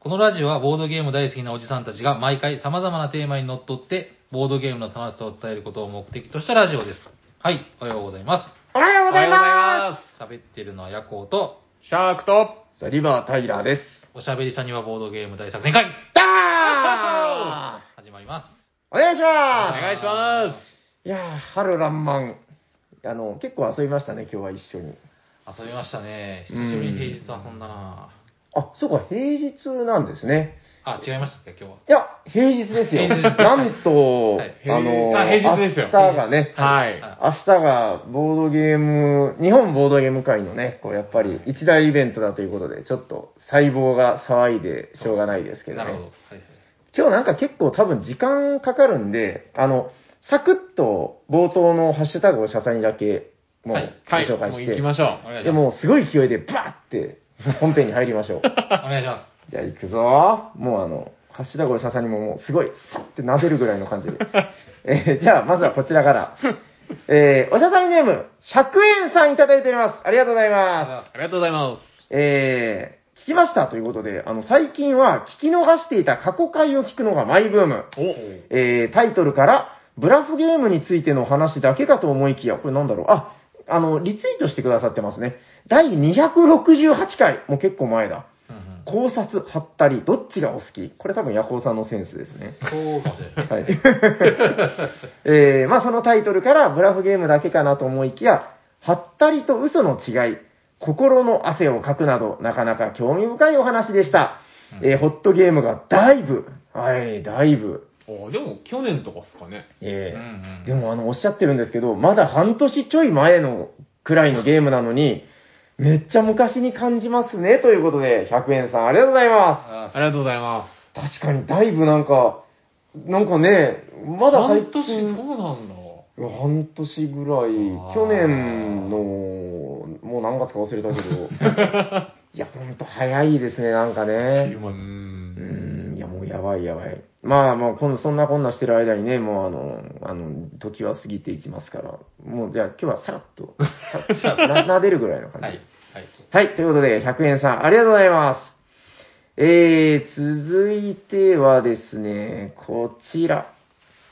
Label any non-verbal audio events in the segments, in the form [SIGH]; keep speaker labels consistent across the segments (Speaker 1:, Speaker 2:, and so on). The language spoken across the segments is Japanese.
Speaker 1: このラジオはボードゲーム大好きなおじさんたちが毎回様々なテーマにのっとって、ボードゲームの楽しさを伝えることを目的としたラジオです。はい、おはようございま。
Speaker 2: おはようござい
Speaker 3: おはようござい
Speaker 2: ま
Speaker 3: ます
Speaker 1: 喋ってるのはヤコウと、
Speaker 3: シャークと、
Speaker 2: す。ザリバー・タイラーです。
Speaker 1: おしゃべりさにはボードゲーム大作戦会
Speaker 2: ダー
Speaker 1: 始まります。
Speaker 2: お願いし
Speaker 3: お
Speaker 2: ま
Speaker 3: 願いします
Speaker 2: いやー、春らんまん。あの、結構遊びましたね、今日は一緒に。
Speaker 1: 遊びましたね。久しぶりに平日遊んだな
Speaker 2: あ、そうか、平日なんですね。
Speaker 1: あ、違いましたっけ、今日は。
Speaker 2: いや、平日ですよ。
Speaker 1: 平日
Speaker 2: なんと、
Speaker 1: はい
Speaker 2: あの
Speaker 3: あ平日ですよ
Speaker 2: 明日がね、
Speaker 3: はい。
Speaker 1: は
Speaker 2: 明日がボードゲーム、日本ボードゲーム会のね、こうやっぱり一大イベントだということで、ちょっと細胞が騒いでしょうがないですけど
Speaker 1: な
Speaker 2: ね。
Speaker 1: るほど。はいはい
Speaker 2: 今日なんか結構多分時間かかるんで、あの、サクッと冒頭のハッシュタグを謝罪にだけ、もう
Speaker 1: はい
Speaker 2: ご
Speaker 3: はい、
Speaker 2: 紹介
Speaker 3: もう
Speaker 2: し
Speaker 3: 行
Speaker 2: て、
Speaker 3: きましょう。
Speaker 1: お願いし
Speaker 2: で
Speaker 1: ます。
Speaker 2: もうすごい勢いでバーって本編に入りま
Speaker 3: [LAUGHS]
Speaker 2: しょう。
Speaker 1: お願いしま
Speaker 2: じゃあ行くぞもうあの、ハッシュタグを謝罪にももうすごい、さって撫でるぐらいの
Speaker 3: [LAUGHS]
Speaker 2: 感じで。えーじゃあまずはこちらから。えー、おしゃさりネーム、100円さんいただいております。ありがとうございます。
Speaker 1: す。
Speaker 3: ありがとうございま
Speaker 2: えー、聞きましたということで、あの、最近は聞き逃していた過去回を聞くのがマイブーム。
Speaker 3: す。お
Speaker 2: えー、タイトルから、ブラフゲームについての話だけかと思いきや、これなんだろう。あ、あの、リツイートしてくださってますね。第268回。もう結構前だ。
Speaker 1: うんうん
Speaker 2: 考察、ハったり、どっちがお好きこれ多分ヤコウさんのセンスですね。
Speaker 1: そうかもしれないですね。
Speaker 2: はい。 [LAUGHS]
Speaker 3: [LAUGHS]
Speaker 2: えー、まあそのタイトルから、ブラフゲームだけかなと思いきや、ハったりと嘘の違い、心の汗をかくなど、なかなか興味深いお話でした。えー、ホットゲームがだいぶ、はい、だいぶ、
Speaker 3: おでも、去年とかですかね。
Speaker 2: え
Speaker 1: う
Speaker 2: ー
Speaker 1: んうん
Speaker 2: でもあの、おっしゃってるんですけど、まだ半年ちょい前のくらいのゲームなのに、めっちゃ昔に感じますね、ということで、100円さんありがとうございま。
Speaker 1: あ
Speaker 3: ありがとうございます
Speaker 2: 確かに、だいぶなんか、なんかね、
Speaker 3: す。
Speaker 2: まだ
Speaker 3: 半
Speaker 2: 最
Speaker 3: 年、そう
Speaker 2: 近、
Speaker 3: なんだ。
Speaker 2: 半年ぐらい、
Speaker 3: あー
Speaker 2: 去年の、もう何月か忘れたけ [LAUGHS] ど、いや、ほんと早いですね、なんかね。
Speaker 3: 今、う。
Speaker 2: うんーん、いや、もうやばいやばい。まあまあ、このそんなこんなしてる間にね、もうあの、あの、時は過ぎていきますから、もうじゃあ今日はさらっと、 [LAUGHS] さらっとさらっとな撫でるぐらいの
Speaker 1: ー
Speaker 2: 感じ。
Speaker 1: はい。はい。
Speaker 2: はい、ということで、100円さん、ありがとうございます。えー、続いてはですね、こちら。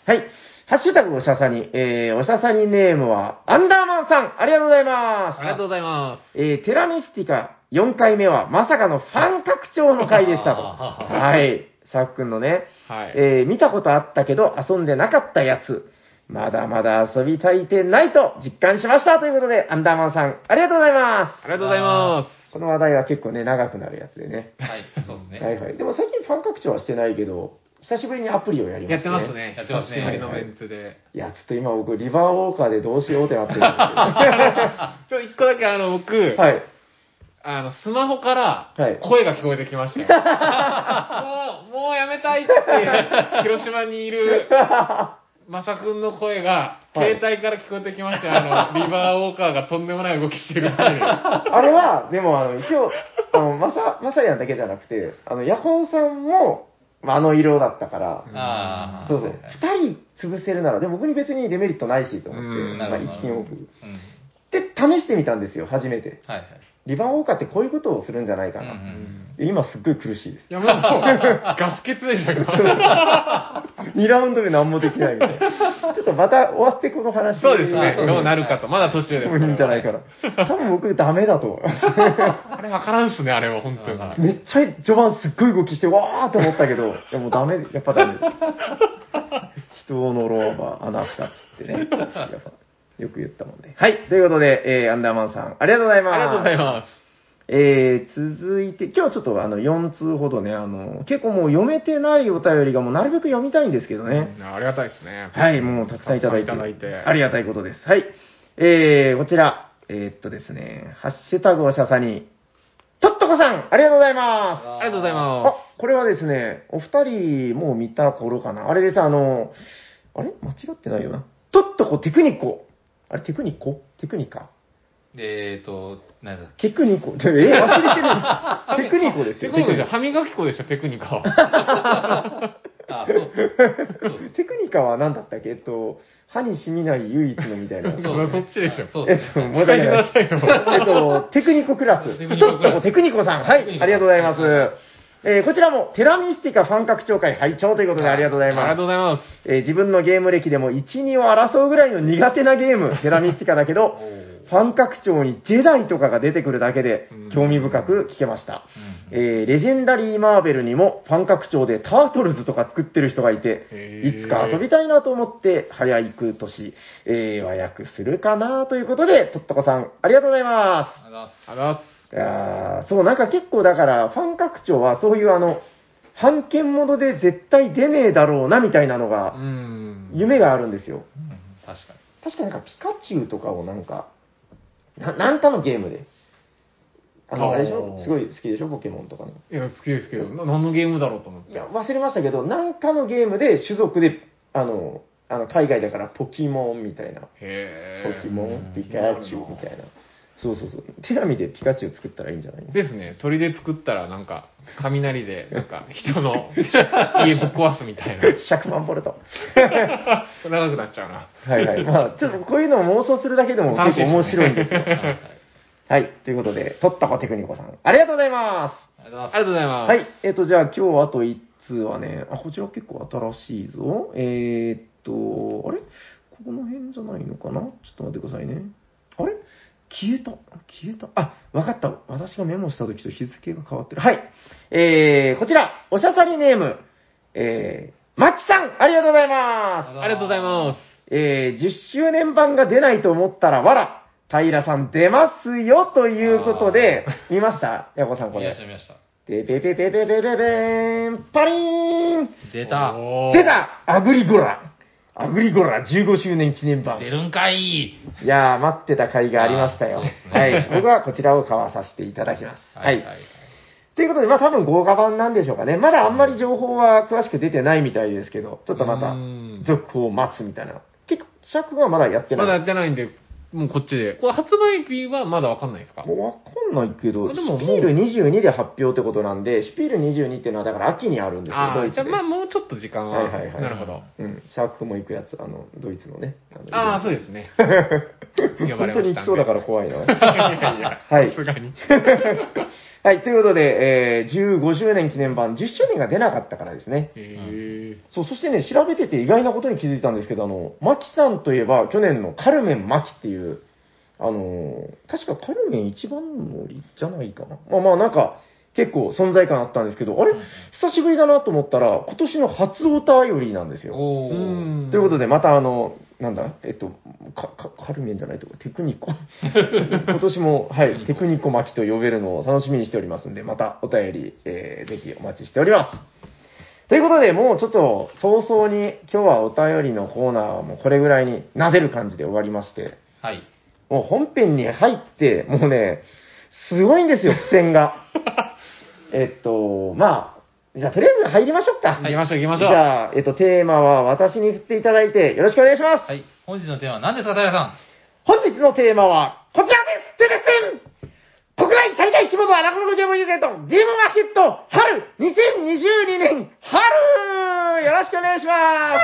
Speaker 2: はい。ハッシュタグおしゃさに、えー、おしゃさにネームは、アンダーマンさん、ありがとうございます。
Speaker 3: ありがとうございま
Speaker 2: えーテラミスティカ4回目はまさかのファン拡張の回でしたと。
Speaker 1: あ
Speaker 2: はい。シャーク君のね、
Speaker 3: す。はい。
Speaker 2: えー見たことあったけど遊んでなかったやつ。まだまだ遊び足りてないと実感しましたということで、アンダーマンさん、ありがとうございま
Speaker 3: ありがとうございま
Speaker 2: ます。この話題は結構ね、長くなるやつでね。
Speaker 1: はい、そうです
Speaker 2: は
Speaker 1: ね。
Speaker 2: いはい。でも最近ファン拡張はしてないけど、久しぶりにアプリをやり
Speaker 3: す。や
Speaker 2: ま
Speaker 3: っ
Speaker 2: した
Speaker 3: て
Speaker 2: ね。
Speaker 3: ますね。
Speaker 1: やってますね
Speaker 3: 久しぶりのメンツで。
Speaker 2: いや、ちょっと今僕、リバーウォーカーでどうしようってなってるんです
Speaker 3: ちょ、一個だけあの、僕 [LAUGHS]
Speaker 2: けど。、はい。
Speaker 3: あの、スマホから
Speaker 2: はい、
Speaker 3: 声が聞こえてきましたよ。もう、もうやめたいって、広島にいる、まさくんの声が、
Speaker 2: はい
Speaker 3: 携帯から聞こえてきましたよ。あの、リバーウォーカーがとんでもない動きしてるっていう。
Speaker 2: あれは、でも、あの、一応、あの、まさ、まさやんだけじゃなくて、あの、ヤホーさんも、まああの色だったから、
Speaker 1: ああ。
Speaker 2: そうそう
Speaker 1: はいは、
Speaker 2: 二人潰せるなら、で、僕に別にデメリットないし、と思っ
Speaker 3: う
Speaker 2: て、
Speaker 3: ん
Speaker 2: ま
Speaker 1: な
Speaker 2: あ、
Speaker 1: るほど
Speaker 2: 一金オフ。
Speaker 1: いうん
Speaker 2: で、試してみたんですよ、初めて。
Speaker 1: はいはい。
Speaker 2: リバーウォーカーってこういうことをするんじゃないか
Speaker 1: うんう
Speaker 2: な。
Speaker 1: ん
Speaker 2: 今すっごい苦しいです。
Speaker 3: いや、もう、ガス欠でしたけど。
Speaker 2: 2ラウンドで何もできないみたいな。ちょっとまた終わってこの話。
Speaker 3: そうですね。
Speaker 2: ん
Speaker 3: どうなるかと。まだ途中です
Speaker 2: もういいんじゃないかな。多分僕ダメだと思う。
Speaker 3: あれ、わからんっすね、あれは、本当に。
Speaker 2: めっちゃ序盤すっごい動きして、わーって思っ
Speaker 3: [LAUGHS]
Speaker 2: たけど、いやもうダメ、やっぱダメ。 [LAUGHS] 人を呪わば穴二つってね。やっぱよく言ったもんね。はい。ということで、えー、アンダーマンさん、ありがとうございます。
Speaker 3: ありがとうござい
Speaker 2: す。
Speaker 3: ま
Speaker 2: えー、続いて、今日ちょっとあの、4通ほどね、あの、結構もう読めてないお便りがもうなるべく読みたいんですけどね。
Speaker 3: す。ありがたいですね。
Speaker 2: はい、もうたくさんいただいて。
Speaker 3: たくさんいただいて
Speaker 2: ありがたいことです。はい。えー、こちら。えーっとですね、ハッシュタグをしゃさに、とっとこさん、ありがとうございます。
Speaker 3: ありがとうござい
Speaker 2: あ
Speaker 3: ま、。
Speaker 2: これはですね、お二人もう見た頃かな。あれです、あの、あれ間違ってないよな。とっとこテクニコ。あれ、テクニコテクニカ
Speaker 1: す。でえっと、なんだっ
Speaker 2: テクニコ。え、忘れてる。テクニコですす
Speaker 3: テ
Speaker 2: よ。
Speaker 3: クニコじゃ、歯磨き粉でした、テクニカは。
Speaker 1: けあ、そうそう。そうそう
Speaker 2: テクニカは何だったっけえっと、歯に染みない唯一のみたいな。
Speaker 3: そうそっちでしょ
Speaker 1: そう
Speaker 2: え
Speaker 1: で
Speaker 2: っ
Speaker 1: す
Speaker 2: と、
Speaker 3: 使いてくださいよ。
Speaker 2: えっと、テクニコクラス。
Speaker 1: テクニコクラス
Speaker 2: ちょっとテクニコさん。は
Speaker 1: テクニ
Speaker 2: い。
Speaker 1: コ
Speaker 2: ありがとうございます。えーこちらも、テラミスティカファン拡張会拝聴ということでありがとうござい
Speaker 3: ありが
Speaker 2: ます
Speaker 3: とう。ございます。
Speaker 2: えー自分のゲーム歴でも1、2を争うぐらいの苦手なゲーム、テラミスティカだ
Speaker 3: [LAUGHS]
Speaker 2: けど、ファン拡張にジェダイとかが出てくるだけで
Speaker 3: うん
Speaker 2: 興味深く聞けました。
Speaker 1: うん
Speaker 2: えーレジェンダリーマーベルにもファン拡張でタートルズとか作ってる人がいて、
Speaker 3: へー
Speaker 2: いつか遊びたいなと思って、早いく年、えー和訳するかなということで、とっとこさん、ありがとうございます。
Speaker 1: ありがとうございます。
Speaker 3: ありがとうございます。
Speaker 2: いやーそう、なんか結構だから、ファン拡張はそういうあの、版権元で絶対出ねえだろうなみたいなの
Speaker 3: う
Speaker 2: が、
Speaker 3: ん。
Speaker 2: 夢があるんですよ。
Speaker 1: うん確かに。
Speaker 2: 確かなんかピカチュウとかをなんか、ななんかのゲームで。あ
Speaker 3: あ
Speaker 2: の、
Speaker 3: ー
Speaker 2: あれでしょすごい好きでしょポケモンとかの。
Speaker 3: いや、好きですけど、な何のゲームだろうと思って。
Speaker 2: いや、忘れましたけど、なんかのゲームで種族で、あの、あの海外だからポケモンみたいな。
Speaker 3: へ
Speaker 2: ポケモン、
Speaker 3: え
Speaker 2: ピカチュウみたいな。そうそうそう。テラミでピカチュウ作ったらいいんじゃない
Speaker 3: ですね、鳥で作ったら、なんか、雷で、なんか、人の [LAUGHS] 家ぶっ壊すみたいな。
Speaker 2: ?100 万ボルト。
Speaker 3: 長くなっちゃうな。
Speaker 2: はいはい。 [LAUGHS] まあ、ちょっとこういうのを妄想するだけでも結構面白いんです [LAUGHS] よ。
Speaker 1: はいはい
Speaker 2: はい。ということで、とったこテクニコさん、ありがとうございま。
Speaker 1: ありがとうございます
Speaker 3: あり。がとうございますす。
Speaker 2: はい。えっ、と、じゃあ今日あと1通はね、あ、こちら結構新しいぞ。えー、っと、あれここの辺じゃないのかなちょっと待ってくださいね。あれ消えた。消えた。あ、わかった。私がメモした時と日付が変わってる。はい。えー、こちら、おしゃさりネーム、えー、まきさん、ありがとうございます。
Speaker 3: ありがとうございます。
Speaker 2: えー10周年版が出ないと思ったら、わら、平さん出ますよということで、見ましたヤコさんこ
Speaker 1: 見ま
Speaker 2: れ
Speaker 1: した、。見ました。
Speaker 2: ペペペペペペペペーン、パリーン
Speaker 1: 出た。
Speaker 3: おー
Speaker 2: 出たアグリゴラアグリゴラ15周年記念版。
Speaker 1: 出るんかい
Speaker 2: いやー、待ってた回がありましたよ。
Speaker 1: あーそうですね
Speaker 2: はい。僕はこちらを買わさせていただきます。はい。
Speaker 1: はい。
Speaker 2: ということで、まあ多分豪華版なんでしょうかね。まだあんまり情報は詳しく出てないみたいですけど、ちょっとま
Speaker 3: う
Speaker 2: た
Speaker 3: ん、
Speaker 2: 続報を待つみたいな。結構、尺はまだやってない。
Speaker 3: まだやってないんで、もうこっちで。これ発売日はまだわかんないですか
Speaker 2: もうわかんないけど、
Speaker 3: でももう
Speaker 2: シュピール22で発表ってことなんで、シュピール22っていうのはだから秋にあるんですよ、
Speaker 3: あ
Speaker 2: ド
Speaker 3: あ、
Speaker 2: イツ
Speaker 3: じゃ
Speaker 2: で。
Speaker 3: あまあもうちょっと時間は。
Speaker 2: はいはいはい
Speaker 3: なるほど。
Speaker 2: うん、シャークも行くやつ、あの、ドイツのね。の
Speaker 3: ああ、そう
Speaker 2: イ
Speaker 3: です [LAUGHS] ね。
Speaker 2: ベント
Speaker 3: 呼ば
Speaker 2: 本
Speaker 3: れ
Speaker 2: 当
Speaker 3: ましたんで
Speaker 2: に行きそうだから怖いな。
Speaker 3: い [LAUGHS] やいや、
Speaker 2: はい
Speaker 3: さすがに。
Speaker 2: はい、ということで、えー、15周年記念版、10周年が出なかったからですね。
Speaker 3: へ
Speaker 2: そう、そしてね、調べてて意外なことに気づいたんですけど、あの、マキさんといえば、去年のカルメン・マキっていう、あのー確かカルメン一番乗りじゃないかな。まあまあ、なんか、結構存在感あったんですけど、あれ久しぶりだなと思ったら、今年の初お便りなんですよ。
Speaker 1: お
Speaker 3: え。
Speaker 1: ー。
Speaker 2: ということ
Speaker 3: で。
Speaker 2: で、またあの、なんだ、えっと、かかカルメンじゃないとか、テク [LAUGHS] ニコ。今年も、はい、テクニコ巻きと呼べるのを楽しみにしておりますんで、またお便り、えーぜひお待ちしております。ということで、もうちょっと早々に、今日はお便りのコーナーはもうこれぐらいに撫でる感じで終わりまして、
Speaker 1: はい。
Speaker 2: もう本編に入って、もうね、すごいんですよ、付箋が。 [LAUGHS] えっと、まあ、じゃあとりあえず入りましょうか。
Speaker 3: 行きましょう行きまし
Speaker 2: じ
Speaker 3: ょう。
Speaker 2: ゃあ、えっと、テーマは私に振っていただいてよろしくお願いします。
Speaker 1: はい。本日のテーマは何ですか、平さ
Speaker 2: 本日のテーマは、こちらですてれてん国内最大規模のアナログゲームユーザーとゲームマーケット春 !2022 年春よろしくお願いしま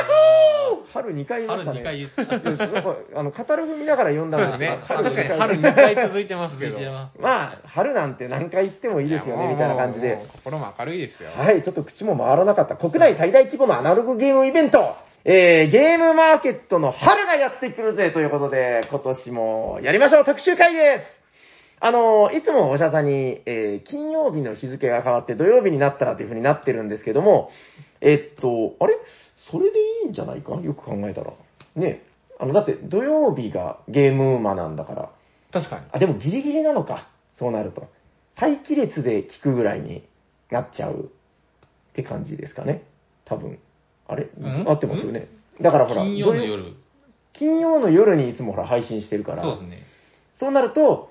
Speaker 2: す春2回言いましたね。
Speaker 1: 春二回言っちゃった
Speaker 2: なんかあの、カタログ見ながら読んだ
Speaker 3: そうです
Speaker 2: ん
Speaker 3: ね。
Speaker 2: けど
Speaker 3: 確かに春
Speaker 2: 二
Speaker 3: 2
Speaker 2: 回
Speaker 3: 回続いてます
Speaker 1: ん
Speaker 3: けど。
Speaker 1: 見てます。
Speaker 2: まあ、春なんて何回言ってもいいですよね、みたいな感じ
Speaker 3: やも
Speaker 2: で
Speaker 3: う。もう心も明るいですよ。
Speaker 2: はい、ちょっと口も回らなかった。国内最大規模のアナログゲームイベント、えー、ゲームマーケットの春がやってくるぜということで、今年もやりましょう特集会ですあのー、いつもお医者さんに、えー、金曜日の日付が変わって土曜日になったらというふうになってるんですけども、えっと、あれそれでいいんじゃないかよく考えたら。ねあの、だって土曜日がゲームマなんだから。
Speaker 3: 確かに。
Speaker 2: あ、でもギリギリなのか。そうなると。待機列で聞くぐらいになっちゃうって感じですかね。多分。あれ
Speaker 1: ん
Speaker 2: 合ってますよね。だからほら、
Speaker 1: 金曜の
Speaker 2: 土曜
Speaker 1: 夜。
Speaker 2: 金曜の夜にいつもほら配信してるから。
Speaker 1: そうですね。
Speaker 2: そうなると、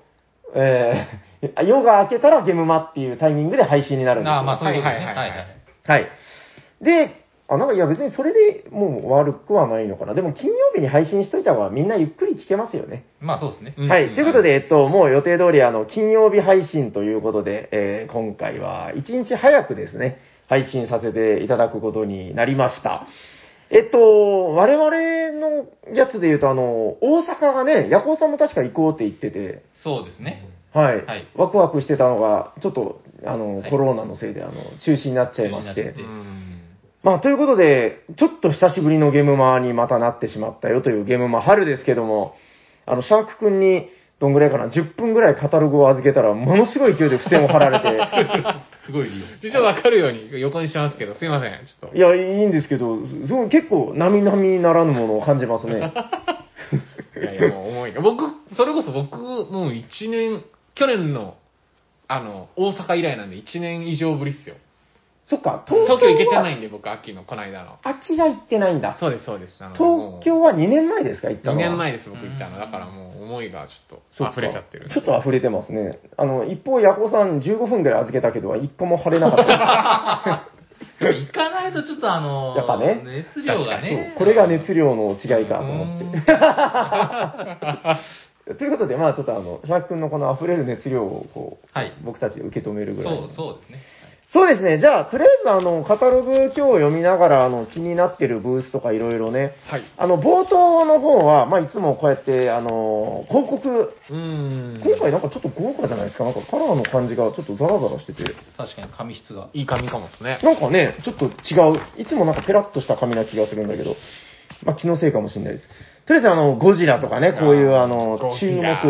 Speaker 2: えー、 [LAUGHS] 夜が明けたらゲムマっていうタイミングで配信になるんですよ。
Speaker 1: ああ、まあそういうことですね。
Speaker 3: は
Speaker 1: はいい
Speaker 3: は
Speaker 1: はいい
Speaker 3: はい
Speaker 1: はい。
Speaker 2: はい。で、あ、なんかいや別にそれでもう悪くはないのかな。でも金曜日に配信しといた方がみんなゆっくり聞けますよね。
Speaker 1: まあそうですね。
Speaker 3: うん
Speaker 2: はい。ということで、えっと、もう予定通り、あの、金曜日配信ということで、えー今回は1日早くですね、配信させていただくことになりました。えっと、我々のやつで言うと、あの、大阪がね、ヤコウさんも確か行こうって言ってて、
Speaker 1: そうですね。
Speaker 2: はい。
Speaker 1: はい
Speaker 2: ワクワクしてたのが、ちょっとあの、
Speaker 1: はい
Speaker 2: コロナのせいで、あの、中止になっちゃいまし
Speaker 1: 中止になっちゃってて。
Speaker 3: うん。
Speaker 2: まあ、ということで、ちょっと久しぶりのゲームマーにまたなってしまったよというゲームマー春ですけども、あの、シャークくんに、どんぐらいかな、10分ぐらいカタログを預けたら、ものすごい勢いで付箋を貼ら
Speaker 3: [LAUGHS]
Speaker 2: れ
Speaker 1: すごい
Speaker 2: [LAUGHS]、
Speaker 1: 理由。
Speaker 3: 一応わかるように横にしますけど、すいません。ちょって
Speaker 2: いや、いいんですけど、すごい結構、並々ならぬものを感じます
Speaker 3: [LAUGHS] と。
Speaker 2: ね。
Speaker 3: いやいや、 [LAUGHS] もう重い。僕、それこそ僕、もう一年、去年の、あの、大阪以来なんで一年以上ぶりっすよ。
Speaker 2: そっか、東京は
Speaker 3: 東京行けてないんで、僕、秋の、この間の。
Speaker 2: 秋が行ってないんだ。
Speaker 3: そうです、そうです。東
Speaker 2: 東京は2年前ですか、行った
Speaker 3: 2
Speaker 2: のは。
Speaker 3: 年前です、僕行ったの。だからもう、思いがちょっ
Speaker 2: そ
Speaker 3: と、
Speaker 2: か
Speaker 3: 溢れちゃってる。
Speaker 2: ちょっと溢れてますね。あの、一方、ヤコさん15分ぐらい預けたけど、一個も晴れなかった。
Speaker 1: 行かないとちょっとあの、
Speaker 2: やっぱね
Speaker 1: 熱量がね
Speaker 2: そう。これが熱量の違いかと思って。
Speaker 1: 思って。
Speaker 2: ということで、まあちょっとあの、シャーク君のこの溢れる熱量をこう、
Speaker 1: はい
Speaker 2: 僕たちで受け止めるぐらいの。
Speaker 1: そう、そうですね。
Speaker 2: そうですね。じゃあ、とりあえずあの、カタログ今日読みながら、あの、気になってるブースとかいろいろね、
Speaker 3: はい。
Speaker 2: あの、冒頭の方は、まあいつもこうやって、あの、広告、
Speaker 3: うーん。
Speaker 2: 今回なんかちょっと豪華じゃないですか。なんかカラーの感じがちょっとザラザラしてて。
Speaker 1: 確かに紙質が。
Speaker 3: いい紙かもですね。
Speaker 2: なんかね、ちょっと違う。いつもなんかペラッとした髪な気がするんだけど。まあ、気のせいかもしれないです。とりあえずあの、ゴジラとかね、こういうあの
Speaker 3: ゴ、
Speaker 2: 注
Speaker 3: ジ
Speaker 2: 目
Speaker 3: ラ、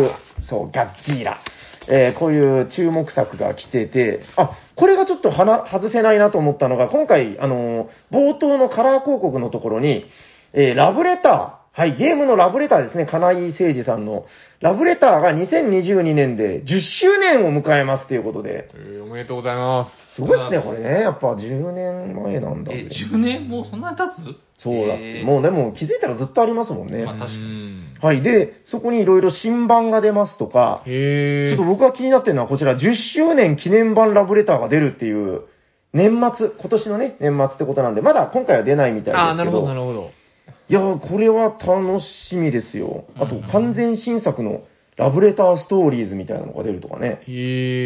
Speaker 2: そう、ガッジーラ。えーこういう注目作が来てて、あ、これがちょっとはな外せないなと思ったのが、今回、あのー冒頭のカラー広告のところに、えーラブレター、はい、ゲームのラブレターですね、金井誠二さんの、ラブレターが2022年で10周年を迎えますということで、
Speaker 3: えーおめでとうございます。
Speaker 2: すごいですね、これね。やっぱ10年前なんだ。
Speaker 1: え、10年もうそんなに経つ
Speaker 2: そうだって、
Speaker 1: えー
Speaker 2: もうでも気づいたらずっとありますもんね。
Speaker 1: まあ確かに
Speaker 3: に。
Speaker 2: はい。で、そこにいろいろ新版が出ますとか、ち
Speaker 3: へ
Speaker 2: ょ
Speaker 3: え。
Speaker 2: っと僕が気になってるのはこちら10周年記念版ラブレターが出るっていう、年末、今年のね、年末ってことなんで、まだ今回は出ないみたいですけど。
Speaker 3: ああ、なるほど、なるほど。
Speaker 2: いやー、これは楽しみですよ。あと
Speaker 1: うん、
Speaker 2: 完全新作のラブレターストーリーズみたいなのが出るとかね。
Speaker 3: へ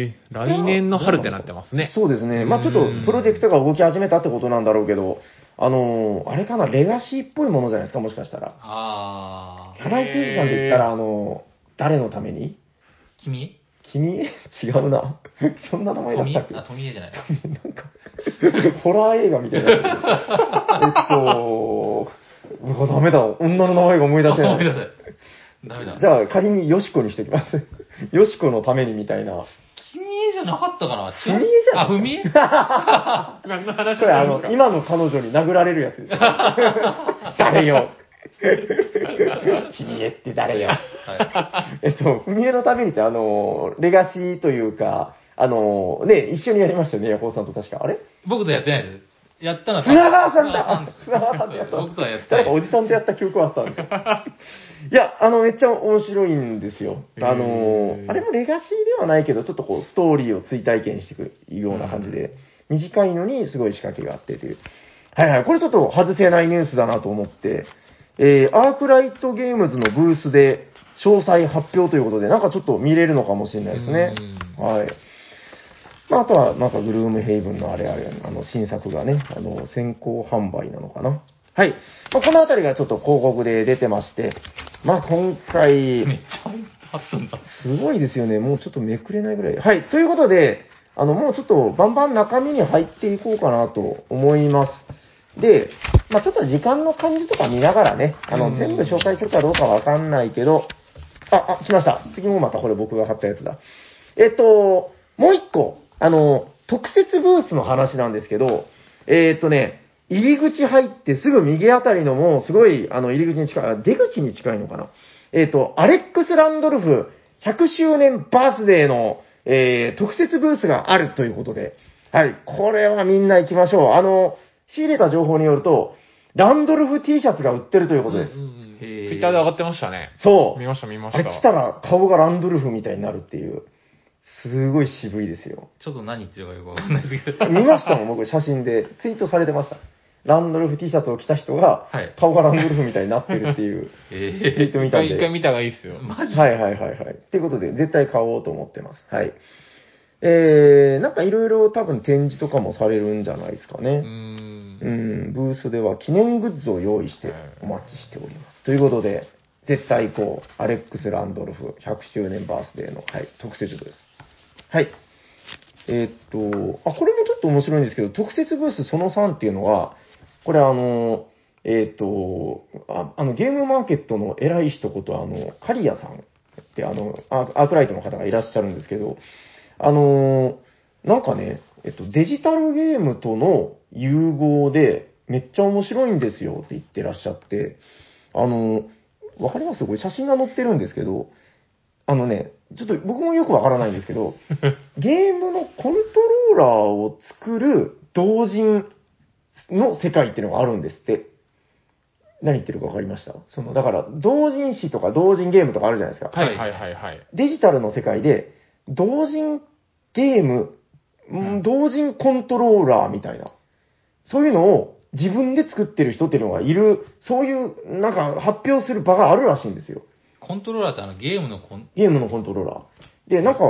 Speaker 3: え。来年の春ってなってますね。
Speaker 2: そうですね。まあちょっと
Speaker 3: うん
Speaker 2: プロジェクトが動き始めたってことなんだろうけど、あのーあれかな、レガシーっぽいものじゃないですか、もしかしたら。
Speaker 1: あー。
Speaker 2: 金井誠司さんって言ったら、あの、誰のために
Speaker 1: 君
Speaker 2: 君 [LAUGHS] 違うな。 [LAUGHS] そんな名前だっ
Speaker 1: 富
Speaker 2: た
Speaker 1: 江
Speaker 2: っけ
Speaker 1: あ、富
Speaker 2: [LAUGHS]
Speaker 1: 江じゃない。
Speaker 2: なんか、 [LAUGHS] ホラー映画みたいになってる。えっと、うわ、ダメだ。女の名前が思い出せ
Speaker 1: ご
Speaker 2: な。
Speaker 1: めんないさい。ダメだ。
Speaker 2: じゃあ、仮にヨシコにしてきます。ヨシコのためにみたいな。
Speaker 1: 君江じゃなかった
Speaker 2: [LAUGHS]
Speaker 1: かな
Speaker 2: 踏み絵じゃない
Speaker 1: あ、踏み絵
Speaker 3: 何の話
Speaker 2: それ、あの、今の彼女に殴られるやつです [LAUGHS] よ。誰よ。 [LAUGHS] 君へって誰よ。
Speaker 1: は
Speaker 2: [LAUGHS] えっと、踏み絵のためにって、あの、レガシーというか、あの、ね、一緒にやりましたよね、ヤコウさんと確か。あれ
Speaker 1: い。僕とやってないです。やったのは
Speaker 2: 砂川さんだ
Speaker 1: 砂
Speaker 2: 砂川
Speaker 1: 川さ
Speaker 2: さ
Speaker 1: ん
Speaker 2: んと
Speaker 1: です
Speaker 2: やった
Speaker 1: 僕とはやってな
Speaker 2: 誰
Speaker 1: い
Speaker 2: か
Speaker 1: で
Speaker 2: お
Speaker 1: す。
Speaker 2: じさんとやった記憶はあったんですよ。 [LAUGHS] いや、あの、めっちゃ面白いんですよ。あの
Speaker 3: へ、ー
Speaker 2: あれもレガシーではないけど、ちょっとこう、ストーリーを追体験していくような感じで、短いのにすごい仕掛けがあってという。はいはい、これちょっと外せないニュースだなと思って、えー、アークライトゲームズのブースで詳細発表ということで、なんかちょっと見れるのかもしれないですね。はい。まあ、あとは、なんか、グルームヘイブンのあれあれ、あの、新作がね、あの、先行販売なのかな。はい。まあ、このあたりがちょっと広告で出てまして、まあ、今
Speaker 1: め
Speaker 2: 回
Speaker 1: っ、ちゃあったんだ。
Speaker 2: すごいですよね。もうちょっとめくれないぐらい。はい。ということで、あの、もうちょっと、バンバン中身に入っていこうかなと思います。で、まあ、ちょっと時間の感じとか見ながらね、あ
Speaker 3: うん
Speaker 2: の、全部紹介するかどうかわかんないけど、あ、あ、来ました。次もまたこれ僕が買ったやつだ。えっと、もう一個、あの、特設ブースの話なんですけど、えっとね、入り口入ってすぐ右あたりのもうすごい、あの、入り口に近い、あ出口に近いのかな。えっと、アレックス・ランドルフ100周年バースデーの、えー、特設ブースがあるということで、はい、これはみんな行きましょう。あの、仕入れた情報によると、ランドルフ T シャツが売ってるということです。
Speaker 3: ツ
Speaker 1: へー
Speaker 3: イッターで上がってましたね。
Speaker 2: そう。
Speaker 3: 見ました、見ま
Speaker 2: あ
Speaker 3: し
Speaker 2: れ
Speaker 3: た。
Speaker 2: 来たら顔がランドルフみたいになるっていう、すごい渋いですよ。
Speaker 1: ちょっと何言ってるかよくわかんないですけど。
Speaker 2: 見ましたもん、僕、写真で。ツイートされてました。ランドルフ T シャツを着た人が
Speaker 1: はい、
Speaker 2: 顔がランドルフみたいになってるっていう、ツイ
Speaker 1: え
Speaker 2: ート見たん
Speaker 3: 一
Speaker 2: で。
Speaker 3: 回見た方がいいっすよ
Speaker 1: ー、。マジ
Speaker 2: はいはいはいはい。っていうことで、絶対買おうと思ってます。はい。えー、なんかいろいろ多分展示とかもされるんじゃないですか
Speaker 3: うー
Speaker 2: ね。
Speaker 3: ん
Speaker 2: う。ん、ブースでは記念グッズを用意してお待ちしております。ということで、絶対こう、アレックス・ランドルフ100周年バースデーの、はい、特設部です。はい。えーっと、あ、これもちょっと面白いんですけど、特設ブースその3っていうのは、これあの、えーっと、ああの、ゲームマーケットの偉い人こと、あの、カリアさんって、あの、アアークライトの方がいらっしゃるんですけど、あの、なんかね、えっと、デジタルゲームとの融合で、めっちゃ面白いんですよって言ってらっしゃって、あの、わかりますこれ写真が載ってるんですけど、あのね、ちょっと僕もよくわからないんですけど、ゲームのコントローラーを作る同人の世界っていうのがあるんですって。何言ってるかわかりましたその、だから、同人誌とか同人ゲームとかあるじゃないですか。
Speaker 3: はいはいはいはい。
Speaker 2: デジタルの世界で、同人ゲーム、うん同人コントローラーみたいな、そういうのを自分で作ってる人っていうのがいる、そういう、なんか発表する場があるらしいんですよ。
Speaker 1: コントローラーってあのゲームのコン、
Speaker 2: ゲームのコントローラー。で、なんか、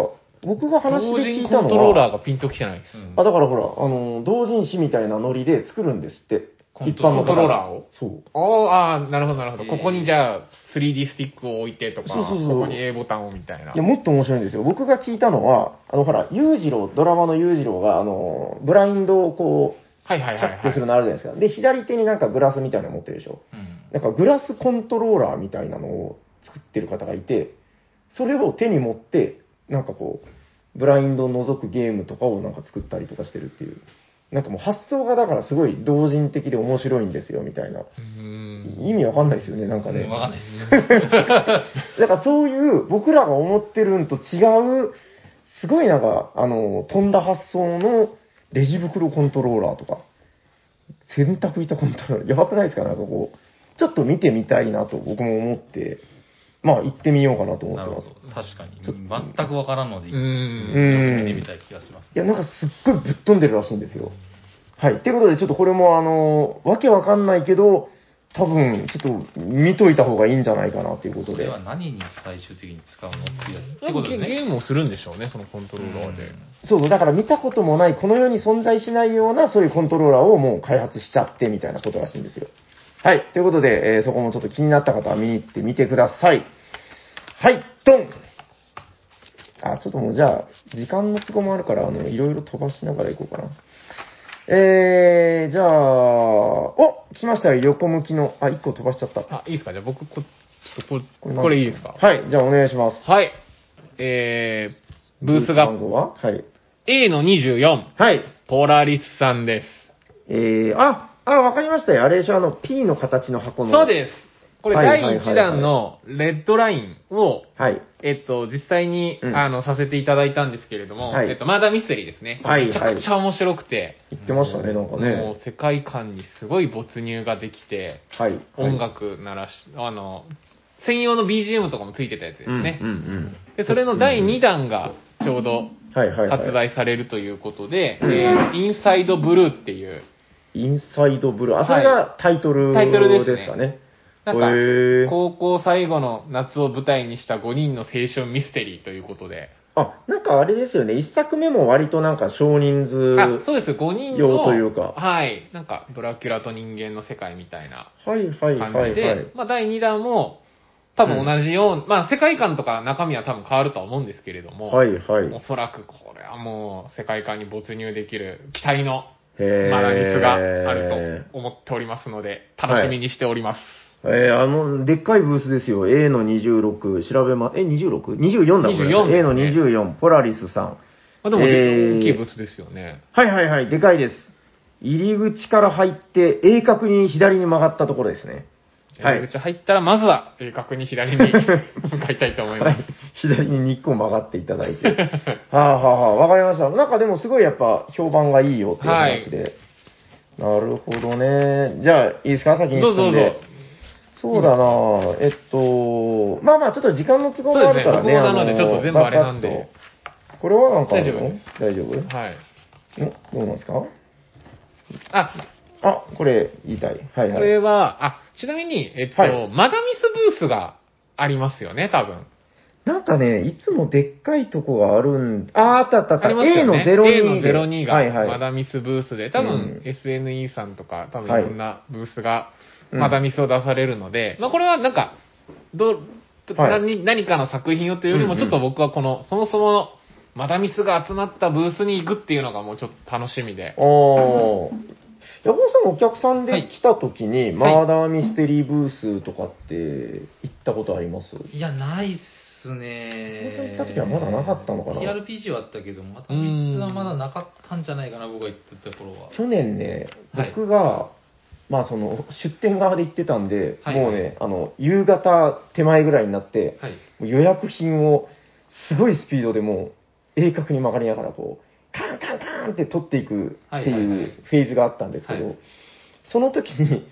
Speaker 2: 僕が話
Speaker 3: 同
Speaker 2: で聞
Speaker 3: 人
Speaker 2: いた
Speaker 3: コン
Speaker 2: の
Speaker 3: トロー
Speaker 2: は、
Speaker 3: ラーがピンときてないです。
Speaker 1: うん
Speaker 2: あ、だからほら、あの、同人誌みたいなノリで作るんですって。
Speaker 1: コン
Speaker 2: 一
Speaker 1: トロ
Speaker 3: コン
Speaker 2: 般の方
Speaker 1: ーラー
Speaker 3: トローラーを
Speaker 2: そう。
Speaker 3: おーあー、なるほどなるほ
Speaker 1: え
Speaker 3: ど。
Speaker 1: ー
Speaker 3: ここにじゃあ、3D スティックを置いてとか、
Speaker 2: そうそうそう
Speaker 3: ここに A ボタンをみたいな。
Speaker 2: いや、もっと面白いんですよ。僕が聞いたのは、あの、ほら、裕次郎、ドラマの裕次郎が、あの、ブラインドをこう、
Speaker 3: はいはい
Speaker 2: シ
Speaker 3: はい
Speaker 2: ャッて
Speaker 3: は
Speaker 2: する
Speaker 3: い。
Speaker 2: のあるじゃないですか。で、左手になんかグラスみたいなの持ってるでしょ。
Speaker 1: うん。
Speaker 2: なんかグラスコントローラーみたいなのを作ってる方がいて、それを手に持って、なんかこう、ブラインドを除くゲームとかをなんか作ったりとかしてるっていう。なんかもう発想がだからすごい同人的で面白いんですよみたいな。
Speaker 3: うーん
Speaker 2: 意味わかんないですよね、なんかね。
Speaker 1: わかんないです。
Speaker 2: [LAUGHS] だからそういう僕らが思ってるんと違う、すごいなんか、あの、飛んだ発想のレジ袋コントローラーとか、洗濯板コントローラ [LAUGHS] ー、やばくないですかなんかこう、ちょっと見てみたいなと僕も思って、まあ行ってみようかなと思
Speaker 1: な
Speaker 2: って
Speaker 1: るほ
Speaker 2: ま
Speaker 1: ど
Speaker 2: す。。
Speaker 1: 確かに。
Speaker 2: ちょっ
Speaker 1: 全くわからんので、
Speaker 3: う
Speaker 1: ち
Speaker 3: ー
Speaker 1: ょっと
Speaker 3: ん。
Speaker 2: うん
Speaker 1: 見てみたい気がします。
Speaker 2: いや、なんかすっごいぶっ飛んでるらしいんですよ。はい。ということで、ちょっとこれもあの、わけわかんないけど、多分、ちょっと見といた方がいいんじゃないかなということ
Speaker 1: こ
Speaker 2: で。
Speaker 1: れは何に最終的に使うのってや
Speaker 3: な
Speaker 1: つ。って
Speaker 3: ん
Speaker 1: こ
Speaker 3: か
Speaker 1: と
Speaker 3: ゲ
Speaker 1: ですね。
Speaker 3: ゲームをするんでしょうね、そのコントローラーで。
Speaker 2: そうそう、だから見たこともない、この世に存在しないような、そういうコントローラーをもう開発しちゃって、みたいなことらしいんですよ。はい。ということで、えーそこもちょっと気になった方は見に行ってみてください。はい、ドンあ、ちょっともうじゃあ、時間の都合もあるから、あの、いろいろ飛ばしながら行こうかな。えー、じゃあ、お来ましたよ、横向きの。あ、1個飛ばしちゃった。
Speaker 3: あ、いいですかじゃあ僕、こ、ちょっとこ
Speaker 2: これ
Speaker 3: これいいですか
Speaker 2: はい、じゃあお願いします。
Speaker 3: はい。えー、ブースが
Speaker 2: 番号ははい。
Speaker 3: A の24、
Speaker 2: はい。
Speaker 3: ポラリスさんです。
Speaker 2: えー、あ、あ、わかりましたよ。あれでしょ、あの、P の形の箱の。
Speaker 3: そうです。これ
Speaker 2: はいはい
Speaker 3: 第
Speaker 2: はいはい
Speaker 3: 1弾のレッドラインを、
Speaker 2: す。はい。
Speaker 3: えっと、実際に、
Speaker 2: うん
Speaker 3: あの、させていただいたんですけれども、
Speaker 2: はい
Speaker 3: えっと、マーダーミステリーですね。
Speaker 2: はい
Speaker 3: めちゃくちゃ面白くて、
Speaker 2: 言ってましたね、なんか
Speaker 3: も
Speaker 2: ね。
Speaker 3: う世界観にすごい没入ができて、
Speaker 2: はい。
Speaker 3: 音楽鳴らし、あの、専用の BGM とかもついてたやつです
Speaker 2: はい
Speaker 3: ね。
Speaker 2: うんうん
Speaker 3: で、それの第2弾がちょうど
Speaker 2: うん。はいはいはい。
Speaker 3: 発。売されるということで、
Speaker 2: うん
Speaker 3: えーインサイドブルーっていう、
Speaker 2: インサイドブルー。あ、それがタイトル
Speaker 3: タイトルですね
Speaker 2: ですかね。
Speaker 3: なんか
Speaker 2: へー、
Speaker 3: 高校最後の夏を舞台にした5人の青春ミステリーということで、
Speaker 2: あ、なんかあれですよね。一作目も割となんか少人数。
Speaker 3: あ、そうです、5人
Speaker 2: よう
Speaker 3: の、
Speaker 2: というか
Speaker 3: はい、なんか、ドラキュラと人間の世界みたいな
Speaker 2: はいはい
Speaker 3: 感
Speaker 2: はい
Speaker 3: じ
Speaker 2: は
Speaker 3: で
Speaker 2: い、。
Speaker 3: まあ、第2弾も、多分同じように、まあ、世界観とか中身は多分変わるとは思うんですけれども、
Speaker 2: はいはい。
Speaker 3: おそらくこれはもう、世界観に没入できる期待の
Speaker 2: へー
Speaker 3: マラリスがあると思っておりますので、楽しみにしております。
Speaker 2: えーあの、でっかいブースですよ。A の26、調べま、え、26?24 だこれ。
Speaker 3: 24
Speaker 2: A の24、ポラリスさん。
Speaker 3: まあ、でも、
Speaker 2: えー
Speaker 3: 大きいブースですよね。
Speaker 2: はいはいはい、でかいです。入り口から入って、鋭角に左に曲がったところですね。はい
Speaker 3: 入り口入ったら、まずは鋭角に左に向かいたいと思い
Speaker 2: は
Speaker 3: ま
Speaker 2: い
Speaker 3: す。。
Speaker 2: [LAUGHS] 左に2個曲がっていた
Speaker 3: [LAUGHS]
Speaker 2: だいて。はあはあはあ、わかりました。なんかでもすごいやっぱ評判がいいよっていう話で。なるほどね。じゃあ、いいですか先に
Speaker 3: どうぞど
Speaker 2: 進
Speaker 3: う
Speaker 2: んで。
Speaker 3: ぞ。
Speaker 2: そうだなぁえっと、まあまあ、ちょっと時間の都合があるか
Speaker 3: そ
Speaker 2: ら
Speaker 3: う
Speaker 2: ね。
Speaker 3: ですね僕もなので
Speaker 2: あ
Speaker 3: ちょっと全部あれなんで
Speaker 2: バタッとこれはなんかある
Speaker 3: 大
Speaker 2: の
Speaker 3: 丈夫で
Speaker 2: 大丈夫
Speaker 3: はい。
Speaker 2: んどうなんですか
Speaker 3: あ、
Speaker 2: あ、これ言いたい。はいはい。
Speaker 3: これは、あ、ちなみに、えっと、
Speaker 2: はい
Speaker 3: マダミスブースがありますよね、多分。
Speaker 2: なんかね、いつもでっかいとこがあるん、あー、あったあったあった。
Speaker 3: ありますよ
Speaker 2: A の
Speaker 3: ね。
Speaker 2: 02。
Speaker 3: A の02が、
Speaker 2: はいはい。
Speaker 3: マダミスブースで、多分、
Speaker 2: うん
Speaker 3: SNE さんとか、多分
Speaker 2: はい
Speaker 3: いろんなブースが、
Speaker 2: うん
Speaker 3: マダミスを出されるので、まあこれはなんか、ど、ど
Speaker 2: はい
Speaker 3: 何何かの作品をというより
Speaker 2: う
Speaker 3: も、
Speaker 2: んうん
Speaker 3: ちょっと僕はこの、そもそものマダミスが集まったブースに行くっていうのがもうちょっと楽しみで。
Speaker 2: おー。ヤコさんお客さん
Speaker 1: は
Speaker 2: で
Speaker 1: い
Speaker 2: 来た時に、
Speaker 1: はい
Speaker 2: マーダーミステリーブースとかって行ったことあります
Speaker 1: いや、ないっす
Speaker 2: 高校行
Speaker 1: ね。
Speaker 2: った時はまだなかったのかな
Speaker 1: TRPG はあったけど、また実はまだなかったんじゃないかな、僕が行ってた頃は。
Speaker 2: 去年ね、
Speaker 1: はい
Speaker 2: 僕が、まあその、出店側で行ってたんで、
Speaker 1: はい
Speaker 2: もうね、あの、夕方手前ぐらいになって、
Speaker 1: はい。
Speaker 2: もう予約品をすごいスピードでもう、鋭角に曲がりながらこう、カンカンカンって取っていくって
Speaker 1: はいはい
Speaker 2: い
Speaker 1: はいう
Speaker 2: フェーズがあったんですけど、
Speaker 1: はい
Speaker 2: その時に、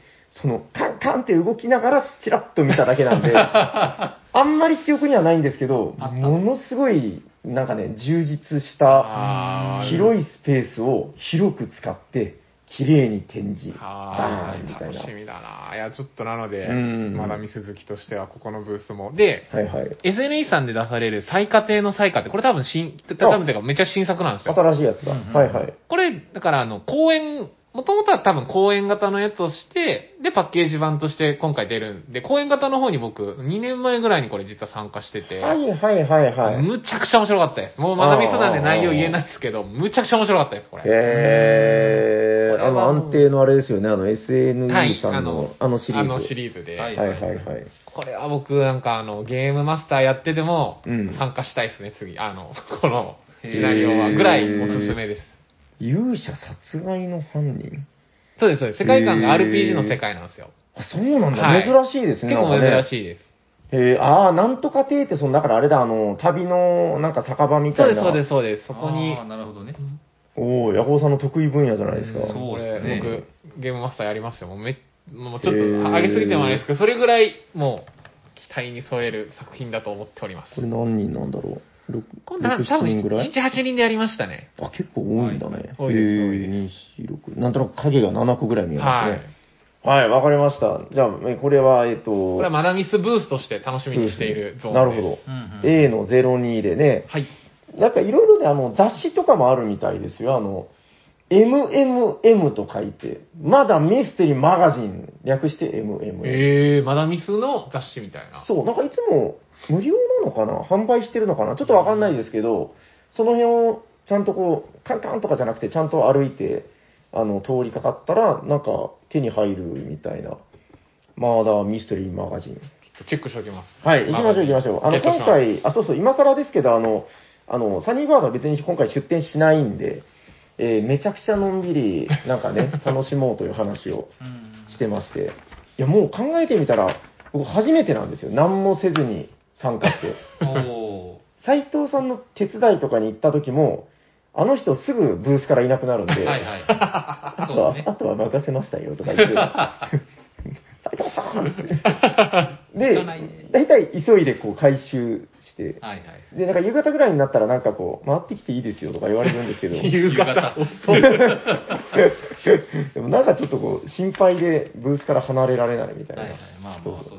Speaker 2: その、カンカンって動きながら、チラッと見ただけ
Speaker 1: [LAUGHS]
Speaker 2: なんで、あんまり記憶にはないんですけど、
Speaker 1: あった
Speaker 2: ものすごい、なんかね、充実した、
Speaker 3: あー
Speaker 2: 広いスペースを広く使って、綺麗に展示、
Speaker 3: は
Speaker 2: バーンみた
Speaker 3: ー
Speaker 2: い
Speaker 3: い。
Speaker 2: な。
Speaker 3: 楽し
Speaker 2: は
Speaker 3: みだな。いや、ちょっとなので、
Speaker 2: うん
Speaker 3: マダミス好きとしては、ここのブースも。で、
Speaker 2: いはい。
Speaker 3: SNE さんで出される最下亭の最下って、これ多分新、多分てかめっちゃ新作なんですよ。
Speaker 2: 新しいやつだ。
Speaker 1: うんうん
Speaker 2: はいはい。
Speaker 3: これ、だからあの、公演、もともとは多分公演型のやつをして、で、パッケージ版として今回出るんで、公演型の方に僕、2年前ぐらいにこれ実は参加してて、
Speaker 2: はいはいはいはい。
Speaker 3: むちゃくちゃ面白かったです。もうまだミスなんで内容言えないですけど、むちゃくちゃ面白かったです、これ。
Speaker 2: え
Speaker 3: これ
Speaker 2: ー、あの
Speaker 3: はもう
Speaker 2: 安定のあれですよね、あの SNE さ
Speaker 3: あ
Speaker 2: んの
Speaker 3: の、
Speaker 2: あのシリーズ。
Speaker 3: あのシリーズで。
Speaker 1: はい
Speaker 2: はいはいはい。
Speaker 3: これは僕、なんかあの、ゲームマスターやってても
Speaker 2: うん、
Speaker 3: 参加したいですね、次。あの、 [LAUGHS] この、
Speaker 1: へー
Speaker 3: シナリオは、ぐらいおすすめです。
Speaker 2: 勇者殺害の犯人
Speaker 3: そうです、そうです。世界観が
Speaker 2: へー
Speaker 3: RPG の世界なんですよ。
Speaker 2: あ、そうなんだ。
Speaker 3: はい
Speaker 2: 珍しいですね。
Speaker 3: 結構珍
Speaker 2: い。
Speaker 3: しいです。
Speaker 2: えー、あー、なんとか亭って、その、だからあれだ、あの、旅の、なんか酒場み
Speaker 3: そう
Speaker 2: た
Speaker 3: で
Speaker 2: い
Speaker 3: す、
Speaker 2: な。
Speaker 3: そうです、そうです。そこに
Speaker 1: あー、なるほどね。
Speaker 2: おー、ヤコウさんの得意分野じゃないですか。
Speaker 1: うんそうですね
Speaker 3: これ僕、ゲームマスターやりますよ。もうめもうちょっ
Speaker 2: へ
Speaker 3: と
Speaker 2: ー
Speaker 3: 上げすぎてもあれですけど、それぐらい、もう、期待に添える作品だと思っております
Speaker 2: こ。れ何人なんだろうろく
Speaker 3: 今度は
Speaker 2: 6、
Speaker 3: 多
Speaker 2: 7
Speaker 3: 分、
Speaker 2: 人ぐら
Speaker 3: 7、
Speaker 2: い
Speaker 3: 8人でやりましたね。
Speaker 2: あ、結構多いんだね。
Speaker 3: はい多いです多いです
Speaker 2: えー、2、4、6。なんとなく影が7個ぐらい見えます
Speaker 3: はい
Speaker 2: ね。。はい、わ、かりました。じゃあ、えこれは、えっと、
Speaker 3: これはマダミスブースとして楽しみにしているゾーンです。
Speaker 2: なるほど。
Speaker 1: うんうん
Speaker 2: A の02でね、
Speaker 3: はい。
Speaker 2: なんかいろいろね、あの、雑誌とかもあるみたいですよ。あの、MMM と書いて、まだミステリーマガジン、略して MMM。
Speaker 3: えー、マダミスの雑誌みたいな。
Speaker 2: そう、なんかいつも無料なのかな販売してるのかなちょっとわかんないですけど、その辺をちゃんとこう、カンカンとかじゃなくて、ちゃんと歩いて、あの、通りかかったら、なんか手に入るみたいな、マーダーミステリーマガジン。
Speaker 3: チェックしておきます。
Speaker 2: はい、行きましょう行きましょう。あの、
Speaker 3: ゲットしま
Speaker 2: 今
Speaker 3: す
Speaker 2: 回、あ、そうそう、今更ですけど、あの、あの、サニーバードは別に今回出店しないんで、えーめちゃくちゃのんびり、なんかね、楽しもうという話を
Speaker 1: うん
Speaker 2: してまして。いや、もう考えてみたら、僕初めてなんですよ。何もせずに参加って。
Speaker 1: おー
Speaker 2: 斉藤さんの手伝いとかに行った時も、あの人すぐブースからいなくなるんで、
Speaker 1: はいはい。
Speaker 2: あと
Speaker 1: そう
Speaker 2: は、
Speaker 1: です
Speaker 2: あ
Speaker 1: ね。
Speaker 2: とは任せましたよとか言
Speaker 1: [LAUGHS]
Speaker 2: って、斉藤さんって
Speaker 1: 行かないね
Speaker 2: で、大体急いでこう回収して、
Speaker 1: はいはい。
Speaker 2: で、なんか夕方ぐらいになったらなんかこう、回ってきていいですよとか言われるんですけど、
Speaker 3: 夕方。
Speaker 2: [LAUGHS] でもなんかちょっとこう、心配でブースから離れられないみたい
Speaker 1: はいはい
Speaker 2: な。。
Speaker 1: まあまあ、そうですね。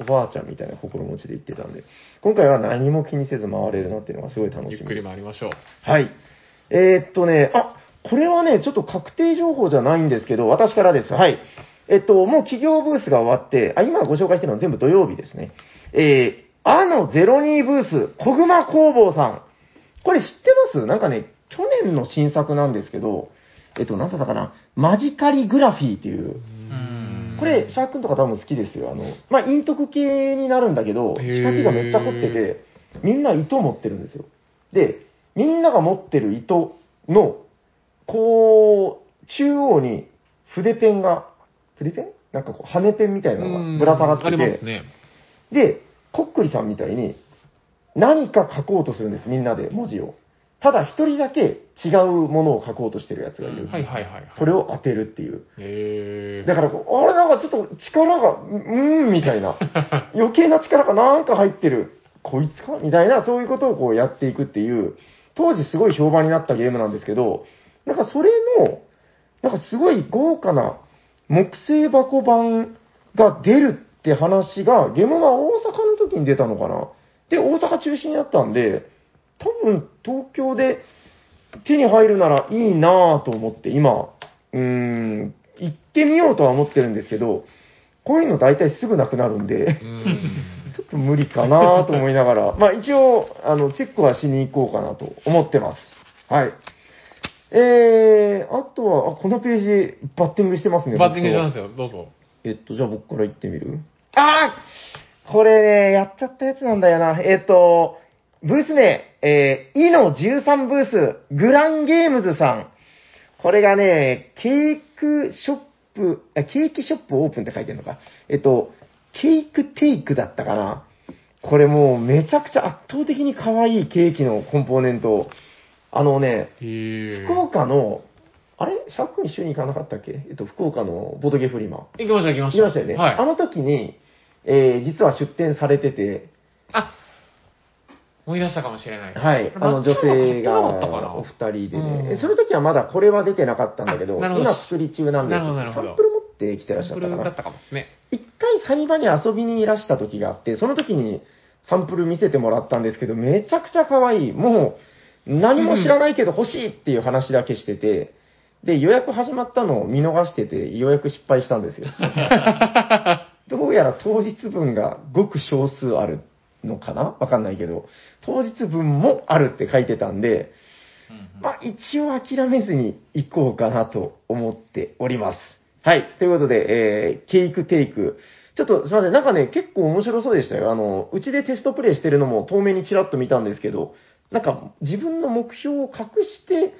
Speaker 2: おばあちゃんみたいな心持ちで行ってたんで、今回は何も気にせず回れるなっていうのがすごい楽
Speaker 3: ゆ
Speaker 2: し
Speaker 3: っくり
Speaker 2: み。
Speaker 3: 回りましょう。
Speaker 2: はい。えーっとね、あ、これはね、ちょっと確定情報じゃないんですけど、私からです。はい。えっと、もう企業ブースが終わって、あ、今ご紹介してるのは全部土曜日ですね。えー、あの02ブース、小熊工房さん。これ知ってますなんかね、去年の新作なんですけど、えっと、なんだったかな、マジカリグラフィーっていう、
Speaker 1: うん
Speaker 2: これ、シャークンとか多分好きですよ。あの、まあ、陰徳系になるんだけ
Speaker 3: へ
Speaker 2: ど、仕
Speaker 3: ー
Speaker 2: 掛けがめっちゃ凝ってて、みんな糸持ってるんですよ。で、みんなが持ってる糸の、こう、中央に筆ペンが、筆ペンなんかこう、羽ペンみたいなのがぶら下がって
Speaker 3: あ
Speaker 2: て、
Speaker 3: りますね。
Speaker 2: で、こっくりさんみたいに、何か書こうとするんです、みんなで文字を。ただ一人だけ違うものを書こうとしてるやつがいる。
Speaker 3: はいはいはいはい。
Speaker 2: それを当てるっていう。
Speaker 3: え
Speaker 2: だからこう、あれなんかちょっと力が、ううーん、みたいな。余計な力がなんか入ってる。こいつかみたいな、そういうことをこうやっていくっていう、当時すごい評判になったゲームなんですけど、なんかそれの、なんかすごい豪華な木製箱版が出るって話が、ゲームは大阪の時に出たのかな。で、大阪中心になったんで、多分東京で手に入るならいいなぁと思って、今、うーん、行ってみようとは思ってるんですけど、こういうの大体すぐなくなるんで、 [LAUGHS]
Speaker 3: ー。うん。
Speaker 2: ちょっと無理かなと思いながら、まあ一応、あの、チェックはしに行こうかなと思ってます。はい。えー、あとは、あこのページ、バッティングしてますね。。
Speaker 3: バッティングしますすよ、どうぞ。
Speaker 2: えっと、じゃあ僕から行ってみるあーこれね、やっちゃったやつなんだよな。えっと、ブース名、えー、イの13ブース、グランゲームズさん。これがね、ケークショップ、あケーキショップオープンって書いてるのか。えっと、ケークテイクだったかな。これもうめちゃくちゃ圧倒的に可愛いケーキのコンポーネント。あのね、
Speaker 3: へ
Speaker 2: 福岡の、あれシャーク一緒に行かなかったっけえっと、福岡のボトゲフリマ。
Speaker 3: 行きました、行きま
Speaker 2: 行
Speaker 3: した。
Speaker 2: きましたよね。
Speaker 3: はい
Speaker 2: あ。の時に、えー、実は出店されてて、
Speaker 3: あ思い出したかもしれない。
Speaker 2: はい、あの
Speaker 3: 抹茶
Speaker 2: 女
Speaker 3: も
Speaker 2: 性
Speaker 3: 買ってなかったか
Speaker 2: が
Speaker 3: な
Speaker 2: お二人で
Speaker 3: うん
Speaker 2: ね、えその時はまだこれは出てなかったんだけど、
Speaker 3: あなるほど
Speaker 2: 今作り中なんです
Speaker 3: なるほどなるほど
Speaker 2: サンプル持ってきてらっし
Speaker 3: サ
Speaker 2: ゃ
Speaker 3: ン
Speaker 2: っ
Speaker 3: プ
Speaker 2: たか
Speaker 3: ルだ
Speaker 2: な
Speaker 3: っ。たかもね。
Speaker 2: 一回サニバに遊びにいらした時があって、その時にサンプル見せてもらったんですけど、めちゃくちゃ可愛い。もう、何も知らないけど欲しいっていう話だけしてて、で、予約始まったのを見逃してて、予約失敗したんですよ。どうやら当日分がごく少数あるのかなわかんないけど、当日分もあるって書いてたんで、
Speaker 1: うん
Speaker 2: まあ、一応諦めずに行こうかなと思っております。はい。ということで、えー、ケイクテイク。ちょっとすいません。なんかね、結構面白そうでしたよ。あの、うちでテストプレイしてるのも遠目にちらっと見たんですけど、なんか自分の目標を隠して、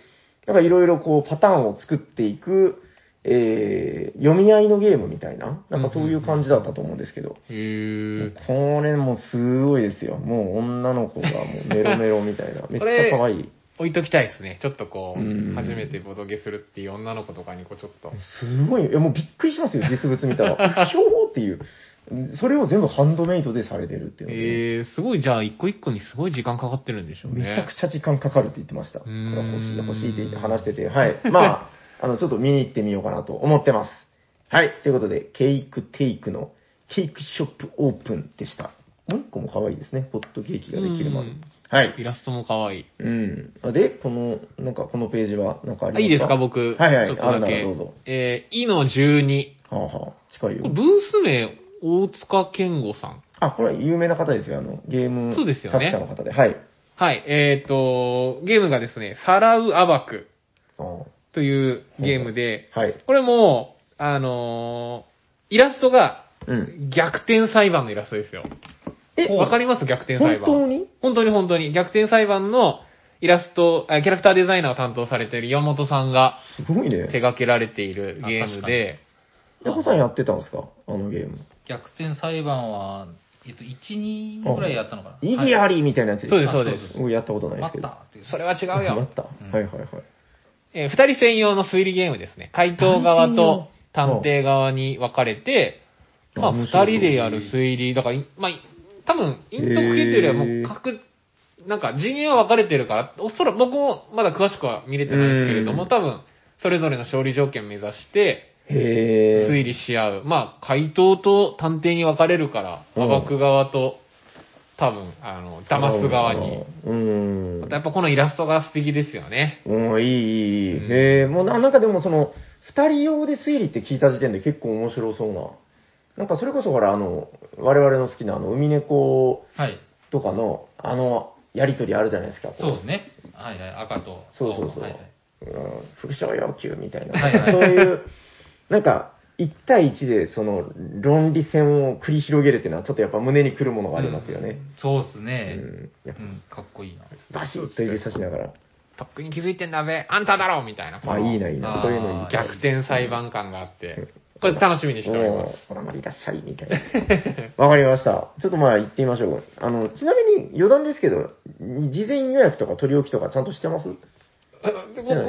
Speaker 2: なんかいろいろこうパターンを作っていく、えー、読み合いのゲームみたいな、なんかそういう感じだったと思うんですけど、
Speaker 3: へー
Speaker 2: これもうすごいですよ。もう女の子がもうメロメロみた [LAUGHS] いな。めっちゃ可愛い。
Speaker 3: 置いときたいですね。ちょっとこ
Speaker 2: う
Speaker 3: う、
Speaker 2: ん
Speaker 3: 初めてボドゲするっていう女の子とかにこうちょっと。
Speaker 2: すごい、いやもうびっくりしますよ、実物見
Speaker 3: [LAUGHS]
Speaker 2: たら。ひょーっていう。それを全部ハンドメイドでされてるっていうので、
Speaker 3: えー、すごい、じゃあ一個一個にすごい時間かかってるんでしょうね。
Speaker 2: めちゃくちゃ時間かかるって言ってました。これ
Speaker 3: ーん
Speaker 2: 欲しい、欲しいって言って話してて、はい。まあ、あ [LAUGHS] の、ちょっと見に行ってみようかなと思ってます。はい。ということで、ケイクテイクのケイクショップオープンでした。もう一個も可愛いですね。ホットケーキができるまで
Speaker 3: うん。
Speaker 2: はい。
Speaker 3: イラストも可愛い。
Speaker 2: うん。で、この、なんかこのページは、なんかありま
Speaker 3: あ
Speaker 2: すか
Speaker 3: いいですか、僕。
Speaker 2: はいはい
Speaker 3: ちょっとだ
Speaker 2: あるなら
Speaker 3: け。
Speaker 2: どうぞ
Speaker 3: えー、イの12。
Speaker 2: はあはあ、近い
Speaker 3: これ
Speaker 2: よ
Speaker 3: ブ。ース名、大塚健吾さん。
Speaker 2: あ、これは有名な方ですよ。あの、ゲーム
Speaker 3: そうですよね
Speaker 2: 作者の方で。はい。
Speaker 3: はい、えっ、ー、と、ゲームがですね、さらうあばく
Speaker 2: あー
Speaker 3: というゲームで、
Speaker 2: はい。
Speaker 3: これも、あのーイラストが
Speaker 2: うん。
Speaker 3: 逆転裁判のイラストですよ。
Speaker 2: え
Speaker 3: わかります逆転裁
Speaker 2: 本
Speaker 3: 判。
Speaker 2: 当に
Speaker 3: 本当に本当に。逆転裁判のイラスト、あキャラクターデザイナーを担当されている山本さんが
Speaker 2: すごい
Speaker 3: 手
Speaker 2: ね。
Speaker 3: 掛けられているゲームで、
Speaker 2: ヤコさんやってたんですかあのゲーム。
Speaker 1: 逆転裁判は、えっと、1、2ぐらいやったのかな。
Speaker 2: 意義ありみたいなやつ
Speaker 3: そう
Speaker 2: す
Speaker 3: です、そうで
Speaker 1: あ
Speaker 3: す。
Speaker 2: 僕やったことないです
Speaker 1: 待
Speaker 2: け
Speaker 1: っ
Speaker 2: ど。
Speaker 1: たっていう。
Speaker 3: それは違う
Speaker 2: あ
Speaker 3: よ
Speaker 2: った。
Speaker 1: うん
Speaker 2: はいはいはい。
Speaker 3: えー二人専用の推理ゲームですね。回答側と探偵側に分かれて、
Speaker 2: うん
Speaker 3: まあ、
Speaker 2: あ面
Speaker 3: 二
Speaker 2: 白そう
Speaker 3: 人でやる推理。だから、いまあ、い多分、陰徳系というよりはもう各、なんか陣営は分かれてるから、おそらく僕もまだ詳しくは見れてないですけれど
Speaker 2: う
Speaker 3: も、
Speaker 2: ん
Speaker 3: 多分、それぞれの勝利条件目指して、
Speaker 2: へ
Speaker 3: 推理し合う。まあ、回答と探偵に分かれるから、
Speaker 2: うん
Speaker 3: 暴く側と、多分、あの、
Speaker 2: ぇ
Speaker 3: 騙す側に。。
Speaker 2: うん
Speaker 3: また。やっぱこのイラストが素敵ですよね。
Speaker 2: うん、いい、いい、いい
Speaker 3: うん。
Speaker 2: へえ、もうななんかでもその、二人用で推理って聞いた時点で結構面白そうな。なんかそれこそほら、あの、我々の好きなあの、海猫
Speaker 1: はい。
Speaker 2: とかの、あの、やりとりあるじゃないですか。こ
Speaker 1: そうですね。はいはい。赤と。
Speaker 2: そうそうそう。
Speaker 1: はいはい
Speaker 2: うん、副賞要求みたいな。
Speaker 1: はいはい
Speaker 2: そういう、なんか、1対1でその論理戦を繰り広げるっていうのは、ちょっとやっぱ胸にくるものがありますよね。
Speaker 1: そうです
Speaker 2: う
Speaker 1: ね。
Speaker 2: ん。やっ
Speaker 1: うん、かっこいいな。
Speaker 2: ぱバシッと指さしながら。
Speaker 3: とっくに気づいてんだぜ、あんただろみたいな。
Speaker 2: あ、いいな、いい
Speaker 1: あ
Speaker 2: な。
Speaker 1: ー
Speaker 2: そういうのいい。
Speaker 3: 逆転裁判官があって、これ楽しみにしております。
Speaker 2: おーお名前いらっしゃい、みたいな。 [LAUGHS] わかりました。ちょっとまあ行ってみましょう。あの、ちなみに余談ですけど、事前予約とか取り置きとかちゃんとしてます [LAUGHS]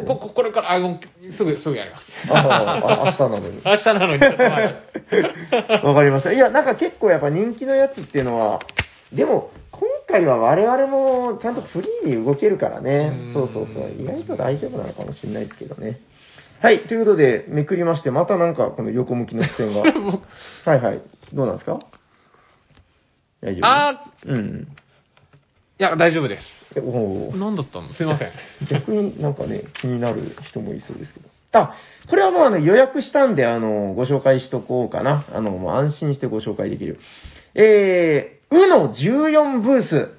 Speaker 3: ここここれから、あ、もうすぐ、すぐやります。
Speaker 2: ああ、あ明日なのに。
Speaker 3: 明日なのに、ちょっとまだ。
Speaker 2: わかりました。いや、なんか結構やっぱ人気のやつっていうのは、でも、今回は我々もちゃんとフリーに動けるから
Speaker 3: う
Speaker 2: ね
Speaker 3: ん。
Speaker 2: そうそうそう。意外と大丈夫なのかもしれないですけどね。はい。ということで、めくりまして、またなんかこの横向きの視線が。はいはい。どうなんですか大丈夫
Speaker 3: あ
Speaker 2: うん。
Speaker 3: いや、大丈夫です。
Speaker 2: えおお
Speaker 3: 何だったのすいません。
Speaker 2: 逆になんかね、気になる人もいそうですけど。あ、これはもうあの予約したんで、あの、ご紹介しとこうかな。あの、もう安心してご紹介できる。えうの14ブース、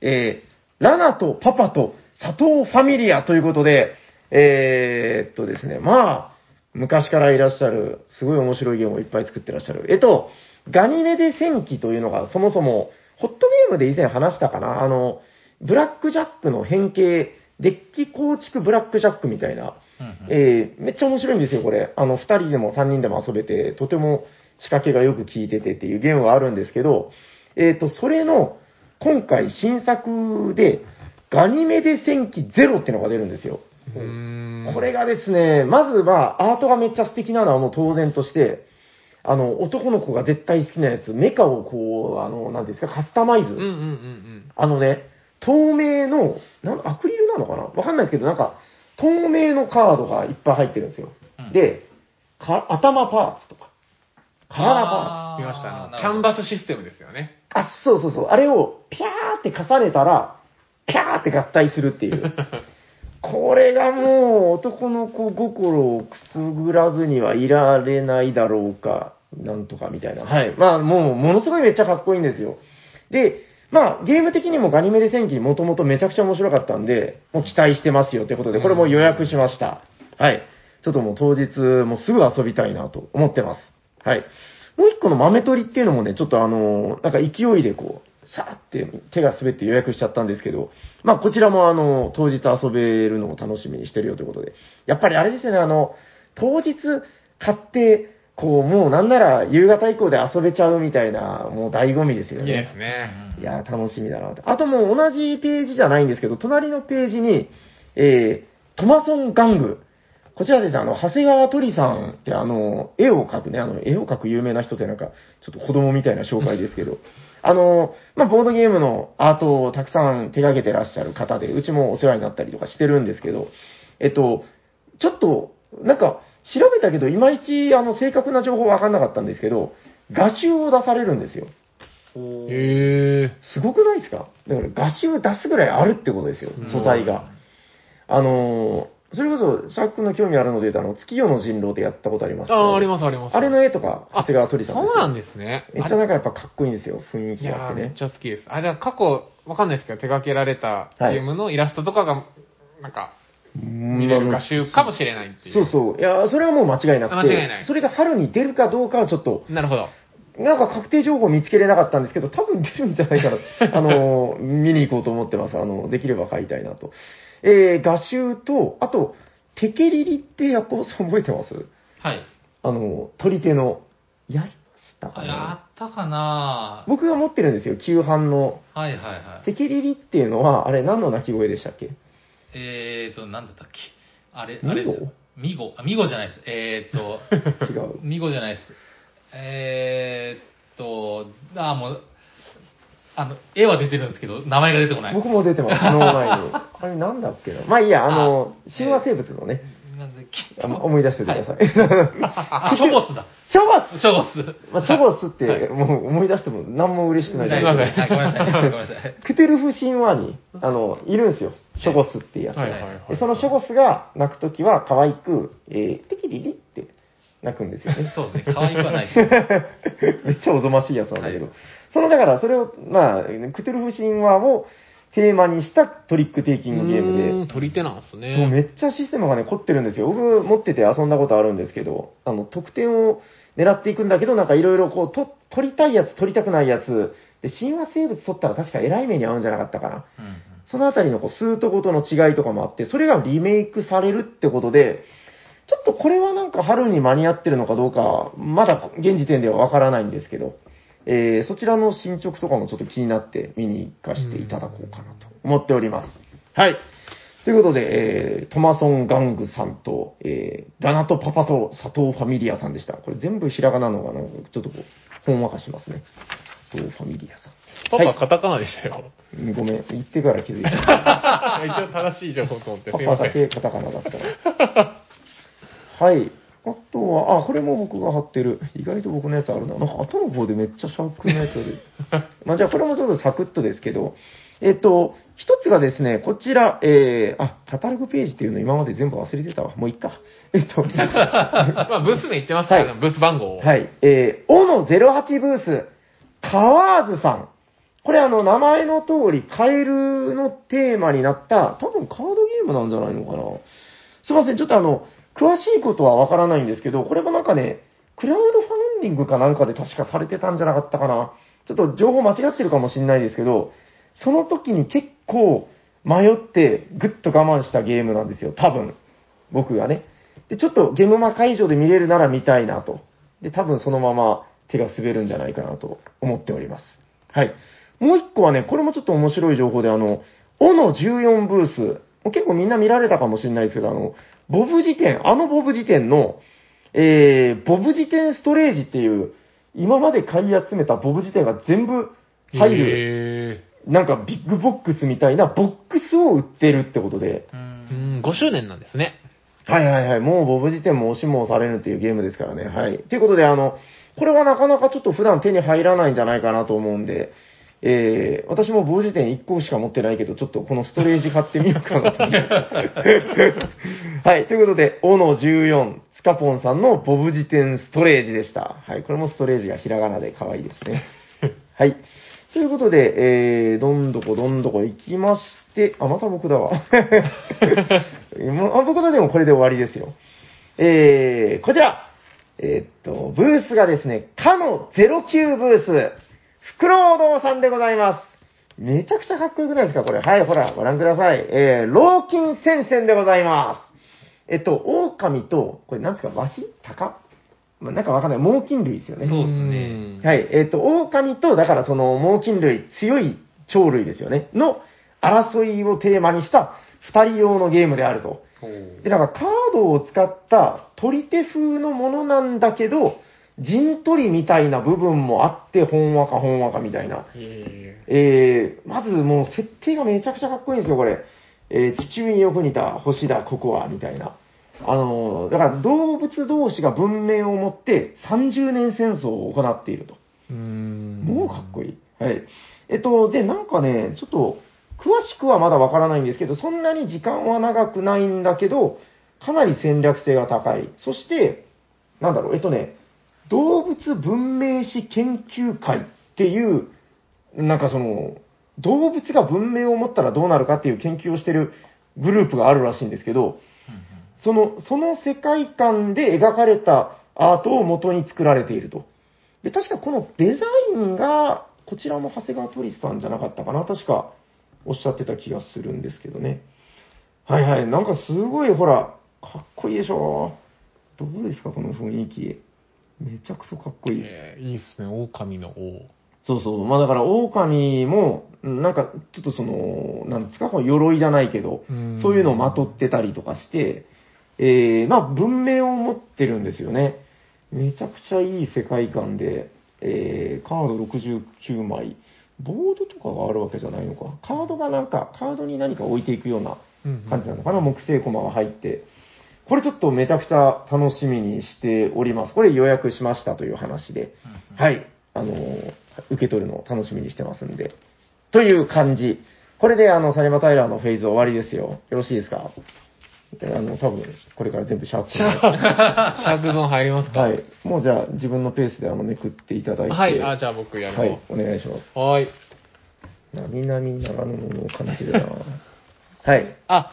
Speaker 2: えー、ラナとパパと佐藤ファミリアということで、えー、っとですね、まあ、昔からいらっしゃる、すごい面白いゲームをいっぱい作ってらっしゃる。えっと、ガニメデ戦記というのがそもそも、ホットゲームで以前話したかな、あの、ブラックジャックの変形、デッキ構築ブラックジャックみたいな、
Speaker 1: うんうん
Speaker 2: えーめっちゃ面白いんですよ、これ。あの、二人でも三人でも遊べて、とても仕掛けがよく効いててっていうゲームはあるんですけど、えっ、と、それの、今回新作で、ガニメデ戦記ゼロっていうのが出るんですよ。
Speaker 3: うーん
Speaker 2: これがですね、まずは、アートがめっちゃ素敵なのはもう当然として、あの、男の子が絶対好きなやつ、メカをこう、あの、なんですか、カスタマイズ。
Speaker 3: うんうんうん
Speaker 2: あのね、透明の、なんアクリルなのかなわかんないですけど、なんか、透明のカードがいっぱい入ってるんですよ。
Speaker 1: うん
Speaker 2: で、か頭パーツとか、体パーツ。
Speaker 1: あ
Speaker 3: う
Speaker 1: ー
Speaker 3: ん。見ました。あの、
Speaker 1: な
Speaker 3: キ
Speaker 1: るほ
Speaker 3: ャ
Speaker 1: ど
Speaker 3: ンバスシステムですよね。
Speaker 2: あ、そうそうそう。あれを、ピャーって重ねたら、ピャーって合体するって [LAUGHS] いう。これがもう、男の子心をくすぐらずにはいられないだろうか、なんとかみたいな。はい。まあ、もう、ものすごいめっちゃかっこいいんですよ。で、まあ、ゲーム的にもガニメデ戦記もともとめちゃくちゃ面白かったんで、もう期待してますよってことで、これもう予約しました。はい。ちょっともう当日、もうすぐ遊びたいなと思ってます。はい。もう一個の豆取りっていうのもね、ちょっとあのーなんか勢いでこう、さーって手が滑って予約しちゃったんですけど、まあこちらもあのー当日遊べるのを楽しみにしてるよということで、やっぱりあれですよね、あの、当日買って、こう、もうなんなら夕方以降で遊べちゃうみたいな、もう醍醐味ですよ
Speaker 3: いい
Speaker 2: ね。
Speaker 3: です
Speaker 1: う
Speaker 3: ね。
Speaker 1: ん
Speaker 2: いやー、楽しみだなと。あともう同じページじゃないんですけど、隣のページに、えー、トマソン・ガング。こちらですね、あの、長谷川鳥さんってあの、絵を描くね、あの、絵を描く有名な人ってなんか、ちょっと子供みたいな紹介ですけ
Speaker 1: [LAUGHS]
Speaker 2: ど、あの、まあ、ボードゲームのアートをたくさん手掛けてらっしゃる方で、うちもお世話になったりとかしてるんですけど、えっと、ちょっと、なんか、調べたけど、いまいち、あの、正確な情報わかんなかったんですけど、画集を出されるんですよ。
Speaker 1: おー
Speaker 3: へえ。
Speaker 2: すごくないですかだから画集出すぐらいあるってことですよ
Speaker 1: すごい、
Speaker 2: 素材が。あのーそれこそ、シャークの興味あるので言うと、あの、月夜の人狼ってやったことありますけど
Speaker 3: ああ、ありますあります。
Speaker 2: あれの絵とか、長谷川鳥さん
Speaker 3: そうなん
Speaker 2: で
Speaker 3: ですね。
Speaker 2: すよ。めっちゃなんかやっぱかっこいいんですよ、雰囲
Speaker 3: い
Speaker 2: 気があ
Speaker 3: や
Speaker 2: っ
Speaker 3: ー
Speaker 2: て
Speaker 3: めっ
Speaker 2: ね。
Speaker 3: ちゃ好きです。あ、じゃあ過去、わかんないですけど、手掛けられた
Speaker 2: はい
Speaker 3: ゲームのイラストとかが、なんか、見
Speaker 2: 見
Speaker 3: れるか、集かもしれないっていう。
Speaker 2: そうそう。いやーそれはもう間違いなくて。
Speaker 3: 間違いない
Speaker 2: それが春に出るかどうかはちょっと、
Speaker 3: う。なるほど。
Speaker 2: なんか確定情報見つけれなかったんですけど、多分出るんじゃないか
Speaker 1: [LAUGHS]
Speaker 2: な。あのー、見に行こうと思ってます。あの、できれば買いたいなと。えー、画集と、あと、テケリリってヤコウさん覚えてます
Speaker 1: はい。
Speaker 2: あの、取り手の、やりましたかね
Speaker 1: やったかな
Speaker 2: 僕が持ってるんですよ、旧版の。
Speaker 1: はいはいはい。
Speaker 2: テケリリっていうのは、あれ何の鳴き声でした
Speaker 1: [LAUGHS]
Speaker 2: っけ
Speaker 1: えーと、なんだったっけあれ、あれです
Speaker 2: ミゴ。
Speaker 1: ミゴ、あ、ミゴじゃないです。えーと、
Speaker 2: [LAUGHS] 違う。
Speaker 1: ミゴじゃないです。えーっと、あー、もう、あの、絵は出てるんですけど、名前が出てこない。
Speaker 2: 僕も出て
Speaker 1: [LAUGHS]
Speaker 2: ます、脳内に。あれなんだっけな。まあいいや、あの、神話生物のね、
Speaker 1: なんだっけ
Speaker 2: あの思い出しておいてください。
Speaker 1: あ、ショボスだ。
Speaker 2: シャ [LAUGHS] バス
Speaker 1: ショボス。
Speaker 2: まあ、ショボスっ
Speaker 1: は
Speaker 2: て、もう思い出しても何も嬉しくない
Speaker 1: 大
Speaker 2: す
Speaker 1: 丈夫
Speaker 3: す
Speaker 1: で
Speaker 3: い
Speaker 1: す。はい、ごめんなさい。ごめんなさい。
Speaker 2: クテルフ神話に、あの、いるんですよ。ショゴスっていうやつが。
Speaker 3: はいはいはい
Speaker 2: でそのショゴスが鳴くときは、可愛く、えー、テキリリって鳴くんですよね。
Speaker 1: [LAUGHS] そうですね。可愛くはないです。
Speaker 2: めっちゃおぞましいやつなんだけど。その、だから、それを、まあ、クテルフ神話をテーマにしたトリックテイキングゲームで、
Speaker 3: うーん取り手なんですね。
Speaker 2: そう、めっちゃシステムがね、凝ってるんですよ。僕、持ってて遊んだことあるんですけど、あの、得点を狙っていくんだけど、なんかいろいろこう、と、取りたいやつ、取りたくないやつ、で、神話生物取ったら確か偉い目に遭うんじゃなかったかな。
Speaker 1: うんうん
Speaker 2: そのあたりのこう、数とごとの違いとかもあって、それがリメイクされるってことで、ちょっとこれはなんか春に間に合ってるのかどうか、まだ現時点ではわからないんですけど、えー、そちらの進捗とかもちょっと気になって見に行かせていただこうかなと思っております。はい。ということで、えー、トマソン・ガングさんと、えー、ラナとパパと佐藤ファミリアさんでした。これ全部ひらがなのがなんかちょっとこう、ほんわかしますね。佐藤ファミリアさ
Speaker 3: パ
Speaker 2: は
Speaker 3: パ、
Speaker 2: い
Speaker 3: カタカナでしたよ。
Speaker 2: んうん。ごめん、言ってから気づいた。
Speaker 3: 一応正しい情報と思って、
Speaker 2: パ
Speaker 3: すいま
Speaker 2: パ
Speaker 3: せ
Speaker 2: だ
Speaker 3: ん。う
Speaker 2: けカタカナだったら。はい。あとは、あ、これも僕が貼ってる。意外と僕のやつあるな。なんか後の方でめっちゃシャークのやつある。
Speaker 3: [LAUGHS]
Speaker 2: まあじゃあこれもちょっとサクッとですけど、えっと、一つがですね、こちら、えー、あ、カタログページっていうの今まで全部忘れてたわ。もういっか。えっと、
Speaker 3: まあ、ブース名言ってますからね、
Speaker 2: は
Speaker 3: ブース番号を。
Speaker 2: はい。えー、おの08ブース、カワーズさん。これあの、名前の通り、カエルのテーマになった、多分カードゲームなんじゃないのかな。すいません、ちょっとあの、詳しいことはわからないんですけど、これもなんかね、クラウドファンディングかなんかで確かされてたんじゃなかったかな。ちょっと情報間違ってるかもしれないですけど、その時に結構迷ってぐっと我慢したゲームなんですよ、多分。僕がね。で、ちょっとゲームマ会場で見れるなら見たいなと。で、多分そのまま手が滑るんじゃないかなと思っております。はい。もう一個はね、これもちょっと面白い情報で、あの、オの14ブース、結構みんな見られたかもしれないですけど、あの、ボブ辞典、あのボブ辞典の、えー、ボブ辞典ストレージっていう、今まで買い集めたボブ辞典が全部入る、
Speaker 3: る。
Speaker 2: なんかビッグボックスみたいなボックスを売ってるってことで、
Speaker 1: う。
Speaker 3: うんん、5周年なんですね。
Speaker 2: はいはいはい。もうボブ辞典も押しも押されぬっていうゲームですからね。はい。ということで、あの、これはなかなかちょっと普段手に入らないんじゃないかなと思うんで、えー、私もボブ辞典1個しか持ってないけど、ちょっとこのストレージ買ってみようかなと思います。はい。ということで、オの14、スカポンさんのボブ辞典ストレージでした。はい。これもストレージがひらがなで可愛いですね。 [LAUGHS] はい。ということで、えー、どんどこどんどこ行きまして、あ、また僕だ
Speaker 1: [LAUGHS]
Speaker 2: わ。もうあ僕のでもこれで終わりですよ。えー、こちら。えーっと、ブースがですね、かの09ブース、フクロウドウさんでございます。めちゃくちゃかっこよくないですか、これ。はい、ほら、ご覧ください。えー、老金戦線でございます。えっと、狼と、これなんですか、ワシ鷹まあなんかわかんない。猛禽類ですよね。
Speaker 1: そうっす
Speaker 3: ね
Speaker 2: はい。えっ、と、狼と、だからその、猛禽類、強い鳥類ですよね、の争いをテーマにした二人用のゲームであると。
Speaker 1: ほう
Speaker 2: で、なんかカードを使った取り手風のものなんだけど、陣取りみたいな部分もあって、ほんわかほんわかみたいな。
Speaker 3: え
Speaker 2: えー、まずもう設定がめちゃくちゃかっこいいんですよ、これ。えー地中によく似た星だ、ここは、みたいな。あのーだから動物同士が文明を持って30年戦争を行っていると。
Speaker 3: うん。
Speaker 2: もうかっこいい。はい。えっと、で、なんかね、ちょっと、詳しくはまだわからないんですけど、そんなに時間は長くないんだけど、かなり戦略性が高い。そして、なんだろう、えっとね、動物文明史研究会っていう、なんかその、動物が文明を持ったらどうなるかっていう研究をしてるグループがあるらしいんですけど、その、その世界観で描かれたアートを元に作られていると。で、確かこのデザインが、こちらも長谷川トリスさんじゃなかったかな確かおっしゃってた気がするんですけどね。はいはい。なんかすごい、ほら、かっこいいでしょどうですかこの雰囲気。めちゃくそかっこいい。
Speaker 3: えーいいっすね、狼の王。
Speaker 2: そうそう。まあだから、狼も、うんなんか、ちょっとその、なんですかこの鎧じゃないけど、
Speaker 3: うん
Speaker 2: そういうのをまとってたりとかして、えー、まあ文明を持ってるんですよね。めちゃくちゃいい世界観で、えー、カード69枚。ボードとかがあるわけじゃないのか。カードがなんか、カードに何か置いていくような
Speaker 3: うん
Speaker 2: 感じなのかな。木製駒が入って。これちょっとめちゃくちゃ楽しみにしております。これ予約しましたという話で。はい。あのー、受け取るのを楽しみにしてますんで。という感じ。これで、あの、サニバタイラーのフェーズ終わりですよ。よろしいですかであの、多分、これから全部シャープに
Speaker 3: シャークゾーン入りますか
Speaker 2: はい。もうじゃあ、自分のペースで、あの、めくっていただいて。
Speaker 3: はい、あ、じゃあ僕や
Speaker 2: は
Speaker 3: る
Speaker 2: いお願いします。
Speaker 3: の。はい。
Speaker 2: なみなみ長野のを感じるなはい。
Speaker 3: あ、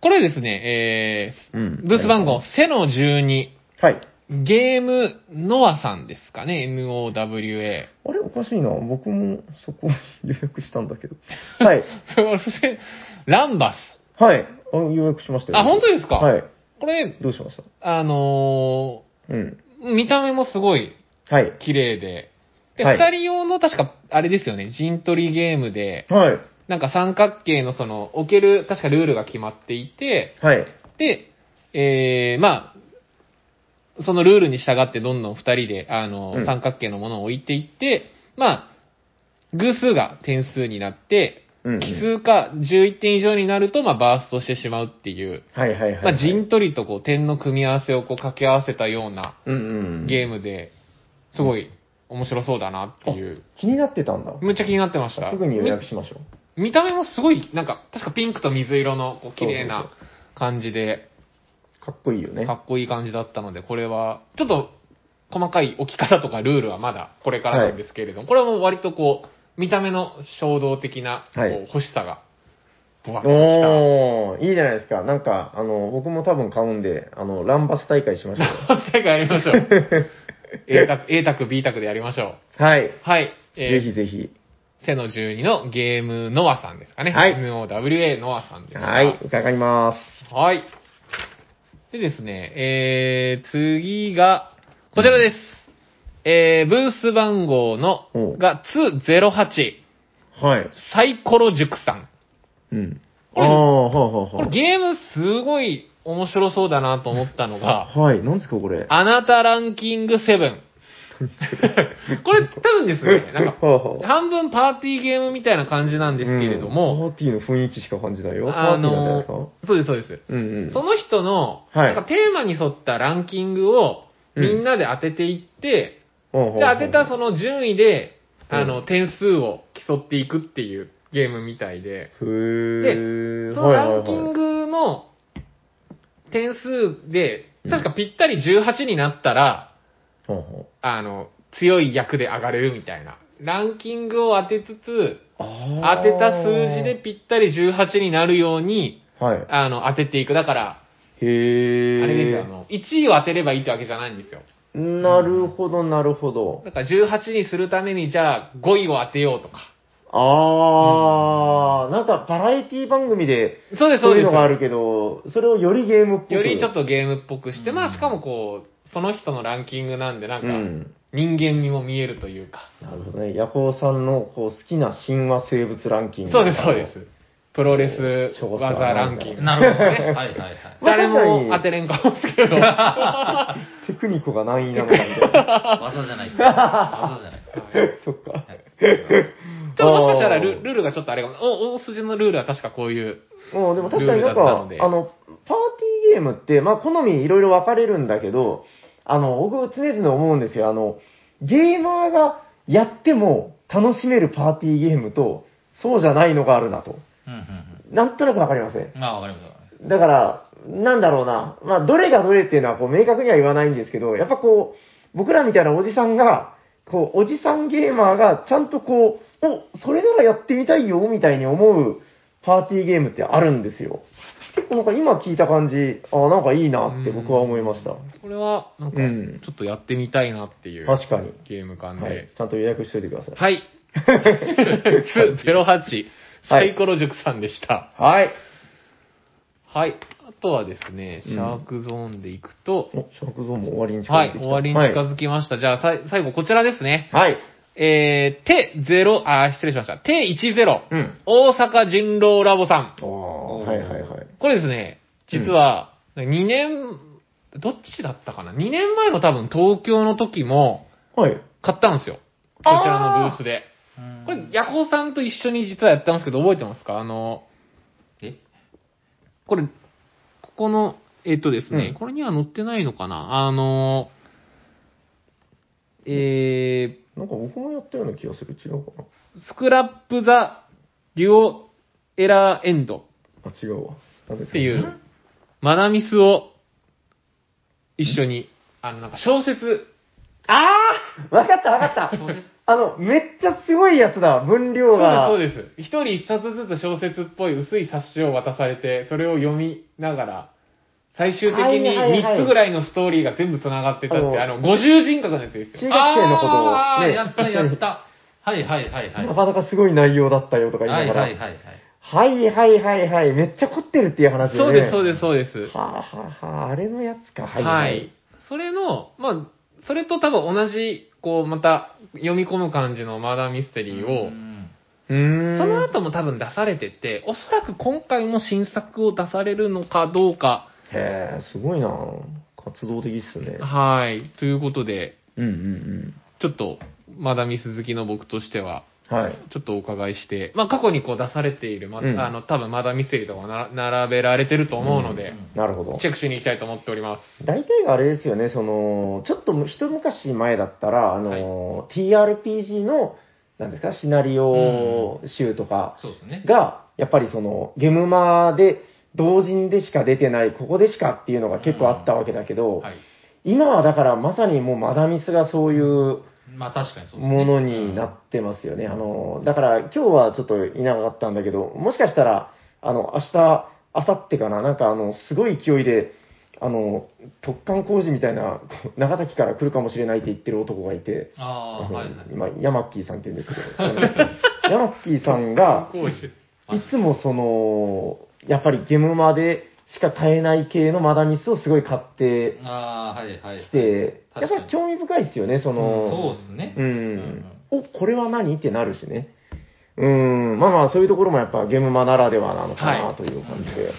Speaker 3: これですね、
Speaker 2: う
Speaker 3: え
Speaker 2: ん。
Speaker 3: ー、ブース番号、背の12。
Speaker 2: はい。
Speaker 3: ゲーム、ノアさんですかね、NOWA。
Speaker 2: あれおかしいな。僕もそこ [LAUGHS] 予約したんだけど。はい。
Speaker 3: それせ [LAUGHS] ランバス。
Speaker 2: はい。あ予約しましたよ。
Speaker 3: あ、本当ですか
Speaker 2: はい。
Speaker 3: これ、
Speaker 2: どうしました
Speaker 3: あの
Speaker 2: うん。
Speaker 3: ー見た目もすごい
Speaker 2: はい。
Speaker 3: 綺麗で。で、
Speaker 2: は
Speaker 3: 二
Speaker 2: い
Speaker 3: 人用の確か、あれですよね、陣取りゲームで、
Speaker 2: はい。
Speaker 3: なんか三角形のその、置ける、確かルールが決まっていて、
Speaker 2: はい。
Speaker 3: で、えー、まあ、そのルールに従ってどんどん二人で、あの、
Speaker 2: うん
Speaker 3: 三角形のものを置いていって、まあ、偶数が点数になって、
Speaker 2: うんうん
Speaker 3: 奇数か11点以上になると、まあ、バーストしてしまうっていう、
Speaker 2: はいはいはいはい。
Speaker 3: まあ、陣取りとこう、点の組み合わせをこう、掛け合わせたような
Speaker 2: うんうん。
Speaker 3: ゲー
Speaker 2: ム。
Speaker 3: ムで、すごい面白そうだなっていう。
Speaker 2: 気になってたんだ。
Speaker 3: むっちゃ気になってました。
Speaker 2: すぐに予約しましょう。
Speaker 3: み見た目もすごい、なんか、確かピンクと水色の、こう、綺麗
Speaker 2: そう
Speaker 3: な
Speaker 2: そ
Speaker 3: 感じで、
Speaker 2: かっこいいよね。
Speaker 3: かっこいい感じだったので、これは、ちょっと、細かい置き方とかルールはまだこれからなんですけれども、これはもう割とこう、見た目の衝動的な、こ
Speaker 2: はいう
Speaker 3: 欲しさが、ブワッときた。
Speaker 2: おー、いいじゃないですか。なんか、あの、僕も多分買うんで、あの、ランバス大会しましょ
Speaker 3: [LAUGHS] 大会やりましょう。A
Speaker 2: [LAUGHS]
Speaker 3: 択、A 択、B 択でやりましょ
Speaker 2: う。はい。
Speaker 3: う。はい。
Speaker 2: ぜ
Speaker 3: え
Speaker 2: ひぜひ。
Speaker 3: ー、背の12のゲームノアさんですかね。
Speaker 2: はい
Speaker 3: MOWA ノアさんです。
Speaker 2: はい、。伺いま
Speaker 3: はい。でですね、えー、次が、こちらです。えー、ブース番号の
Speaker 2: お、う
Speaker 3: が208、
Speaker 2: す。はい。
Speaker 3: サイコロ塾さん。
Speaker 2: うん。
Speaker 3: こ
Speaker 2: あ
Speaker 3: れ
Speaker 2: あー、はあ
Speaker 3: こ
Speaker 2: は
Speaker 3: れゲームすごい面白そうだなと思ったの
Speaker 2: あ
Speaker 3: が
Speaker 2: は、 [LAUGHS] あ。はい、なんですかこれ。
Speaker 3: あなたランキング7。これ多分ですね、
Speaker 2: [LAUGHS]
Speaker 3: なんか、
Speaker 2: はあはあ
Speaker 3: 半分パーティーゲームみたいな感じなんですけれども、
Speaker 2: うんパーティーの雰囲気しか感じ [LAUGHS] ないよ。
Speaker 3: あ
Speaker 2: パーティーなんじゃないですか
Speaker 3: の、そうです、そうです。
Speaker 2: うんうん。
Speaker 3: その人の、
Speaker 2: はい
Speaker 3: なんかテーマに沿ったランキングをみんなで当てていって、
Speaker 2: で
Speaker 3: で、当てたその順位で、
Speaker 2: うん
Speaker 3: あの、点数を競っていくっていうゲームみたいで、
Speaker 2: ふ
Speaker 3: そ
Speaker 2: ー。
Speaker 3: のランキン
Speaker 2: グ。
Speaker 3: グの点数で、
Speaker 2: うん
Speaker 3: 確かぴったり18になったら、
Speaker 2: ほうほう
Speaker 3: あの、強い役で上がれるみたいな。ランキングを当てつつ、
Speaker 2: あー
Speaker 3: 当てた数字で。ぴったり18になるように、
Speaker 2: はい。
Speaker 3: あの、当てていく。だから、
Speaker 2: へー。
Speaker 3: あれですよ、あの、1位を当てればいいってわけじゃないんですよ。
Speaker 2: なるほど、なるほど。
Speaker 3: だから18にするために、じゃあ5位を当てようとか。
Speaker 2: あー、なんかバラエティ番組で、
Speaker 3: そうです、
Speaker 2: そ
Speaker 3: そうう
Speaker 2: い
Speaker 3: です。
Speaker 2: うのがあるけど、それをよりゲームっぽく。
Speaker 3: よりちょっとゲームっぽくして、
Speaker 1: うん
Speaker 3: まあしかもこう、その人のランキングなんで、なん
Speaker 2: う
Speaker 3: か、
Speaker 2: ん。
Speaker 3: 人間味も見えるというか。
Speaker 2: なるほどね。ヤコウさんのこう好きな神話生物ランキング。
Speaker 3: そうです、そうです。プロレス
Speaker 2: そう
Speaker 3: 技ランキング。
Speaker 1: なるほどね。はいはいはい。
Speaker 3: 誰も当てれんかもですけど。
Speaker 2: す。テクニコが何位なのかみたい
Speaker 3: [LAUGHS]
Speaker 2: な。
Speaker 1: 技じゃないです。技じゃないです。
Speaker 2: そっか。
Speaker 3: [LAUGHS] ちょっともしかしたらルルールがちょっとあれかも。お大筋のルールは確かこういう。
Speaker 2: うん、でも確かにな
Speaker 3: ルールだっ
Speaker 2: ん
Speaker 3: た
Speaker 2: か
Speaker 3: の、で
Speaker 2: あの、パーティーゲームって、まあ、好みいろいろ分かれるんだけど、あの、僕常々思うんですよ。あの、ゲーマーがやっても楽しめるパーティーゲームと、そうじゃないのがあるなと。
Speaker 1: うんうん
Speaker 2: なんとなく分かりません
Speaker 1: う。ん。まあわかりますわかります。
Speaker 2: だから、なんだろうな。まあ、どれがどれっていうのは、こう、明確には言わないんですけど、やっぱこう、僕らみたいなおじさんが、こう、おじさんゲーマーが、ちゃんとこう、お、それならやってみたいよ、みたいに思うパーティーゲームってあるんですよ。結構なんか今聞いた感じ、あなんかいいなって僕は思いました。
Speaker 3: これは、なんか、
Speaker 2: うん
Speaker 3: ちょっとやってみたいなっていう
Speaker 2: 確かに。
Speaker 3: ゲーム感で。
Speaker 2: はい。ちゃんと予約しといてください。
Speaker 3: [LAUGHS] はい。208、サイコロ塾さんでした。
Speaker 2: はい。
Speaker 3: はい。あとはですね、シャークゾーンでいくと、
Speaker 2: お、シャークゾーンも終わりに近
Speaker 3: は
Speaker 2: づい
Speaker 3: い、
Speaker 2: てきた。
Speaker 3: 終わりに近づきました。じゃあ、さい最後こちらですね。
Speaker 2: はい。はい。
Speaker 3: えー、手0、あー、失礼しました。手10、
Speaker 2: うん。
Speaker 3: 大阪人狼ラボさん。
Speaker 2: ああ、はいはいはい。
Speaker 3: これですね、実は、2年、どっちだったかな ?2 年前の多分東京の時も
Speaker 2: はい。
Speaker 3: 買ったんですよ。こちらのブースで。
Speaker 1: うん
Speaker 3: これ、ヤホーさんと一緒に実はやったんですけど、覚えてますかあの、
Speaker 1: え
Speaker 3: これ、ここの、えっとですね、
Speaker 2: うん
Speaker 3: これには載ってないのかなあの、え
Speaker 2: なんか僕もやったような気がする。違うかな。
Speaker 3: ー、スクラップザ・デュオ・エラー・エンド
Speaker 2: あ、違うわ。なんで
Speaker 3: っ
Speaker 2: すか
Speaker 3: ていう、マナミスを一緒に、あの、なんか小説、
Speaker 2: ああわかったわかったあの、めっちゃすごいやつだ、分量が。
Speaker 3: そうです、そうです。一人一冊ずつ小説っぽい薄い冊子を渡されて、それを読みながら、最終的
Speaker 2: はい
Speaker 3: に
Speaker 2: はいはい
Speaker 3: 3つぐらいのストーリーが全部繋がってたって、
Speaker 2: あ
Speaker 3: あの、50人格のやつです
Speaker 2: 中
Speaker 3: よ。
Speaker 2: 学生のことを
Speaker 1: あー
Speaker 2: ね
Speaker 1: やったやった。はいはいはいはい。
Speaker 2: な
Speaker 1: は
Speaker 2: かなかすごい内容だったよとか
Speaker 1: い
Speaker 2: 言い
Speaker 1: は
Speaker 2: ないがら。
Speaker 1: は
Speaker 2: はい
Speaker 1: い
Speaker 2: は
Speaker 1: はい。
Speaker 2: いはいはいめっちゃ凝ってるっていう話でね。
Speaker 3: そうです、そう
Speaker 2: で
Speaker 3: です、そうです。
Speaker 2: はあ、はあはあ、あれのやつか。は、
Speaker 3: はいい、それの、まあ、それと多分同じ、こう、また、読み込む感じのマーダーミステリーを、
Speaker 2: うーん。
Speaker 3: その後も多分出されてて、おそらく今回も新作を出されるのかどうか、
Speaker 2: へえ、すごいな活動的っすね。
Speaker 3: はい、ということで、
Speaker 2: うんうん
Speaker 3: ちょっと、マダミス好きの僕としては、
Speaker 2: うん。はい。
Speaker 3: ちょっとお伺いして、まあ、過去にこう出されている、ま、
Speaker 2: うん
Speaker 3: あの、多分マダミステリーとかな並べられてると思うので、
Speaker 1: うん
Speaker 2: なるほど
Speaker 3: チ。ェックしに行きたいと思っております。
Speaker 2: 大体があれですよね、その、ちょっとむ一昔前だったら、あの、TRPG の、なんですか、シナリオ集とか
Speaker 1: そうですね。
Speaker 2: が、やっぱりその、ゲムマで、同人でしか出てない、ここでしかっていうのが結構あったわけだけど、
Speaker 1: はい。
Speaker 2: 今はだからまさにもうマダミスがそういう
Speaker 1: まあ確かにそうです
Speaker 2: も
Speaker 1: ね。
Speaker 2: のになってますよね。あの、だから今日はちょっといなかったんだけど、もしかしたら、あの、明日、明後日かな、なんかあの、すごい勢いで、あの、突貫工事みたいな、こう長崎から来るかもしれないって言ってる男がいて、
Speaker 1: ああ、はいはい。
Speaker 2: 今、ヤマッキーさんって言うんですけど、あのヤマッキーさんが、
Speaker 3: こうして。
Speaker 2: いつもその、やっぱりゲムマでしか買えない系のマダミスをすごい買って
Speaker 1: ああ、はいはい。
Speaker 2: きて、や
Speaker 1: 確
Speaker 2: っ
Speaker 1: か
Speaker 2: ぱ
Speaker 1: に
Speaker 2: り興味深いですよね、その、
Speaker 1: そうですね。
Speaker 2: うん。お、これは何ってなるしね。うん。まあまあ、そういうところもやっぱゲームマならではなのか
Speaker 3: は
Speaker 2: ないという感じで。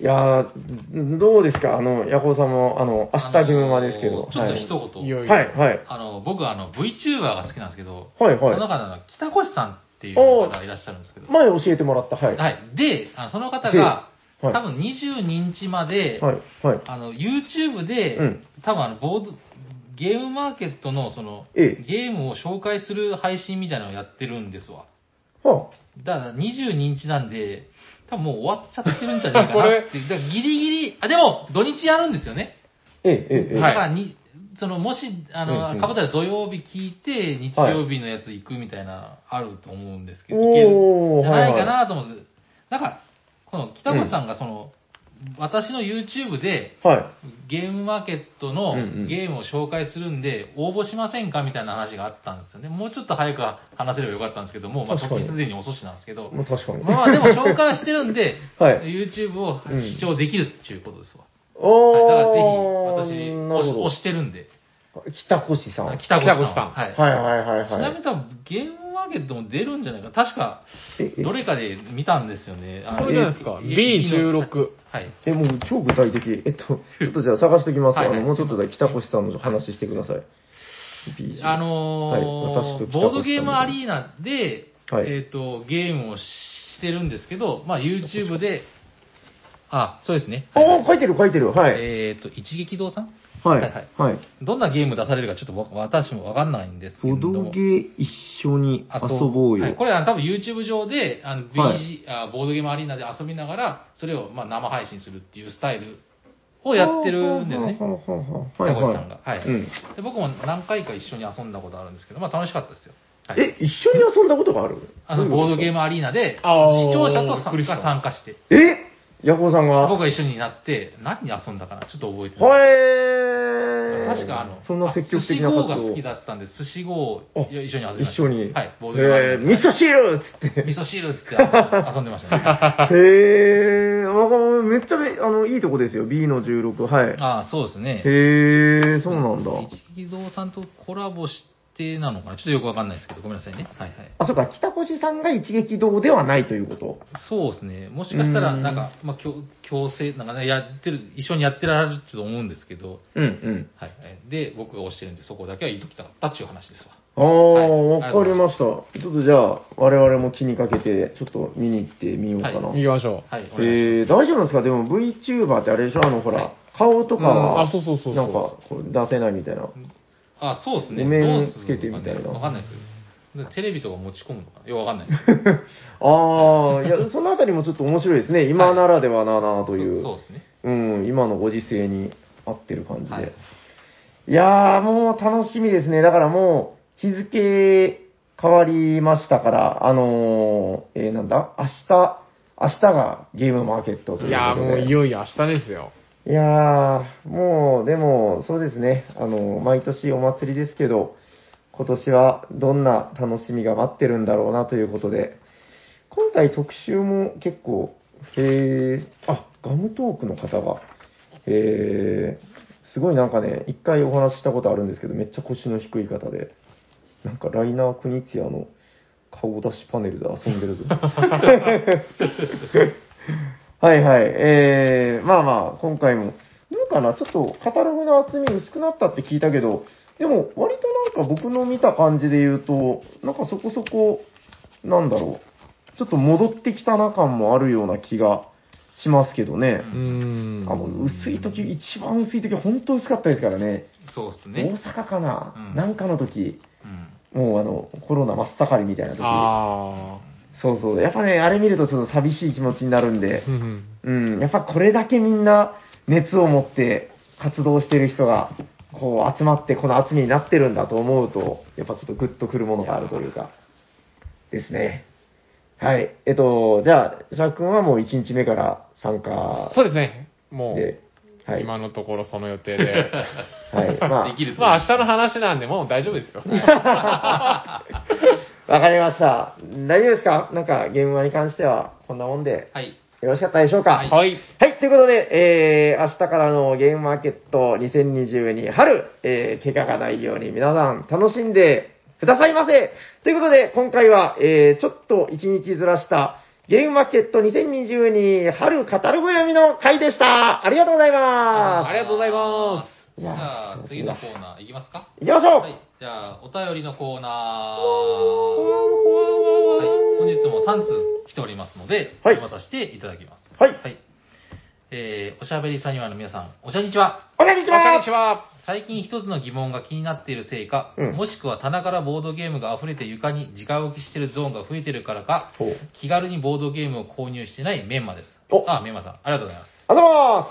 Speaker 2: い、やー、どうですかあの、ヤコウさんも、あの、明日ゲームマですけど。
Speaker 1: ちょっと
Speaker 2: はい
Speaker 1: 一言。
Speaker 3: いよいよ。
Speaker 2: はい、はい。
Speaker 1: あの、僕はあの、VTuber が好きなんですけど、
Speaker 2: はい、
Speaker 1: その
Speaker 2: はい。
Speaker 1: 中であの、北越さんっていう方がいらっしゃるんですけど、
Speaker 2: 前教えてもらった。はい。
Speaker 1: はい。で、あのその方が、
Speaker 2: は
Speaker 1: 多
Speaker 2: い。
Speaker 1: 分22日まで、
Speaker 2: はい、はい。
Speaker 1: あの、YouTube で、
Speaker 2: うん
Speaker 1: 多分あの、ボード、ゲームマーケットの、その、
Speaker 2: ええ。
Speaker 1: ゲームを紹介する配信みたいなのをやってるんですわ。
Speaker 2: は
Speaker 1: だから22日なんで、多分もう終わっちゃってるんじゃないか
Speaker 3: こ
Speaker 1: な
Speaker 3: れ
Speaker 2: [LAUGHS]
Speaker 1: っていう。だからギリギリ、あ、でも、土日やるんですよね。
Speaker 2: ええ、ええ、ええ。
Speaker 1: だ
Speaker 3: はい
Speaker 1: からに、その、もし、あ
Speaker 2: うんう
Speaker 1: の、
Speaker 2: ん
Speaker 1: かぶったら土曜日聞いて、日曜日のやつ行くみたいな、あると思うんですけど、いけるん
Speaker 2: おー、
Speaker 1: じゃないか
Speaker 2: は
Speaker 1: なと思うんですけど、だから、この北越さんがその、私の YouTube で、
Speaker 2: い。は
Speaker 1: ゲームマーケットのゲームを紹介するんで、応募しませんかみたいな話があったんですよね。もうちょっと早く話せればよかったんですけども、まあ、
Speaker 2: 確かに
Speaker 1: 時すでに遅しなんですけど
Speaker 2: い。、もう確かに。
Speaker 1: まあでも紹介してるんで、
Speaker 2: [LAUGHS] はい。
Speaker 1: YouTube を視聴できるっていうことですわ。
Speaker 2: おー、
Speaker 1: はい、だからぜひ、
Speaker 2: なる
Speaker 1: 私、
Speaker 2: ほど
Speaker 1: 押し。してるんで、
Speaker 2: 北越さん。はい、
Speaker 1: 北越さん。
Speaker 3: 北越さん
Speaker 1: はい。
Speaker 2: はい、はい、はい。
Speaker 1: ちなみに多分、ゲームマーケットも出るんじゃないか。確か、
Speaker 2: ええ
Speaker 1: どれかで見たんですよね。あの
Speaker 3: これじゃないですか。
Speaker 1: ええ
Speaker 3: B16。
Speaker 1: はい。
Speaker 2: え、もう超具体的。えっと、ちょっとじゃあ探しておきます。
Speaker 1: はいはい
Speaker 2: あの、もうちょっとだけ北越さんの話してください。BG
Speaker 1: あの
Speaker 2: はい私と北
Speaker 1: ー
Speaker 2: 越さん
Speaker 1: ボードゲームアリーナで、
Speaker 2: はい
Speaker 1: えっ、と、ゲームをしてるんですけど、まあ、YouTube で、あ、そうですね。
Speaker 2: おー、書いてる書いてる。はい。
Speaker 1: えっ、と、一撃堂さん
Speaker 2: はい
Speaker 1: はいはい。
Speaker 2: はい。
Speaker 1: どんなゲーム出されるかちょっとわ私もわかんないんですけれ
Speaker 2: ボ
Speaker 1: ども。
Speaker 2: ドゲー一緒に
Speaker 1: あ
Speaker 2: 遊
Speaker 1: そう
Speaker 2: ぼう
Speaker 1: はい
Speaker 2: よ。
Speaker 1: これは多分 YouTube 上で、あの BG、
Speaker 2: はい
Speaker 1: あボードゲームアリーナで遊びながら、それをまあ生配信するっていうスタイルをやってるんですね。
Speaker 2: はあはあはあはあ
Speaker 1: 高橋
Speaker 2: はい
Speaker 1: さん
Speaker 2: は
Speaker 1: が。はい、
Speaker 2: い。うん。
Speaker 1: で。僕も何回か一緒に遊んだことあるんですけど、まあ楽しかったですよ。はい、
Speaker 2: え、一緒に遊んだことがある
Speaker 1: あの、ボードゲー
Speaker 2: ム。
Speaker 1: ムアリーナで、視
Speaker 3: あー
Speaker 1: 聴者と
Speaker 3: びっくり
Speaker 1: 参加
Speaker 3: した
Speaker 1: が参加して、
Speaker 2: えヤコウさんが
Speaker 1: 僕が一緒になって、何に遊んだかな、ちょっと覚えてない。
Speaker 2: はい。
Speaker 1: 確かあの、
Speaker 2: そんな積極的な
Speaker 1: あ
Speaker 2: 活動
Speaker 1: 寿司号が好きだったんで、寿司号を
Speaker 2: あ
Speaker 1: 一緒に遊びまし
Speaker 2: 一
Speaker 1: た。
Speaker 2: 緒に。
Speaker 1: はい、ボードゲームアリ
Speaker 2: えー
Speaker 1: ーナで。
Speaker 2: 味噌汁っつって。
Speaker 1: 味噌汁っつって遊ん遊んでましたね。
Speaker 2: [LAUGHS]
Speaker 1: あ
Speaker 2: へえ、あめっちゃべあのいいとこですよ、B の16、はい。
Speaker 1: あ、そうですね。
Speaker 2: へえ、そうなんだ。
Speaker 1: 一木堂さんとコラボしてなのかなちょっとよくわかんないですけど、ごめんなさいね。はいはい。
Speaker 2: あ、そうか、北越さんが一撃堂ではないということ。
Speaker 1: そうですね。もしかしたら、
Speaker 2: うん
Speaker 1: なんか、まあ、強強制、なんかね、やってる、一緒にやってられると思うんですけど、
Speaker 2: うんうん。
Speaker 1: はい。で、僕が推してるんで、そこだけは言っときたかったっていう話ですわ。
Speaker 2: ああ、
Speaker 1: は
Speaker 2: わ
Speaker 1: い
Speaker 2: かりました。ちょっとじゃあ、我々も気にかけて、ちょっと見に行ってみようかな。
Speaker 1: は
Speaker 3: 行きましょう。
Speaker 1: はい。お願いし
Speaker 2: えー、大丈夫なんですかでも VTuber ってあれでしょあの、ほら、顔とか
Speaker 3: うん
Speaker 2: は、
Speaker 3: あそうそうそうそう
Speaker 2: なんかこう出せないみたいな。
Speaker 1: ますあ、そうですね。
Speaker 2: お面
Speaker 1: どうするのか
Speaker 2: つけ
Speaker 1: ね
Speaker 2: てみたいな
Speaker 1: わかんないですけど。でテレビとか持ち込むのかなよくわかんないですけど。
Speaker 2: ああ、いや、そのあたりもちょっと面白いですね。今ならではなな [LAUGHS] という。
Speaker 1: そうそうですね。
Speaker 2: うん、今のご時世に合ってる感じで。
Speaker 1: はい
Speaker 2: い、やー、もう楽しみですね。だからもう、日付変わりましたから、あのー、えー、なんだ明日、明日がゲームマーケットと
Speaker 3: い
Speaker 2: いうことで。
Speaker 3: やーもういよいよ明日ですよ。
Speaker 2: いやー、もう、でも、そうですね。あの、毎年お祭りですけど、今年はどんな楽しみが待ってるんだろうなということで、今回特集も結構、えー、あ、ガムトークの方が、えー、すごいなんかね、一回お話ししたことあるんですけど、めっちゃ腰の低い方で、なんかライナー・クニツヤの顔出しパネルで遊んでるぞ。はいはい。えー、まあまあ、今回も。どうかなちょっとカタログの厚み薄くなったって聞いたけど、でも割となんか僕の見た感じで言うと、なんかそこそこ、なんだろう。ちょっと戻ってきたな感もあるような気がしますけどね
Speaker 3: う。ー
Speaker 2: あ
Speaker 3: ん。
Speaker 2: の薄い時、一番薄い時は本当薄かったですからね。
Speaker 1: そうですね。
Speaker 2: 大阪かな、
Speaker 1: うん
Speaker 2: なんかの時、
Speaker 1: うん。
Speaker 2: もうあの、コロナ真っ盛りみたいな時。
Speaker 3: あ
Speaker 2: そうそう。やっぱね、あれ見るとちょっと寂しい気持ちになるんで
Speaker 3: ー。う。ん
Speaker 2: うん、やっぱこれだけみんな熱を持って活動してる人がこう集まってこの厚みになってるんだと思うと、やっぱちょっとグッとくるものがあるというか、ですね。はい。えっと、じゃあ、シャー君はもう1日目から参加
Speaker 3: そうですね。も
Speaker 2: で
Speaker 3: う、、
Speaker 2: はい。
Speaker 3: 今のところその予定で。
Speaker 2: はい。ま
Speaker 1: できると。
Speaker 3: まあ明日の話なんで、もう大丈夫ですよ。
Speaker 2: あ、わかりました。大丈夫ですかなんか、ゲームマに関しては、こんなもんで、
Speaker 1: はい。
Speaker 2: よろしかったでしょうか
Speaker 1: はい
Speaker 3: はい。
Speaker 2: はい、ということで、えー、明日からのゲームマーケット2022春、えー、怪我がないように皆さん楽しんでくださいませということで、今回は、えー、ちょっと一日ずらしたゲームマーケット2022春語るぼやみの回でしたありがとうござい
Speaker 3: あ
Speaker 2: ま
Speaker 3: りがとうございます。
Speaker 2: すい
Speaker 1: じ
Speaker 2: や
Speaker 1: ゃあ、
Speaker 2: ー
Speaker 1: 次のコーナーいきますか。
Speaker 2: 行きましょう、
Speaker 1: はい。じゃあ、お便りのコーナー。はい。本日も3通来ておりますので、
Speaker 2: はい
Speaker 1: 読まさせていただきます。
Speaker 2: はい
Speaker 1: えー、おしゃべりサニワの皆さん、おしゃにちは。
Speaker 2: お願いし
Speaker 3: こん
Speaker 2: ま
Speaker 3: に
Speaker 2: す
Speaker 3: ちは。
Speaker 1: 最近一つの疑問が気になっているせいか、
Speaker 2: うん
Speaker 1: もしくは棚からボードゲームが溢れて床に直置きしてるゾーンが増えてるからか、
Speaker 2: ほう
Speaker 1: 気軽にボードゲームを購入してないメンマです。
Speaker 2: お
Speaker 1: あ、メンマさん、ありがとうございます。
Speaker 2: ありがとうございま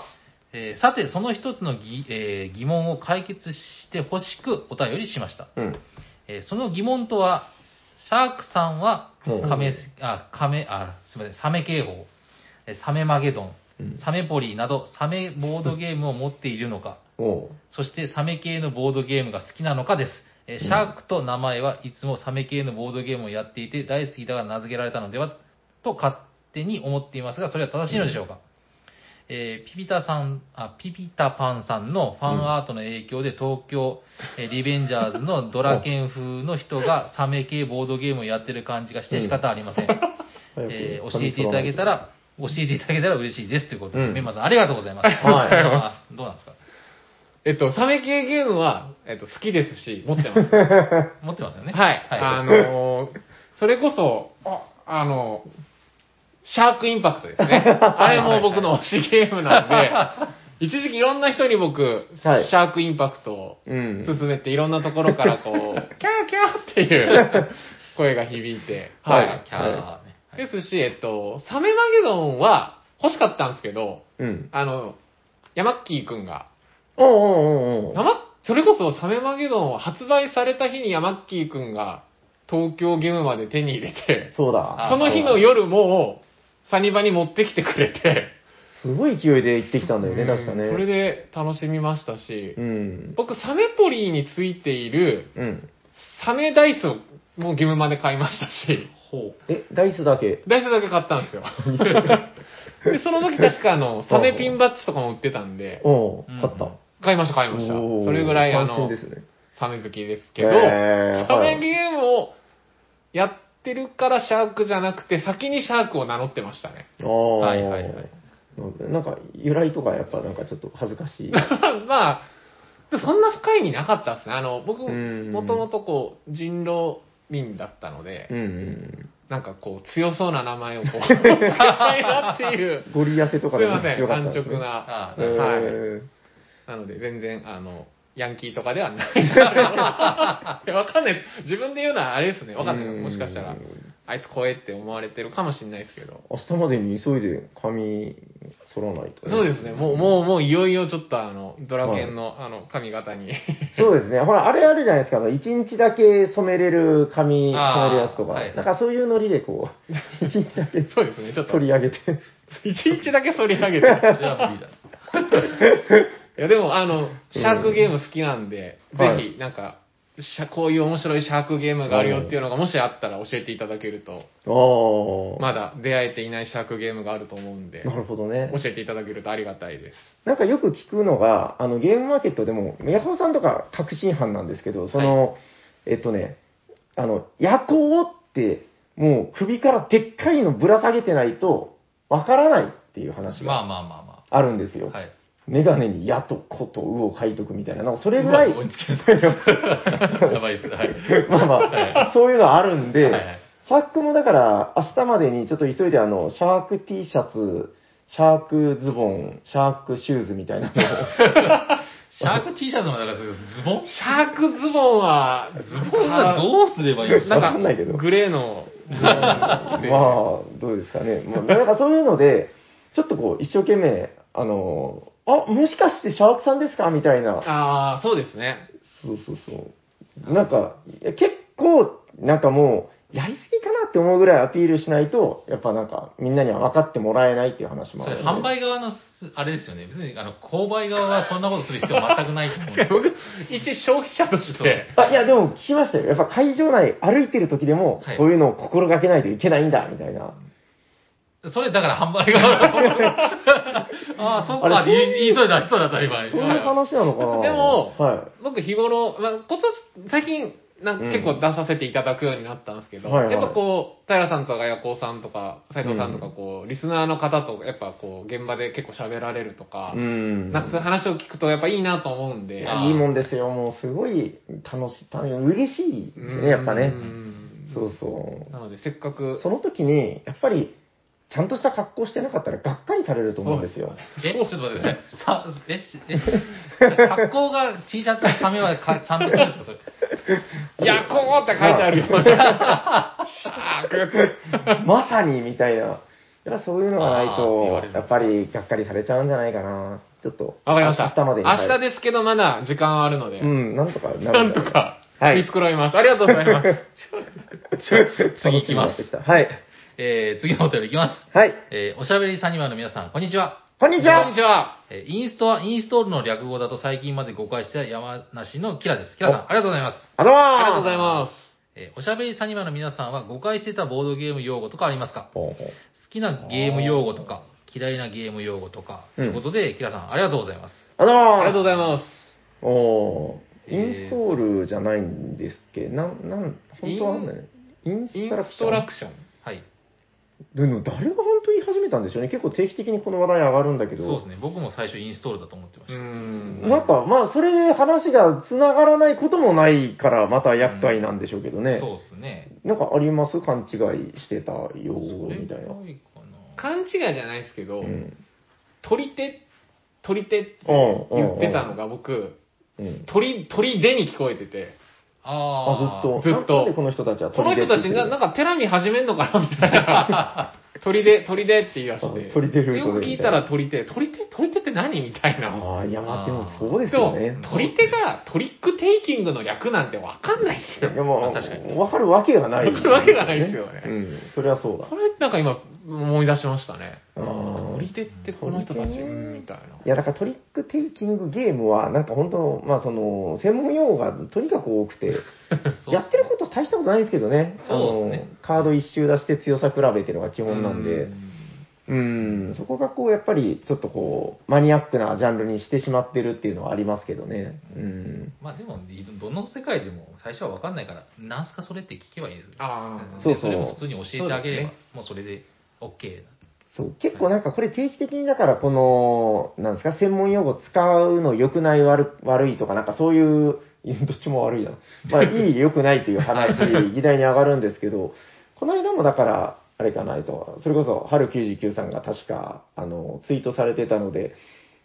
Speaker 1: えーさて、その一つの疑,、えー疑問を解決してほしくお便りしました。
Speaker 2: すうん。
Speaker 1: えーその疑問とは、シャークさんは
Speaker 2: うん
Speaker 1: 亀す、あ、亀、あ、すみません、サメ警報、えーサメマゲドン
Speaker 2: うん、
Speaker 1: サメポリーなど、サメボードゲームを持っているのか、
Speaker 2: おう
Speaker 1: そしてサメ系のボードゲームが好きなのかです。えーシャークと名前はいつもサメ系のボードゲームをやっていて大好きだが名付けられたのではと勝手に思っていますが、それは正しいのでしょうか、えーピピタさん、あ、ピピタパンさんのファンアートの影響で東京、えーリベンジャーズのドラケン風の人がサメ系ボードゲームをやってる感じがして仕方ありません。えー教えていただけたら、教えていただけたら嬉しいですということで、
Speaker 2: うん
Speaker 1: メンマさんありがとうございます。
Speaker 3: ありがとうございま
Speaker 1: どうなんですか
Speaker 3: えっと、サメ系ゲームは、えっと、好きですし、持 [LAUGHS] ってます。
Speaker 1: 持ってますよね。
Speaker 3: はい。あのーそれこそ、ああのーシャークインパクトですね。 [LAUGHS] あれも僕の推しゲームなん [LAUGHS] で、一時期いろんな人に僕、
Speaker 2: はい
Speaker 3: シャークインパクトを
Speaker 2: うん。
Speaker 3: 勧めて、いろんなところから [LAUGHS] こう、キャーキャーって [LAUGHS] いう声が響いて、
Speaker 2: は
Speaker 3: はいい。
Speaker 1: キャラね。
Speaker 3: ですし、えっと、サメマゲドンは欲しかったんですけど、
Speaker 2: うん。
Speaker 3: あの、ヤマッキーくんが、
Speaker 2: おうおうおうおう
Speaker 3: ヤマそれこそサメマゲドンを発売された日にヤマッキーくんが東京ゲームまで手に入れて、
Speaker 2: そうだ。
Speaker 3: その日の夜もサニバに持ってきてくれて、
Speaker 2: すごい勢いで行ってきたんだよね、確かね。
Speaker 3: うんそれで楽しみましたし
Speaker 2: う、ん。
Speaker 3: 僕サメポリーについている
Speaker 2: うん。
Speaker 3: サメダイスをもうゲームまで買いましたし、
Speaker 1: ほ
Speaker 2: え、ダイスだけ。
Speaker 3: ダイスだけ買ったん
Speaker 2: [LAUGHS]
Speaker 3: ですよ。で、その時確かあの、サメピンバッジとかも売ってたんで、
Speaker 2: おう
Speaker 1: うん
Speaker 2: 勝った。
Speaker 3: 買いました買いました。
Speaker 2: おー
Speaker 3: それぐらいあ
Speaker 2: 安心
Speaker 3: の
Speaker 2: で、すね。
Speaker 3: サメ好きですけど、
Speaker 2: えー
Speaker 3: サ
Speaker 2: は
Speaker 3: メ
Speaker 2: い
Speaker 3: ゲームをやってるからシャークじゃなくて、先にシャークを名乗ってましたね。 [LAUGHS]
Speaker 2: あー
Speaker 1: はいはいはい
Speaker 2: なんか、由来とかやっぱなんかちょっと恥ずかしい。
Speaker 3: まあ、でもそんな深い意味なかったですね。あの、僕、
Speaker 2: うん
Speaker 3: もともとこう、人狼民だったので、
Speaker 2: うんうん。
Speaker 3: なんかこう、強そうな名前をこ
Speaker 2: [LAUGHS]
Speaker 3: う、使いたいなっていう、
Speaker 2: ゴリ痩せと
Speaker 3: す
Speaker 2: かで
Speaker 3: い
Speaker 2: も
Speaker 3: ません、
Speaker 2: よかった
Speaker 3: 安
Speaker 2: ですね
Speaker 3: 直な
Speaker 1: あ。
Speaker 2: え
Speaker 3: はい。
Speaker 2: ー
Speaker 3: なので、全然、あの、ヤンキーとかではない。 [LAUGHS] わかんない。自分で言うのはあれですね。わかんない。もしかした
Speaker 2: う
Speaker 3: ら
Speaker 2: ん、
Speaker 3: あいつ怖えって思われてるかもしれないですけど。
Speaker 2: 明日までに急いで髪剃らないと。
Speaker 3: そうですね。もう、もう、もう、いよいよちょっとあの、ドラケンの、あの、髪型に。 [LAUGHS]
Speaker 2: そうですね。ほら、あれあるじゃないですか。あの一日だけ染めれる髪染めるやつとか。
Speaker 1: あーはい
Speaker 2: なんかそういうノリでこう、 [LAUGHS] 一日だけ
Speaker 3: そうですね。ちょっと
Speaker 2: 剃、り上
Speaker 1: [LAUGHS]
Speaker 2: げて。
Speaker 3: 一日だけ反り上げて。
Speaker 1: う。それは無理
Speaker 2: [LAUGHS]
Speaker 1: だ。
Speaker 3: いや、でも、あの、シャークゲーム好きなんで、
Speaker 2: はい
Speaker 3: ぜひ、なんか、シャこういう面白いシャークゲームがあるよっていうのが、もしあったら教えていただけると、
Speaker 2: おー。
Speaker 3: まだ出会えていないシャークゲームがあると思うんで、
Speaker 2: なるほどね。
Speaker 3: 教えていただけるとありがたいです。
Speaker 2: なんかよく聞くのが、あの、ゲームマーケットでも、宮本さんとか確信犯なんですけど、その、えっとね、あの、夜行って、もう首からでっかいのぶら下げてないと、わからないっていう話
Speaker 1: まあ
Speaker 2: が
Speaker 1: まあまあま
Speaker 2: あるんですよ。
Speaker 1: あ。はい。
Speaker 2: メガネに矢と子とうを書いとくみたいな、なんかそれぐらい、
Speaker 1: まあ追つけますやばいです。はい。
Speaker 2: [LAUGHS] まあまあ、そういうのあるんで、
Speaker 1: はいはい
Speaker 2: シャークもだから、明日までにちょっと急いであの、シャーク T シャツ、シャークズボン、シャークシューズみたい
Speaker 1: [LAUGHS]
Speaker 2: なのを
Speaker 1: シャーク T シャツもだから、ズボン
Speaker 3: シャークズボンは、
Speaker 1: ズボンはどうすればいいんです
Speaker 3: なん
Speaker 1: か
Speaker 2: わかんないけど
Speaker 3: か、グレーの、
Speaker 2: まあ、どうですかね。まあ、なんかそういうので、ちょっとこう、一生懸命、あの、あ、もしかしてシャークさんですかみたいな。
Speaker 3: ああ、そうですね。
Speaker 2: そうそうそう。なんか、いや結構、なんかもう、やりすぎかなって思うぐらいアピールしないと、やっぱなんか、みんなには分かってもらえないっていう話も
Speaker 1: そ
Speaker 2: あ
Speaker 1: れ
Speaker 2: る、
Speaker 1: 販売側のす、あれですよね。別に、あの、購買側はそんなことする必要全くないと思うんです
Speaker 3: 確かに僕、一消費者として、
Speaker 2: あいや、でも聞きましたよ。やっぱ会場内歩いてる時でも
Speaker 1: はい、
Speaker 2: そういうのを心がけないといけないんだ、みたいな。
Speaker 1: よ。それ、だから販売側だと思うああ、そっか、
Speaker 2: あれ
Speaker 1: 言い言いそうになりそうだった、今。
Speaker 2: そういう話なのか
Speaker 3: [LAUGHS]
Speaker 2: な
Speaker 3: でも
Speaker 2: は
Speaker 3: 僕日頃、まあ、今年、最近、なんか
Speaker 2: うん
Speaker 3: 結構出させていただくようになったんですけど、
Speaker 2: はいはい
Speaker 3: やっぱこう、平さんとか矢子さんとか、斉藤さんとか、こう、リスナーの方と、やっぱこう、現場で結構喋られるとか、
Speaker 2: い。うん。
Speaker 3: なんかそういう話を聞くと、やっぱいいなと思うん
Speaker 2: い
Speaker 3: で、
Speaker 2: やいいもんですよ。もうすごい楽しい、楽しい嬉しいですね、やっぱ
Speaker 3: う
Speaker 2: ね。
Speaker 3: ん
Speaker 2: そうそう。
Speaker 3: なので、せっかく、
Speaker 2: その時に、やっぱり、ちゃんとした格好してなかったらがっかりされると思うんですよ。
Speaker 1: え、ちょっと待ってください。さ、え、え、 [LAUGHS] 格好が T シャツのサメはかちゃんとしてるんですか、それ。
Speaker 3: やこうって書いてあるよ。 [LAUGHS] シャーク
Speaker 2: まさにみたいな。やっぱそういうのがない
Speaker 1: あー言われ
Speaker 2: と
Speaker 1: る、
Speaker 2: やっぱりがっかりされちゃうんじゃないかな。ちょっと。
Speaker 3: わかりました。
Speaker 2: 明日までに。
Speaker 3: 明日ですけど、まだ時間はあるので、
Speaker 2: うん、なんとかなる
Speaker 3: なんとか、
Speaker 2: はい
Speaker 3: 見繕います。ありがとうござい [LAUGHS] ます。
Speaker 2: 楽
Speaker 1: 次行きます
Speaker 2: しみになってきた [LAUGHS] はい。
Speaker 1: えー、次のお便りいきます。
Speaker 2: はい。
Speaker 1: えー、おしゃべりサニバルの皆さん、こんにちは。
Speaker 2: こんにち
Speaker 3: こん
Speaker 2: は
Speaker 3: に。ちは。
Speaker 1: えー、インストはインストールの略語だと最近まで誤解してた山梨のキラです。キラさん、ありがとうございます。
Speaker 2: あどうも
Speaker 3: ありがとうございます。
Speaker 1: えー、おしゃべりサニバルの皆さんは誤解してたボードゲーム用語とかありますか
Speaker 2: ほうほう
Speaker 1: 好きなゲーム用語とか、嫌いなゲーム用語とか、と
Speaker 2: うん
Speaker 1: いうことで、キラさん、ありがとうございます。
Speaker 2: あどうも
Speaker 3: ありがとうございます。
Speaker 2: おー
Speaker 1: えー
Speaker 2: インストールじゃないんですっけなん、なん、本当はあんのよね。インス
Speaker 3: イン
Speaker 2: トラク
Speaker 3: ス
Speaker 2: シ
Speaker 3: ト
Speaker 2: ョ
Speaker 3: ラ
Speaker 2: ン
Speaker 3: ク。ション。
Speaker 1: はい。
Speaker 2: でも誰が本当言い始めたんでしょうね。結構定期的にこの話題上がるんだけど。
Speaker 1: そうですね。僕も最初インストールだと思ってまし
Speaker 3: う
Speaker 1: た。
Speaker 3: ん。
Speaker 2: なんか、まあ、それで話が繋がらないこともないから、また厄介なんでしょうけどね。
Speaker 1: そうですね。
Speaker 2: なんかあります勘違いしてた用語
Speaker 1: それ
Speaker 2: み
Speaker 1: ぐ
Speaker 2: た
Speaker 1: ら
Speaker 2: い
Speaker 1: い
Speaker 2: な。
Speaker 1: かな。
Speaker 3: 勘違いじゃないですけど、
Speaker 2: うん。
Speaker 3: 取り手、取り手って
Speaker 2: うんうん
Speaker 3: 言ってたのが僕、
Speaker 2: うん。
Speaker 3: 取り、取り手に聞こえてて、
Speaker 1: あ
Speaker 2: あ、ずっ
Speaker 3: ず
Speaker 2: と。
Speaker 3: っと
Speaker 2: なんでこの人たちは
Speaker 3: この人たちな、なんかテラミ始めんのかなみたい
Speaker 2: [LAUGHS]
Speaker 3: な。取り手、取り手って言い出して。
Speaker 2: あ取り手ルー
Speaker 3: よ
Speaker 2: ト
Speaker 3: く
Speaker 2: で
Speaker 3: 聞
Speaker 2: み
Speaker 3: い
Speaker 2: たいな
Speaker 3: たら取り手、取り手、取り手って何みたいな。
Speaker 2: ああー、いや、まあ、でも
Speaker 1: あー
Speaker 2: そうです
Speaker 3: そ
Speaker 2: よ
Speaker 3: う
Speaker 2: ね。
Speaker 3: 取り手がトリックテイキングの略なんてわかんないです
Speaker 2: い
Speaker 3: よ。
Speaker 2: や、もう、
Speaker 1: 確かに
Speaker 2: わかるわけがない、
Speaker 3: わかるわけがないですよね
Speaker 2: うん、そりゃそうだ
Speaker 3: こ。れなんか今思い出しましたね。
Speaker 2: あー
Speaker 3: 取り手ってこの人た
Speaker 2: 取
Speaker 3: ち、
Speaker 2: り手ね
Speaker 3: うんみたいな。
Speaker 2: いや、だからトリックテイキングゲームは、なんか本当、まあ、その、専門用語がとにかく多くて、
Speaker 1: そう
Speaker 2: やってること大したことないですけどね。
Speaker 1: そうですね
Speaker 2: あのカード一周出して強さ比べっていうのが基本なん
Speaker 3: う
Speaker 2: で、
Speaker 3: ん
Speaker 2: うん、そこがこう、やっぱり、ちょっとこう、マニアックなジャンルにしてしまってるっていうのはありますけどね。うん。
Speaker 1: まあでも、どの世界でも最初は分かんないから、なんすかそれって聞けばいいですよ。
Speaker 3: ああ、
Speaker 2: そうそう
Speaker 1: でれも普通に教えてあげれば、
Speaker 3: そうで
Speaker 1: もうそれで OK
Speaker 2: そう、結構なんかこれ定期的にだからこの、なんですか、専門用語使うの良くない悪悪いとかなんかそういう、いやどっちも悪いな。 [LAUGHS] まあいい良くないっていう話、議題に上がるんですけど、この間もだから、あれかないと、それこそ、春99さんが確か、あの、ツイートされてたので、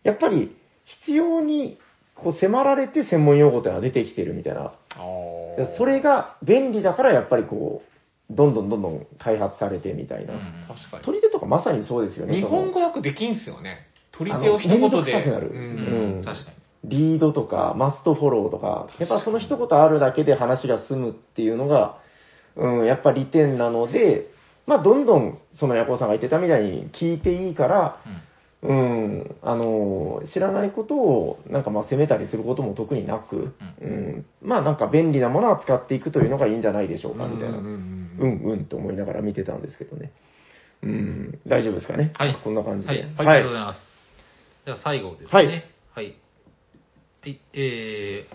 Speaker 2: やっぱり必要にこう迫られて専門用語っていうのは出てきてるみたいな。
Speaker 3: あー
Speaker 2: でそれが便利だからやっぱりこう、どんどんどんどん開発されてみたい
Speaker 1: な。
Speaker 2: な。
Speaker 1: うん
Speaker 3: 確か
Speaker 2: 取り手とかまさにそうですよね。
Speaker 3: に。日
Speaker 2: そ
Speaker 3: 本
Speaker 2: の
Speaker 3: 語訳できんすよね。取り手を一言
Speaker 2: あの面倒く
Speaker 3: で。
Speaker 2: さくなる
Speaker 1: う
Speaker 3: うん
Speaker 1: ん
Speaker 2: うん
Speaker 1: 確かに。
Speaker 2: リードとか、マストフォローとか、やっぱその一言あるだけで話が済むっていうのが、うん、やっぱ利点なので、まあ、どんどん、そのヤコウさんが言ってたみたいに聞いていいから、
Speaker 1: うん
Speaker 2: うん、あの、知らないことを、なんかまあ、責めたりすることも特になく、うん、まあ、なんか便利なものは使っていくというのがいいんじゃないでしょうか、みたいな。
Speaker 3: うんうん
Speaker 2: う
Speaker 3: うんうん
Speaker 2: んうんと思いながら見てたんですけどね。うん、大丈夫ですかね。
Speaker 1: はい
Speaker 2: こんな感じ
Speaker 1: は
Speaker 2: で。
Speaker 1: い、ありがとうございます。では最後ですね。
Speaker 2: は
Speaker 1: はいい。はい。え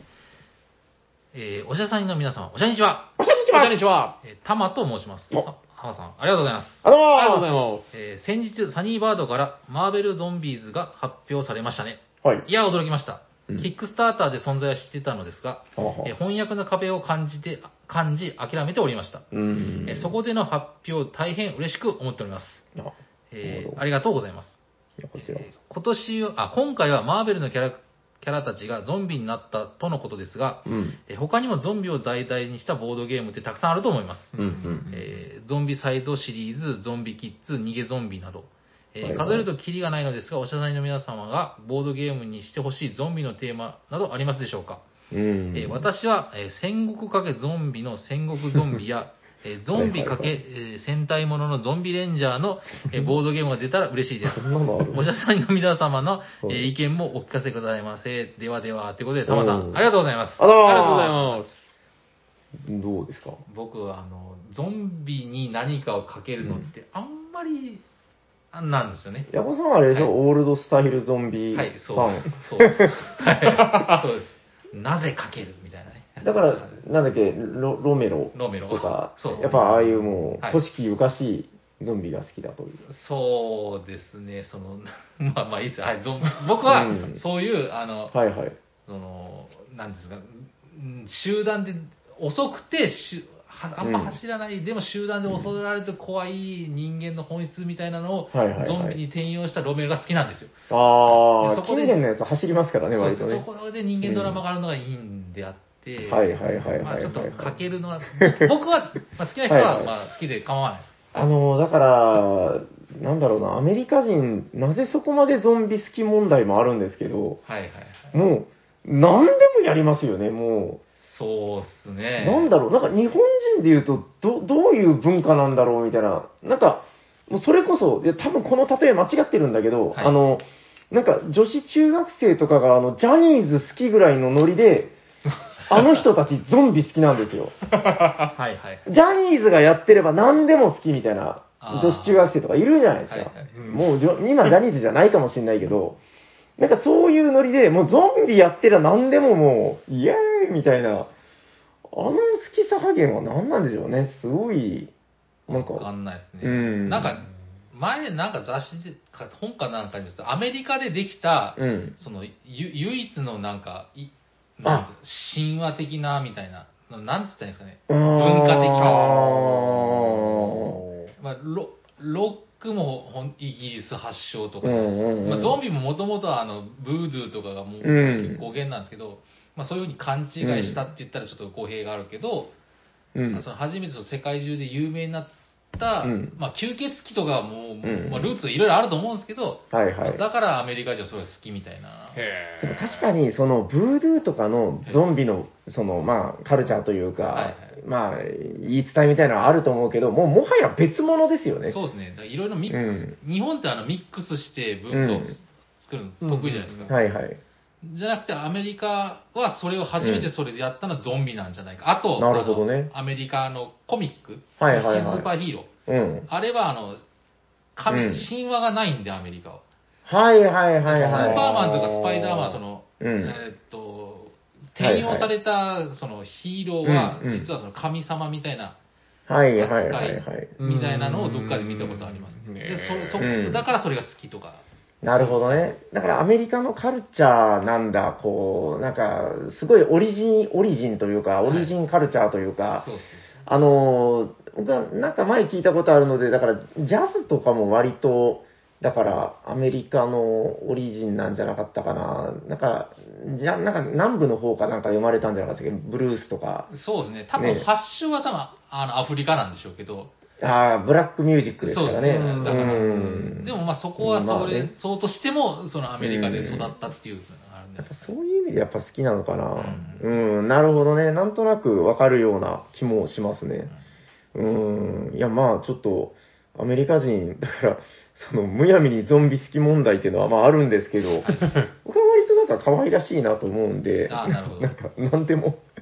Speaker 1: ー、えー、おしゃさんの皆様、おしゃにちは。
Speaker 2: おしゃにちは
Speaker 3: こんにちは。
Speaker 1: えー、たまと申します。
Speaker 2: お
Speaker 1: あ浜さん、ありがとうございます。
Speaker 2: あどうも
Speaker 3: ありがとうございま
Speaker 1: えー、先日、サニーバードからマーベルゾンビーズが発表されましたね。
Speaker 2: はい。
Speaker 1: いや、驚きました。
Speaker 2: うん
Speaker 1: キックスターターで存在は知ってたのですが、
Speaker 2: あは
Speaker 1: えー翻訳の壁を感じて、感じ、諦めておりました。
Speaker 2: うん
Speaker 1: えーそこでの発表、大変嬉しく思っております。
Speaker 2: あいなる
Speaker 1: え
Speaker 2: ほ
Speaker 1: ー
Speaker 2: ど
Speaker 1: ありがとうございます。
Speaker 2: やこちら
Speaker 1: えー今年は、あ、今回はマーベルのキャラ、キャラたちがゾンビになったとのことですが、
Speaker 2: うん。
Speaker 1: えー他にもゾンビを題材にしたボードゲームってたくさんあると思います。
Speaker 2: うんうん
Speaker 1: えーゾンビサイドシリーズ、ゾンビキッズ、逃げゾンビなど、
Speaker 2: これ
Speaker 1: えー
Speaker 2: は
Speaker 1: 数えるとキリがないのですが、おしゃさんの皆様がボードゲームにしてほしいゾンビのテーマなどありますでしょうか、
Speaker 2: うん。
Speaker 1: えー私は、えー戦国かけゾンビの戦国ゾンビや、えーゾンビかけ、えー戦隊もののゾンビレンジャーの、えーボードゲームが出たら嬉しい
Speaker 2: [LAUGHS]
Speaker 1: です。
Speaker 2: そんなのある
Speaker 1: おしゃさんの皆様の、えー
Speaker 2: はい
Speaker 1: 意見もお聞かせくださいませ。ではでは、ということで、タマさ
Speaker 2: お
Speaker 1: ん、
Speaker 2: ー
Speaker 1: ありがとうございます。
Speaker 2: あら
Speaker 3: ありがとうございます。
Speaker 2: す。どうですか
Speaker 1: 僕は、あの、ゾンビに何かをかけるのって、あんまり、あんなんですよね。
Speaker 2: ヤコさんはあれでしょ、オールドスタイルゾンビファン。
Speaker 1: はい、そうです。そうです。はい、そうです。なぜかけるみたいなね。
Speaker 2: だから、なんだっけ、ロロメロ
Speaker 1: ロメロ
Speaker 2: とか
Speaker 1: そうです、ね
Speaker 2: やっぱああいうも、
Speaker 1: はいう
Speaker 2: 古式ゆかしいゾンビが好きだという。
Speaker 1: そうですね、その、 [LAUGHS] まあまあいいですよ。は
Speaker 2: [LAUGHS]
Speaker 1: い、ゾンビ僕は
Speaker 2: うん、
Speaker 1: そういう、あの、
Speaker 2: はいはい。
Speaker 1: その、なんですか、うん集団で、遅くてしゅ、はあんま走らない、でも集団で襲られて怖い人間の本質みたいなのを、
Speaker 2: はいはいはい
Speaker 1: ゾンビに転用したロメロが好きなんですよ。
Speaker 2: あ
Speaker 1: で
Speaker 2: あ、
Speaker 1: そこ
Speaker 2: 近
Speaker 1: で
Speaker 2: 年のやつ走りますからね、
Speaker 1: そう
Speaker 2: 割
Speaker 1: です
Speaker 2: と
Speaker 1: ね
Speaker 2: ね。
Speaker 1: そこで人間ドラマがあるのがいいんであって、
Speaker 2: はいはいはい
Speaker 1: まあ
Speaker 2: はい
Speaker 1: ちょっと
Speaker 2: はい。
Speaker 1: かけ
Speaker 2: [LAUGHS]
Speaker 1: るのは、僕は、まあ、好きな人
Speaker 2: はい
Speaker 1: は
Speaker 2: はい
Speaker 1: まあ好きで構わないです。
Speaker 2: あの、だから、なんだろうな、アメリカ人、なぜそこまでゾンビ好き問題もあるんですけど、
Speaker 1: はいはいはい。
Speaker 2: もう、何でもやりますよね、も
Speaker 1: そうっす
Speaker 2: う。
Speaker 1: ね。
Speaker 2: なんだろう、なんか日本人で言うと、ど、どういう文化なんだろう、みたいな。なんか、もうそれこそ、いや、多分この例え間違ってるんだけど、
Speaker 1: はい
Speaker 2: あの、なんか女子中学生とかが、あの、ジャニーズ好きぐらいのノリ
Speaker 1: [LAUGHS]
Speaker 2: で、あの人たちゾンビ好きなんですよ。
Speaker 1: はいはい。
Speaker 2: ジャニーズがやってれば何でも好きみたいな
Speaker 1: あー
Speaker 2: 女子中学生とかいるじゃないですか。
Speaker 1: はいはい
Speaker 3: うん
Speaker 2: もうじょ今ジャニーズじゃないかもしれないけど、なんかそういうノリで、もうゾンビやってりゃ何でももう、イエーイみたいな、あの好きさ加減は何なんでしょうね。すごい、なん
Speaker 1: わか
Speaker 2: か、
Speaker 1: んないですね。
Speaker 2: うん
Speaker 1: なんか、前なんか雑誌で、か本かなんかに見ると、アメリカでできた、
Speaker 2: うん。
Speaker 1: その、ゆ唯一のなんか、い
Speaker 2: あ
Speaker 1: なんて神話的な、みたいな、なんて言ったらいいんですかね。
Speaker 2: 文
Speaker 1: 化的
Speaker 2: あ
Speaker 1: まあ、ロロックもほんイギリス発祥とか
Speaker 2: う
Speaker 1: じ
Speaker 2: ん
Speaker 1: ゃないですか
Speaker 2: うんうん
Speaker 1: まあ、ゾンビももともとはあのブードゥーとかがもう
Speaker 2: うん
Speaker 1: 結構語源なんですけど、まあ、そういうふうに勘違いしたって言ったらちょっと語弊があるけど、
Speaker 2: ーうん
Speaker 1: まあその初めてその世界中で有名になった、
Speaker 2: うん
Speaker 1: まあ、吸血鬼とかはもう、
Speaker 2: ん
Speaker 1: まあ、ルーツいろいろあると思うんですけど、
Speaker 2: はいはい。
Speaker 1: だからアメリカ人はそれ好きみたいな。
Speaker 3: へ
Speaker 2: でも確かに、その、ブードゥーとかのゾンビの、その、まあ、カルチャーという
Speaker 1: はいは
Speaker 2: か
Speaker 1: い、
Speaker 2: まあ、言い伝えみたいなのはあると思うけど、もう、もはや別物ですよね。
Speaker 1: そうですね。だからいろいろミックス、日本ってあのミックスして文化を
Speaker 2: うん
Speaker 1: 作るの得意じゃないですか。
Speaker 3: うん
Speaker 2: はいはい。
Speaker 1: じゃなくてアメリカはそれを初めてそれでやったのはゾンビなんじゃないか。あと、
Speaker 2: なるほどね
Speaker 1: あのアメリカのコミック、
Speaker 2: はいはいはい
Speaker 1: スーパーヒーロー。
Speaker 2: うん。
Speaker 1: あれはあの、神、
Speaker 2: うん
Speaker 1: 神話がないんでアメリカは。
Speaker 2: はいはいはいはい。
Speaker 1: スーパーマンとかスパイダーマン、そ、の、
Speaker 2: うん
Speaker 1: えーっと、
Speaker 2: はいはい
Speaker 1: 転用されたそのヒーローは、
Speaker 2: うんうん
Speaker 1: 実はその神様みたいな、
Speaker 2: はいはいはいはい。
Speaker 1: みたいなのをどっかで見たことあります
Speaker 3: うん
Speaker 1: ね。で、そ、そ
Speaker 2: うん
Speaker 1: だからそれが好きとか。
Speaker 2: なるほどね。だからアメリカのカルチャーなんだ、こう、なんか、すごいオリジン、オリジンというか、オリジンカルチャーというか、
Speaker 1: そうそう
Speaker 2: あのー、僕はなんか前聞いたことあるので、だからジャズとかも割と、だからアメリカのオリジンなんじゃなかったかな。なんか、じゃ、なんか南部の方かなんか読まれたんじゃなかったっけブルースとか。
Speaker 1: そうですね。多
Speaker 2: ね
Speaker 1: 分発祥は多分、あの、アフリカなんでしょうけど、
Speaker 2: ああ、ブラックミュージックですからね。
Speaker 1: そうです
Speaker 3: ね
Speaker 2: う
Speaker 3: だから
Speaker 2: ん。
Speaker 1: でもまあそこは
Speaker 2: ま
Speaker 1: そ
Speaker 2: あ
Speaker 1: れ、
Speaker 2: ね
Speaker 1: そうとしても、そのアメリカで育ったっていうのがあるんで
Speaker 2: やっぱそういう意味でやっぱ好きなのかな。
Speaker 1: う
Speaker 2: うん、なるほどね。なんとなくわかるような気もしますね。うん、いやまあちょっと、アメリカ人、だから、その、むやみにゾンビ好き問題っていうのはまああるんです
Speaker 1: [LAUGHS]
Speaker 2: けど、僕は割となんか可愛らしいなと思うんで、
Speaker 1: ああ、なるほど
Speaker 2: な。んか、なんでも、 [LAUGHS]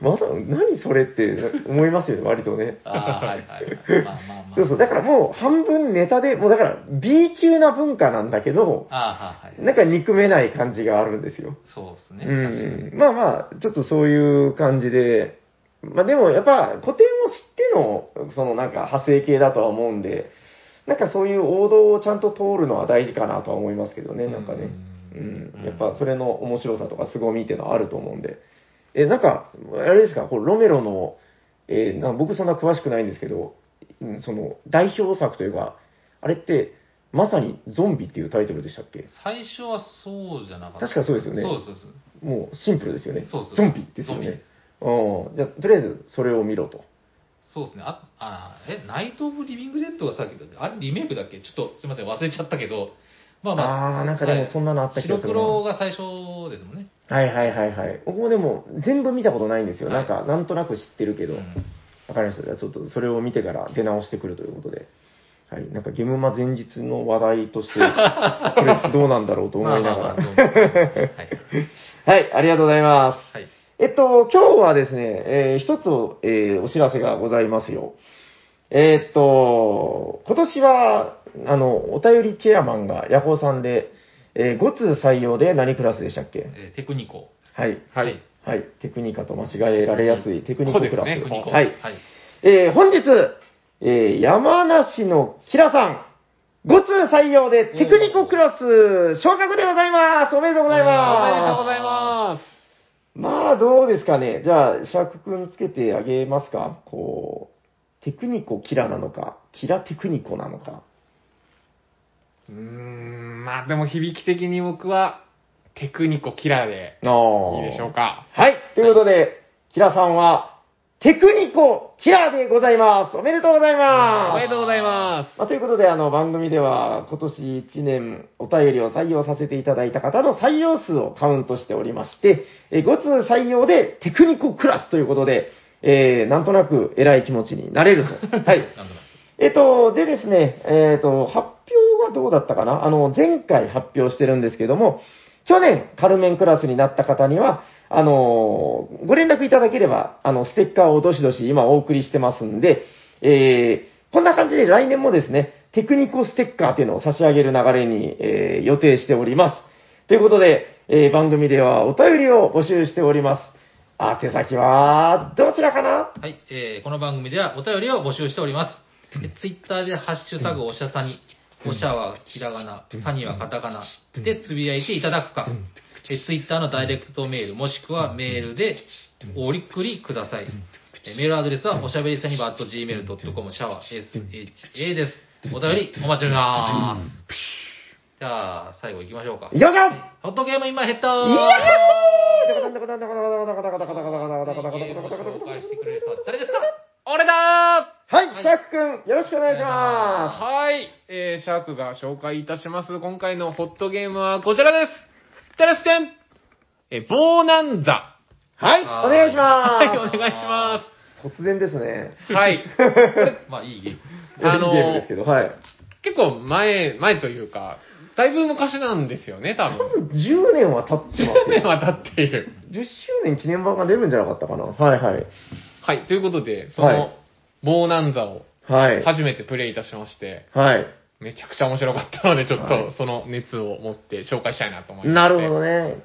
Speaker 2: まだ、何それって思いますよね、割とね。
Speaker 1: ああ、はいはい。まあまあまあ。
Speaker 2: そうそう、だからもう半分ネタで、もうだから B 級な文化なんだけど、
Speaker 1: ああ、はいはい。
Speaker 2: なんか憎めない感じがあるんですよ。
Speaker 1: そうですね。
Speaker 2: うん、まあまあ、ちょっとそういう感じで、まあでもやっぱ古典を知っての、そのなんか派生系だとは思うんで、なんかそういう王道をちゃんと通るのは大事かなとは思いますけどね、なんかね。うん、やっぱそれの面白さとか凄みっていうのはあると思うんで。え、なんか、あれですか、これロメロの、えーな僕そんな詳しくないんですけど、うんその代表作というか、あれって、まさにゾンビっていうタイトルでしたっけ
Speaker 1: 最初はそうじゃなかった。
Speaker 2: 確かそうですよね
Speaker 1: そうそうそう。
Speaker 2: もうシンプルですよね。
Speaker 1: そうそう
Speaker 2: ゾンビですよね。うん。じゃあ、とりあえずそれを見ろと。
Speaker 1: そうですね。あ、あ、え、ナイト・オブ・リビング・デッドがさっきだって、あれリメイクだっけちょっとすいません、忘れちゃったけど、まあまあ、
Speaker 2: あーなんかでも
Speaker 1: はい
Speaker 2: そんなのあった気がするな
Speaker 1: 白黒が最初ですもんね。
Speaker 2: はいはいはいはい。僕もでも、全部見たことないんですよ。
Speaker 1: はい
Speaker 2: なんか、なんとなく知ってるけど。
Speaker 1: う
Speaker 2: わ
Speaker 1: ん
Speaker 2: かりました。じゃあちょっと、それを見てから出直してくるということで。はい。なんか、ゲムマ前日の話題として、これどうなんだろうと思いなが
Speaker 1: [LAUGHS] まあまあまあ
Speaker 2: ら
Speaker 1: ど。うもはい。
Speaker 2: はい、ありがとうございます。
Speaker 1: はい。
Speaker 2: えっと、今日はですね、えー一つ、えーお知らせがございますよ。えーっと、今年は、あの、お便りチェアマンがヤホーさんで、え5通採用で何クラスでしたっけ
Speaker 1: えーテクニコ。
Speaker 2: はい。
Speaker 3: はい。
Speaker 2: はい。テクニカと間違えられやすいテクニックク
Speaker 3: そう
Speaker 2: ラス。
Speaker 3: ですね
Speaker 1: テクニコ。
Speaker 2: はい。えー本日、えー山梨のキラさん、5通採用でテクニコクラス昇格でございますおめでとうございま
Speaker 3: お
Speaker 2: す
Speaker 3: めでとうございます。
Speaker 2: まあ、どうですかね。じゃあ、シャークくんつけてあげますかこう、テクニコキラなのか、キラテクニコなのか。
Speaker 3: うーん、まあでも響き的に僕は、テクニコキラーで
Speaker 2: あ
Speaker 3: いいでしょう。か。
Speaker 2: はい。ということで、キラさんは、テクニコキラでございます。おめでとうございます。
Speaker 3: おめでとうございま
Speaker 2: まあ、ということで、あの、番組では、今年1年お便りを採用させていただいた方の採用数をカウントしておりまして、えー5通採用でテクニコクラスということで、えー、なんとなく偉い気持ちになれる
Speaker 3: [LAUGHS]
Speaker 2: と。はい。
Speaker 1: なんとなく
Speaker 2: えっと、でですね、えっと、発表はどうだったかなあの、前回発表してるんですけども、去年、カルメンクラスになった方には、あのーご連絡いただければ、あの、ステッカーをどしどし今お送りしてますんで、えー、こんな感じで来年もですね、テクニコステッカーというのを差し上げる流れに、えー予定しております。ということで、えー番組ではお便りを募集しております。宛先は、どちらかな
Speaker 1: はい、えーこの番組ではお便りを募集しております。えツイッターでハッシュタグおしゃさに、おしゃはひらがな、さにはカタカナでつぶやいていただくか、えツイッターのダイレクトメール、もしくはメールでおりくりください。えメールアドレスはおしゃべりさにば at gmail.com、シャワー SHA です。お便りお待ちしております。じゃあ、最後行きましょうか。
Speaker 2: よいしょ
Speaker 1: ホットゲーム今減っ
Speaker 2: イエーイ
Speaker 1: た紹介してくれる人は誰ですか
Speaker 3: 俺だ
Speaker 2: はい、シャークくん、よろしくお願いし
Speaker 3: ー
Speaker 2: ま
Speaker 3: はい。えー、シャークが紹介いたします。今回のホットゲームはこちらです。テレステンえー、ボーナンザ。
Speaker 2: す。はい、お願いし
Speaker 3: はい、お願
Speaker 2: ま
Speaker 3: いしま
Speaker 2: ーす。突然ですね。
Speaker 3: す。はい。
Speaker 1: まあ、いいゲーム。
Speaker 3: あのー
Speaker 2: いいゲームですけど、はい。
Speaker 3: 結構前、前というか、だいぶ昔なんですよね、多
Speaker 2: 多
Speaker 3: 分。
Speaker 2: 分10年は経ってます
Speaker 3: 10年 [LAUGHS]
Speaker 2: よ。
Speaker 3: は経っている。
Speaker 2: 10周年記念版が出るんじゃなかったかな。はいはい。
Speaker 3: はい、ということで、そ
Speaker 2: はい
Speaker 3: の、ボーナンザを
Speaker 2: はい。
Speaker 3: 初めてプレイいたしまして、
Speaker 2: はい。
Speaker 3: めちゃくちゃ面白かったので、ちょっ
Speaker 2: はい
Speaker 3: とその熱を持って紹介したいなと思います。
Speaker 2: なるほどね。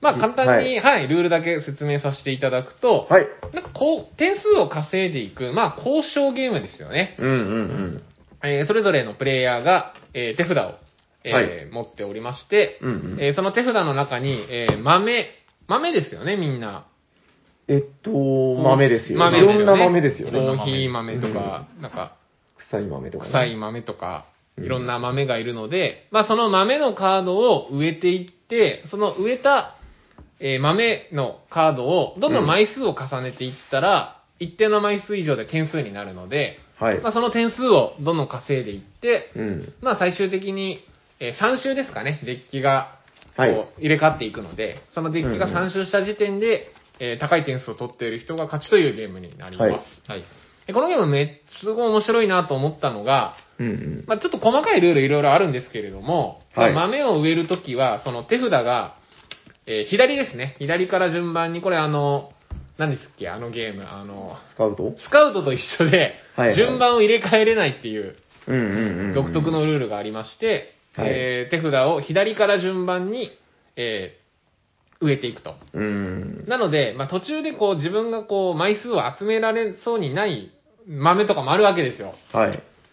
Speaker 3: まあ簡単に、はい、ルールだけ説明させていただくと、
Speaker 2: はい。
Speaker 3: なんかこう、点数を稼いでいく、まあ交渉ゲームですよね。
Speaker 2: うんうん
Speaker 3: えーそれぞれのプレイヤーが、えー手札を、えー
Speaker 2: はい
Speaker 3: 持っておりまして、
Speaker 2: うんうん
Speaker 3: えーその手札の中に、えー豆、豆ですよね、みんな。
Speaker 2: えっと、豆ですよ。
Speaker 3: 豆
Speaker 2: いろんな豆ですよ
Speaker 3: コ
Speaker 2: ね。
Speaker 3: ーヒー豆とか、なんか、
Speaker 2: 臭い豆とか、ね。
Speaker 3: 臭い。豆とか、
Speaker 2: うん
Speaker 3: いろんな豆がいるので、まあその豆のカードを植えていって、その植えた、えー豆のカードをどんどん枚数を重ねていったら、一定の枚数以上で点数になるので、
Speaker 2: はい。
Speaker 3: まあその点数をどんどん稼いでいって、
Speaker 2: うん。
Speaker 3: まあ最終的に、え3周ですかね、デッキが、こ
Speaker 2: はい。
Speaker 3: う入れ替わっていくので、そのデッキが
Speaker 2: うんうん
Speaker 3: 3周した時点で、えー高い点数を取っている人が勝ちというゲームになります。
Speaker 2: はい
Speaker 1: はい。
Speaker 3: でこのゲームめっすごい面白いなと思ったのが、
Speaker 2: うんうん。
Speaker 3: まあ、ちょっと細かいルールいろいろあるんですけれども、
Speaker 2: はい
Speaker 3: まあ豆を植えるときは、その手札が、えー左ですね。左から順番に、これあの、何ですっけ、あのゲーム、あの、
Speaker 2: スカウト
Speaker 3: スカウトと一緒で
Speaker 2: はいはい、
Speaker 3: 順番を入れ替えれないっていう
Speaker 2: うんうんうんうん。
Speaker 3: 独特のルールがありまして、
Speaker 2: はい
Speaker 3: えー手札を左から順番に、えー植えていくと。
Speaker 2: うん。
Speaker 3: なので、まあ、途中でこう自分がこう枚数を集められそうにない豆とかもあるわけですよ。
Speaker 2: はい。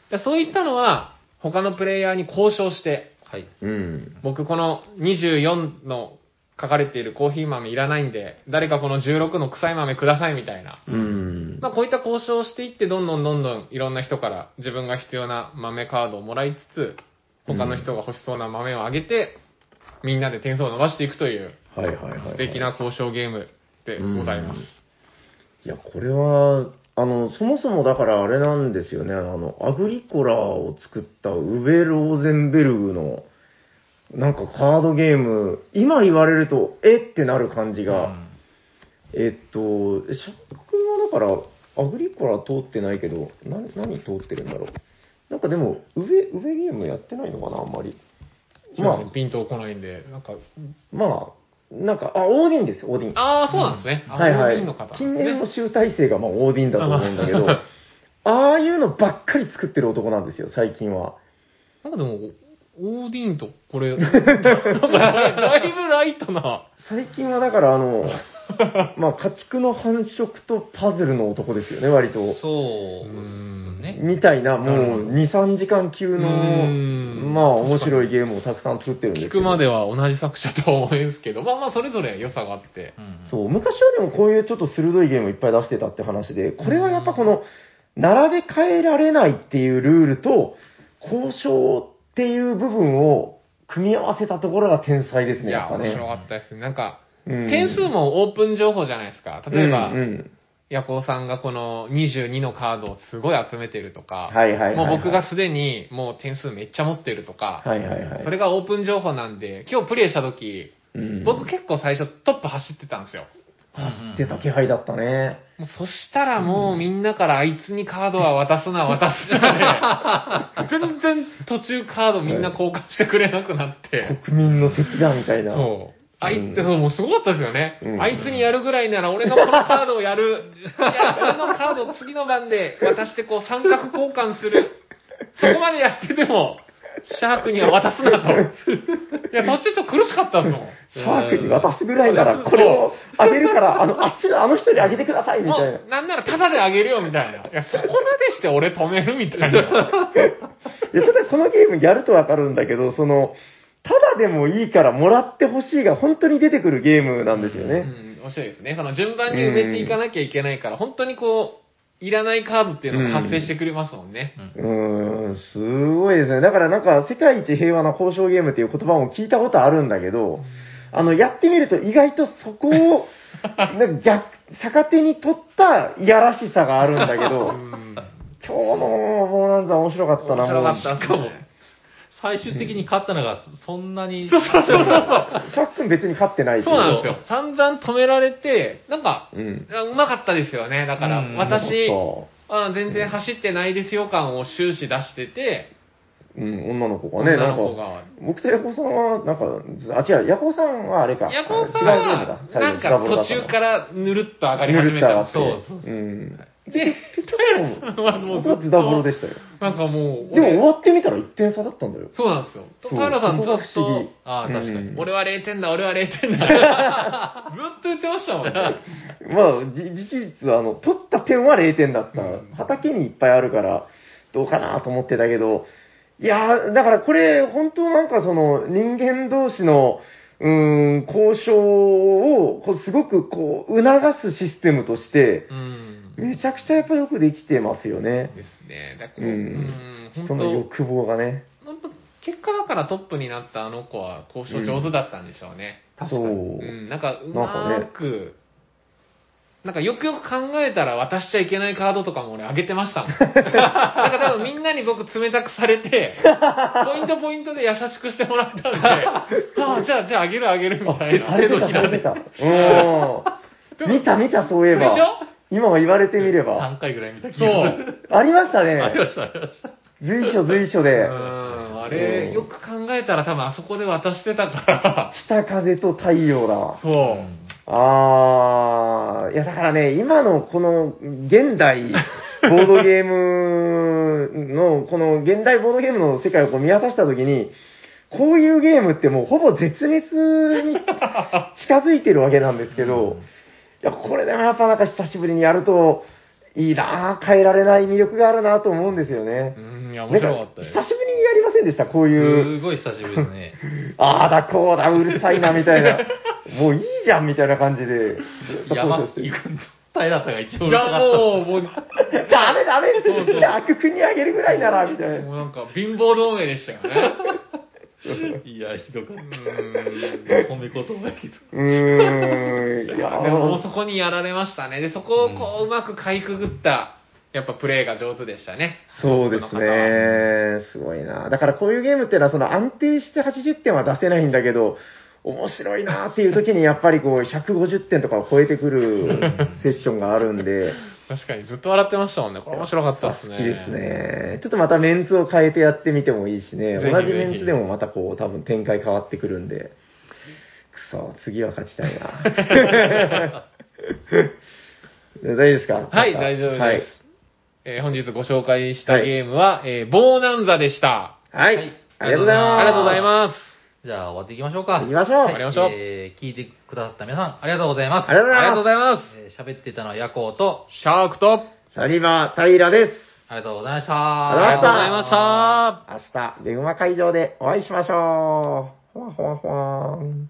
Speaker 3: でそういったのは、他のプレイヤーに交渉して、
Speaker 1: はい。
Speaker 2: うん。
Speaker 3: 僕この24の書かれているコーヒー豆いらないんで、誰かこの16の臭い豆くださいみたいな。
Speaker 2: うん。
Speaker 3: まあこういった交渉をしていって、どんどんどんどんいろんな人から自分が必要な豆カードをもらいつつ、他の人が欲しそうな豆をあげて、みんなで点数を伸ばしていくという
Speaker 2: はいはいはいはい。
Speaker 3: 素敵な。交渉ゲームでございます。
Speaker 2: いや、これは、あの、そもそもだからあれなんですよね、あの、アグリコラを作ったウベ・ローゼンベルグの、なんかカードゲーム、今言われると、えってなる感じ
Speaker 1: う
Speaker 2: が、
Speaker 1: ん
Speaker 2: えっと、シャーク君はだから、アグリコラ通ってないけど、な何通ってるんだろう。なんかでも、上、上ゲームやってないのかな、あんまり。ま
Speaker 3: ピンとこないんで、なんか、
Speaker 2: あ、まあ、なんか、あ、オーディンです、オーディン。
Speaker 3: ああ、そうなんですね。あ
Speaker 2: はいは
Speaker 3: オーディ
Speaker 2: い
Speaker 3: ンの方。
Speaker 2: 近年の集大成がまあオーディンだと思うんだけ
Speaker 3: [LAUGHS]
Speaker 2: ど、ああいうのばっかり作ってる男なんですよ、最近は。
Speaker 3: なんかでも、オーディンとこ
Speaker 2: [LAUGHS]
Speaker 3: れ、なんかだいぶライトな。
Speaker 2: 最近はだから
Speaker 3: [LAUGHS]
Speaker 2: あの、まあ家畜の繁殖とパズルの男ですよね、割と。
Speaker 3: う
Speaker 1: そうで
Speaker 3: ん
Speaker 1: すね。
Speaker 2: みたいな、
Speaker 3: なるほ
Speaker 2: も
Speaker 3: ど
Speaker 2: う2、3時間級
Speaker 3: う
Speaker 2: の、
Speaker 3: ん
Speaker 2: まあ面白いゲームをたくさん作ってるんです
Speaker 3: 聞
Speaker 2: けど
Speaker 3: くまでは同じ作者とは思うんですけど、まあまあそれぞれ良さがあって。
Speaker 1: うん
Speaker 2: そう、昔はでもこういうちょっと鋭いゲームをいっぱい出してたって話で、これはやっぱこの、並べ替えられないっていうルールと、交渉っていう部分を組み合わせたところが天才です
Speaker 3: い
Speaker 2: ね、や
Speaker 3: や、
Speaker 2: っぱ
Speaker 3: 面
Speaker 2: ね
Speaker 3: 白。かったですね。なんか、
Speaker 2: うん
Speaker 3: 点数もオープン情報じゃないですか。例えば
Speaker 2: うん、うん
Speaker 3: ヤコウさんがこの22のカードをすごい集めてるとか、
Speaker 2: はいはいはいはい
Speaker 3: もう僕がすでにもう点数めっちゃ持ってるとか、
Speaker 2: はいはいはい。
Speaker 3: それがオープン情報なんで、今日プレイした時、
Speaker 2: うん
Speaker 3: 僕結構最初トップ走ってたんですよ。
Speaker 2: 走ってた気配だったね。
Speaker 3: もうそしたらもうみんなからあいつにカードは渡すな、渡すなで、全然途中カードみんな交換してくれなくなって、
Speaker 2: 国民の敵だみたいな。
Speaker 3: そう。あいつ、そう、もうすごかったですよね
Speaker 2: う。ん
Speaker 3: あいつにやるぐらいなら俺のこのカードをやる。いや、俺のカードを次の番で渡してこう三角交換する。そこまでやってても、シャークには渡すなと。いや、途中ちょっと苦しかったですもん。
Speaker 2: シャークに渡すぐらいなら、これをあげるから、あの、あっちのあの人にあげてくださいみ
Speaker 3: も
Speaker 2: たいな
Speaker 3: う。なんならタダであげるよみたいな。いや、そこまでして俺止めるみたいな。
Speaker 2: いや、ただこのゲームやるとわかるんだけど、その、ただでもいいからもらってほしいが本当に出てくるゲームなんですよ
Speaker 3: う
Speaker 2: ね。
Speaker 3: ん、面白いですね。その順番に埋めていかなきゃいけないから、本当にこう、いらないカードっていうのが発生してくれますもんね。
Speaker 2: うーん、すごいですね。だからなんか、世界一平和な交渉ゲームっていう言葉も聞いたことあるんだけど、あの、やってみると意外とそこを、
Speaker 3: [LAUGHS]
Speaker 2: なんか逆、逆手に取ったいやらしさがあるんだけ
Speaker 3: う
Speaker 2: ど、
Speaker 3: ん
Speaker 2: 今日のボーナンザ面白かったな、
Speaker 3: 面白かった
Speaker 2: も
Speaker 3: っすね。
Speaker 1: 最終的に勝ったのが、そんなに。
Speaker 3: そうそうそう
Speaker 1: [LAUGHS]
Speaker 3: そう
Speaker 2: うシャックン別に勝ってないし
Speaker 3: そうなんですよ。散々止められて、なんか、
Speaker 2: うん。
Speaker 3: あうまかったですよね。だから
Speaker 1: うん、
Speaker 3: 私、
Speaker 2: そ
Speaker 3: あ全然走ってないですよ感を終始出してて、
Speaker 2: ううん、女の子がね、
Speaker 3: 女
Speaker 2: な
Speaker 3: の
Speaker 2: ん
Speaker 3: 子
Speaker 2: か、
Speaker 3: が。
Speaker 2: 僕とヤコウさんは、なんか、ずあ、違う、ヤコウさんはあれか。
Speaker 3: ヤコウさん
Speaker 2: 違うゲームだ
Speaker 3: は、
Speaker 2: 最後
Speaker 3: なんか途中
Speaker 2: ら
Speaker 3: からぬるっと上がり始めた。
Speaker 2: そ
Speaker 3: そうう
Speaker 2: そ
Speaker 3: そうう。。
Speaker 2: うん。
Speaker 3: [LAUGHS] で、 [LAUGHS]
Speaker 2: 僕
Speaker 3: はもうずっ
Speaker 2: は
Speaker 3: と
Speaker 2: ズダボロでしたよ。
Speaker 3: なんかもう、
Speaker 2: でも
Speaker 3: 俺
Speaker 2: 終わってみたら1点差だったんだよ。
Speaker 3: そうなんですよ。と
Speaker 2: そう
Speaker 3: 平さんず
Speaker 2: そこが
Speaker 3: っ
Speaker 2: 不思
Speaker 3: と
Speaker 2: 議、
Speaker 3: ああ、確かに
Speaker 2: う。ん
Speaker 3: 俺は0点だ、俺は0点だ。
Speaker 2: [LAUGHS]
Speaker 3: ずっと言ってましたもんね。
Speaker 2: まあ、じ事実は、あの、取った点は0点だった。畑にいっぱいあるから、どうかなと思ってたけど、いやー、だからこれ、本当なんかその、人間同士の、うーん、交渉を、こうすごくこう、促すシステムとして、
Speaker 3: うん。
Speaker 2: めちゃくちゃやっぱよくできてますよね。
Speaker 3: ですね。だか
Speaker 2: う
Speaker 3: ら、うんん、
Speaker 2: 人の
Speaker 3: 本
Speaker 2: 欲望がね。
Speaker 3: 当本当結果だからトップになったあの子は交渉上手だったんでしょうね。
Speaker 2: そう。
Speaker 3: うん、なんかう
Speaker 2: な
Speaker 3: ま
Speaker 2: んかね
Speaker 3: ーく、なんかよくよく考えたら渡しちゃいけないカードとかも俺あげてましたも
Speaker 2: [LAUGHS]
Speaker 3: ん。なんか多分みんなに僕冷たくされ
Speaker 2: [LAUGHS]
Speaker 3: て、ポイントポイントで優しくしてもらったんで、ああ、じゃあ、じゃああげるあげるみ
Speaker 2: あ、
Speaker 3: たいな。
Speaker 2: されてた、されてた。うん。見た見た、そういえば。
Speaker 3: でしょ
Speaker 2: 今言われてみれば。
Speaker 1: 3回ぐらい見た気
Speaker 3: そ
Speaker 1: がする。
Speaker 3: う。
Speaker 2: ありましたね。
Speaker 1: ありました、ありました。
Speaker 2: 随所随所
Speaker 3: う
Speaker 2: で、
Speaker 3: ん、あれ、よく考えたら多分あそこで渡してたから、
Speaker 2: 北風と太陽だ。
Speaker 3: そう。
Speaker 2: あー、いやだからね、今のこの現代
Speaker 3: [LAUGHS]
Speaker 2: ボードゲームの、この現代ボードゲームの世界をこう見渡したときに、こういうゲームってもうほぼ絶滅
Speaker 3: [LAUGHS]
Speaker 2: に近づいてるわけなんですけど、いや、これでもやっぱなんか久しぶりにやると、いいなぁ、変えられない魅力があるなぁと思うんですよね
Speaker 3: う。ん、いや、面白かった
Speaker 2: なん
Speaker 3: よ。
Speaker 2: 久しぶりにやりませんでした、こういう。
Speaker 1: すごい久しぶりですね。
Speaker 2: ああだこうだ、うるさいな、みた
Speaker 3: [LAUGHS]
Speaker 2: いな。もういいじゃん、みたいな感じで。
Speaker 1: 山
Speaker 2: そうそう
Speaker 1: 木君と平さんが一番
Speaker 3: じゃあ
Speaker 1: う
Speaker 3: もう、もう、
Speaker 2: ダメダメ
Speaker 3: そうそう
Speaker 2: じゃあ、悪君にあげるぐらいなら、みたい
Speaker 3: も
Speaker 2: な。
Speaker 3: うなんか貧乏同盟でしたよ [LAUGHS] ね。
Speaker 1: 嬉しかった。いや、ひどかった。
Speaker 3: うん
Speaker 1: 褒め言葉やけど。
Speaker 2: うーん。いや
Speaker 3: でももうそ
Speaker 2: ー、
Speaker 3: こにやられましたね。で、そこをこう、うまくかいくぐった、やっぱプレーが上手でしたね。
Speaker 2: そうですね。すごいな。だからこういうゲームっていうのは、その安定して80点は出せないんだけど、面白いなっていう時にやっぱりこう150点とかを超えてくる
Speaker 3: [LAUGHS]
Speaker 2: セッションがあるんで、
Speaker 3: 確かに、ずっと笑ってましたもんね。これ面白かったですね。
Speaker 2: 好きですね。ちょっとまたメンツを変えてやってみてもいいしね、
Speaker 3: ぜひ
Speaker 2: 同じメンツでもまたこう多分展開変わってくるんで、くそ、次は勝ちたい
Speaker 3: [LAUGHS]
Speaker 2: な。大丈夫ですか
Speaker 3: はい、大丈夫です。
Speaker 2: はい。
Speaker 3: えー本日ご紹介したゲームは、えーボーナンザでした。
Speaker 2: はい
Speaker 1: はい
Speaker 2: ありがとうございます。
Speaker 3: ありがとうございます。
Speaker 1: じゃあ終わっていきましょうか。
Speaker 2: 行きましょう
Speaker 1: はい
Speaker 2: 行
Speaker 3: きましょう
Speaker 1: えー聞いてくださった皆さん、ありがとうございます。
Speaker 2: ありがとうございま
Speaker 3: あ
Speaker 2: す
Speaker 3: りがとうございます。
Speaker 1: えー喋ってたのはヤコウと、
Speaker 3: シャークと、
Speaker 2: サリバー・平です。
Speaker 1: ありがとうございました。
Speaker 2: あ
Speaker 3: あ
Speaker 2: り
Speaker 3: り
Speaker 2: が
Speaker 3: がと
Speaker 2: とう
Speaker 3: うご
Speaker 2: ござ
Speaker 3: ざ
Speaker 2: い
Speaker 3: い
Speaker 2: ま
Speaker 3: ま
Speaker 2: し
Speaker 3: した。
Speaker 2: 明日、ベグマ会場でお会いしましょう。ほわほわほわん。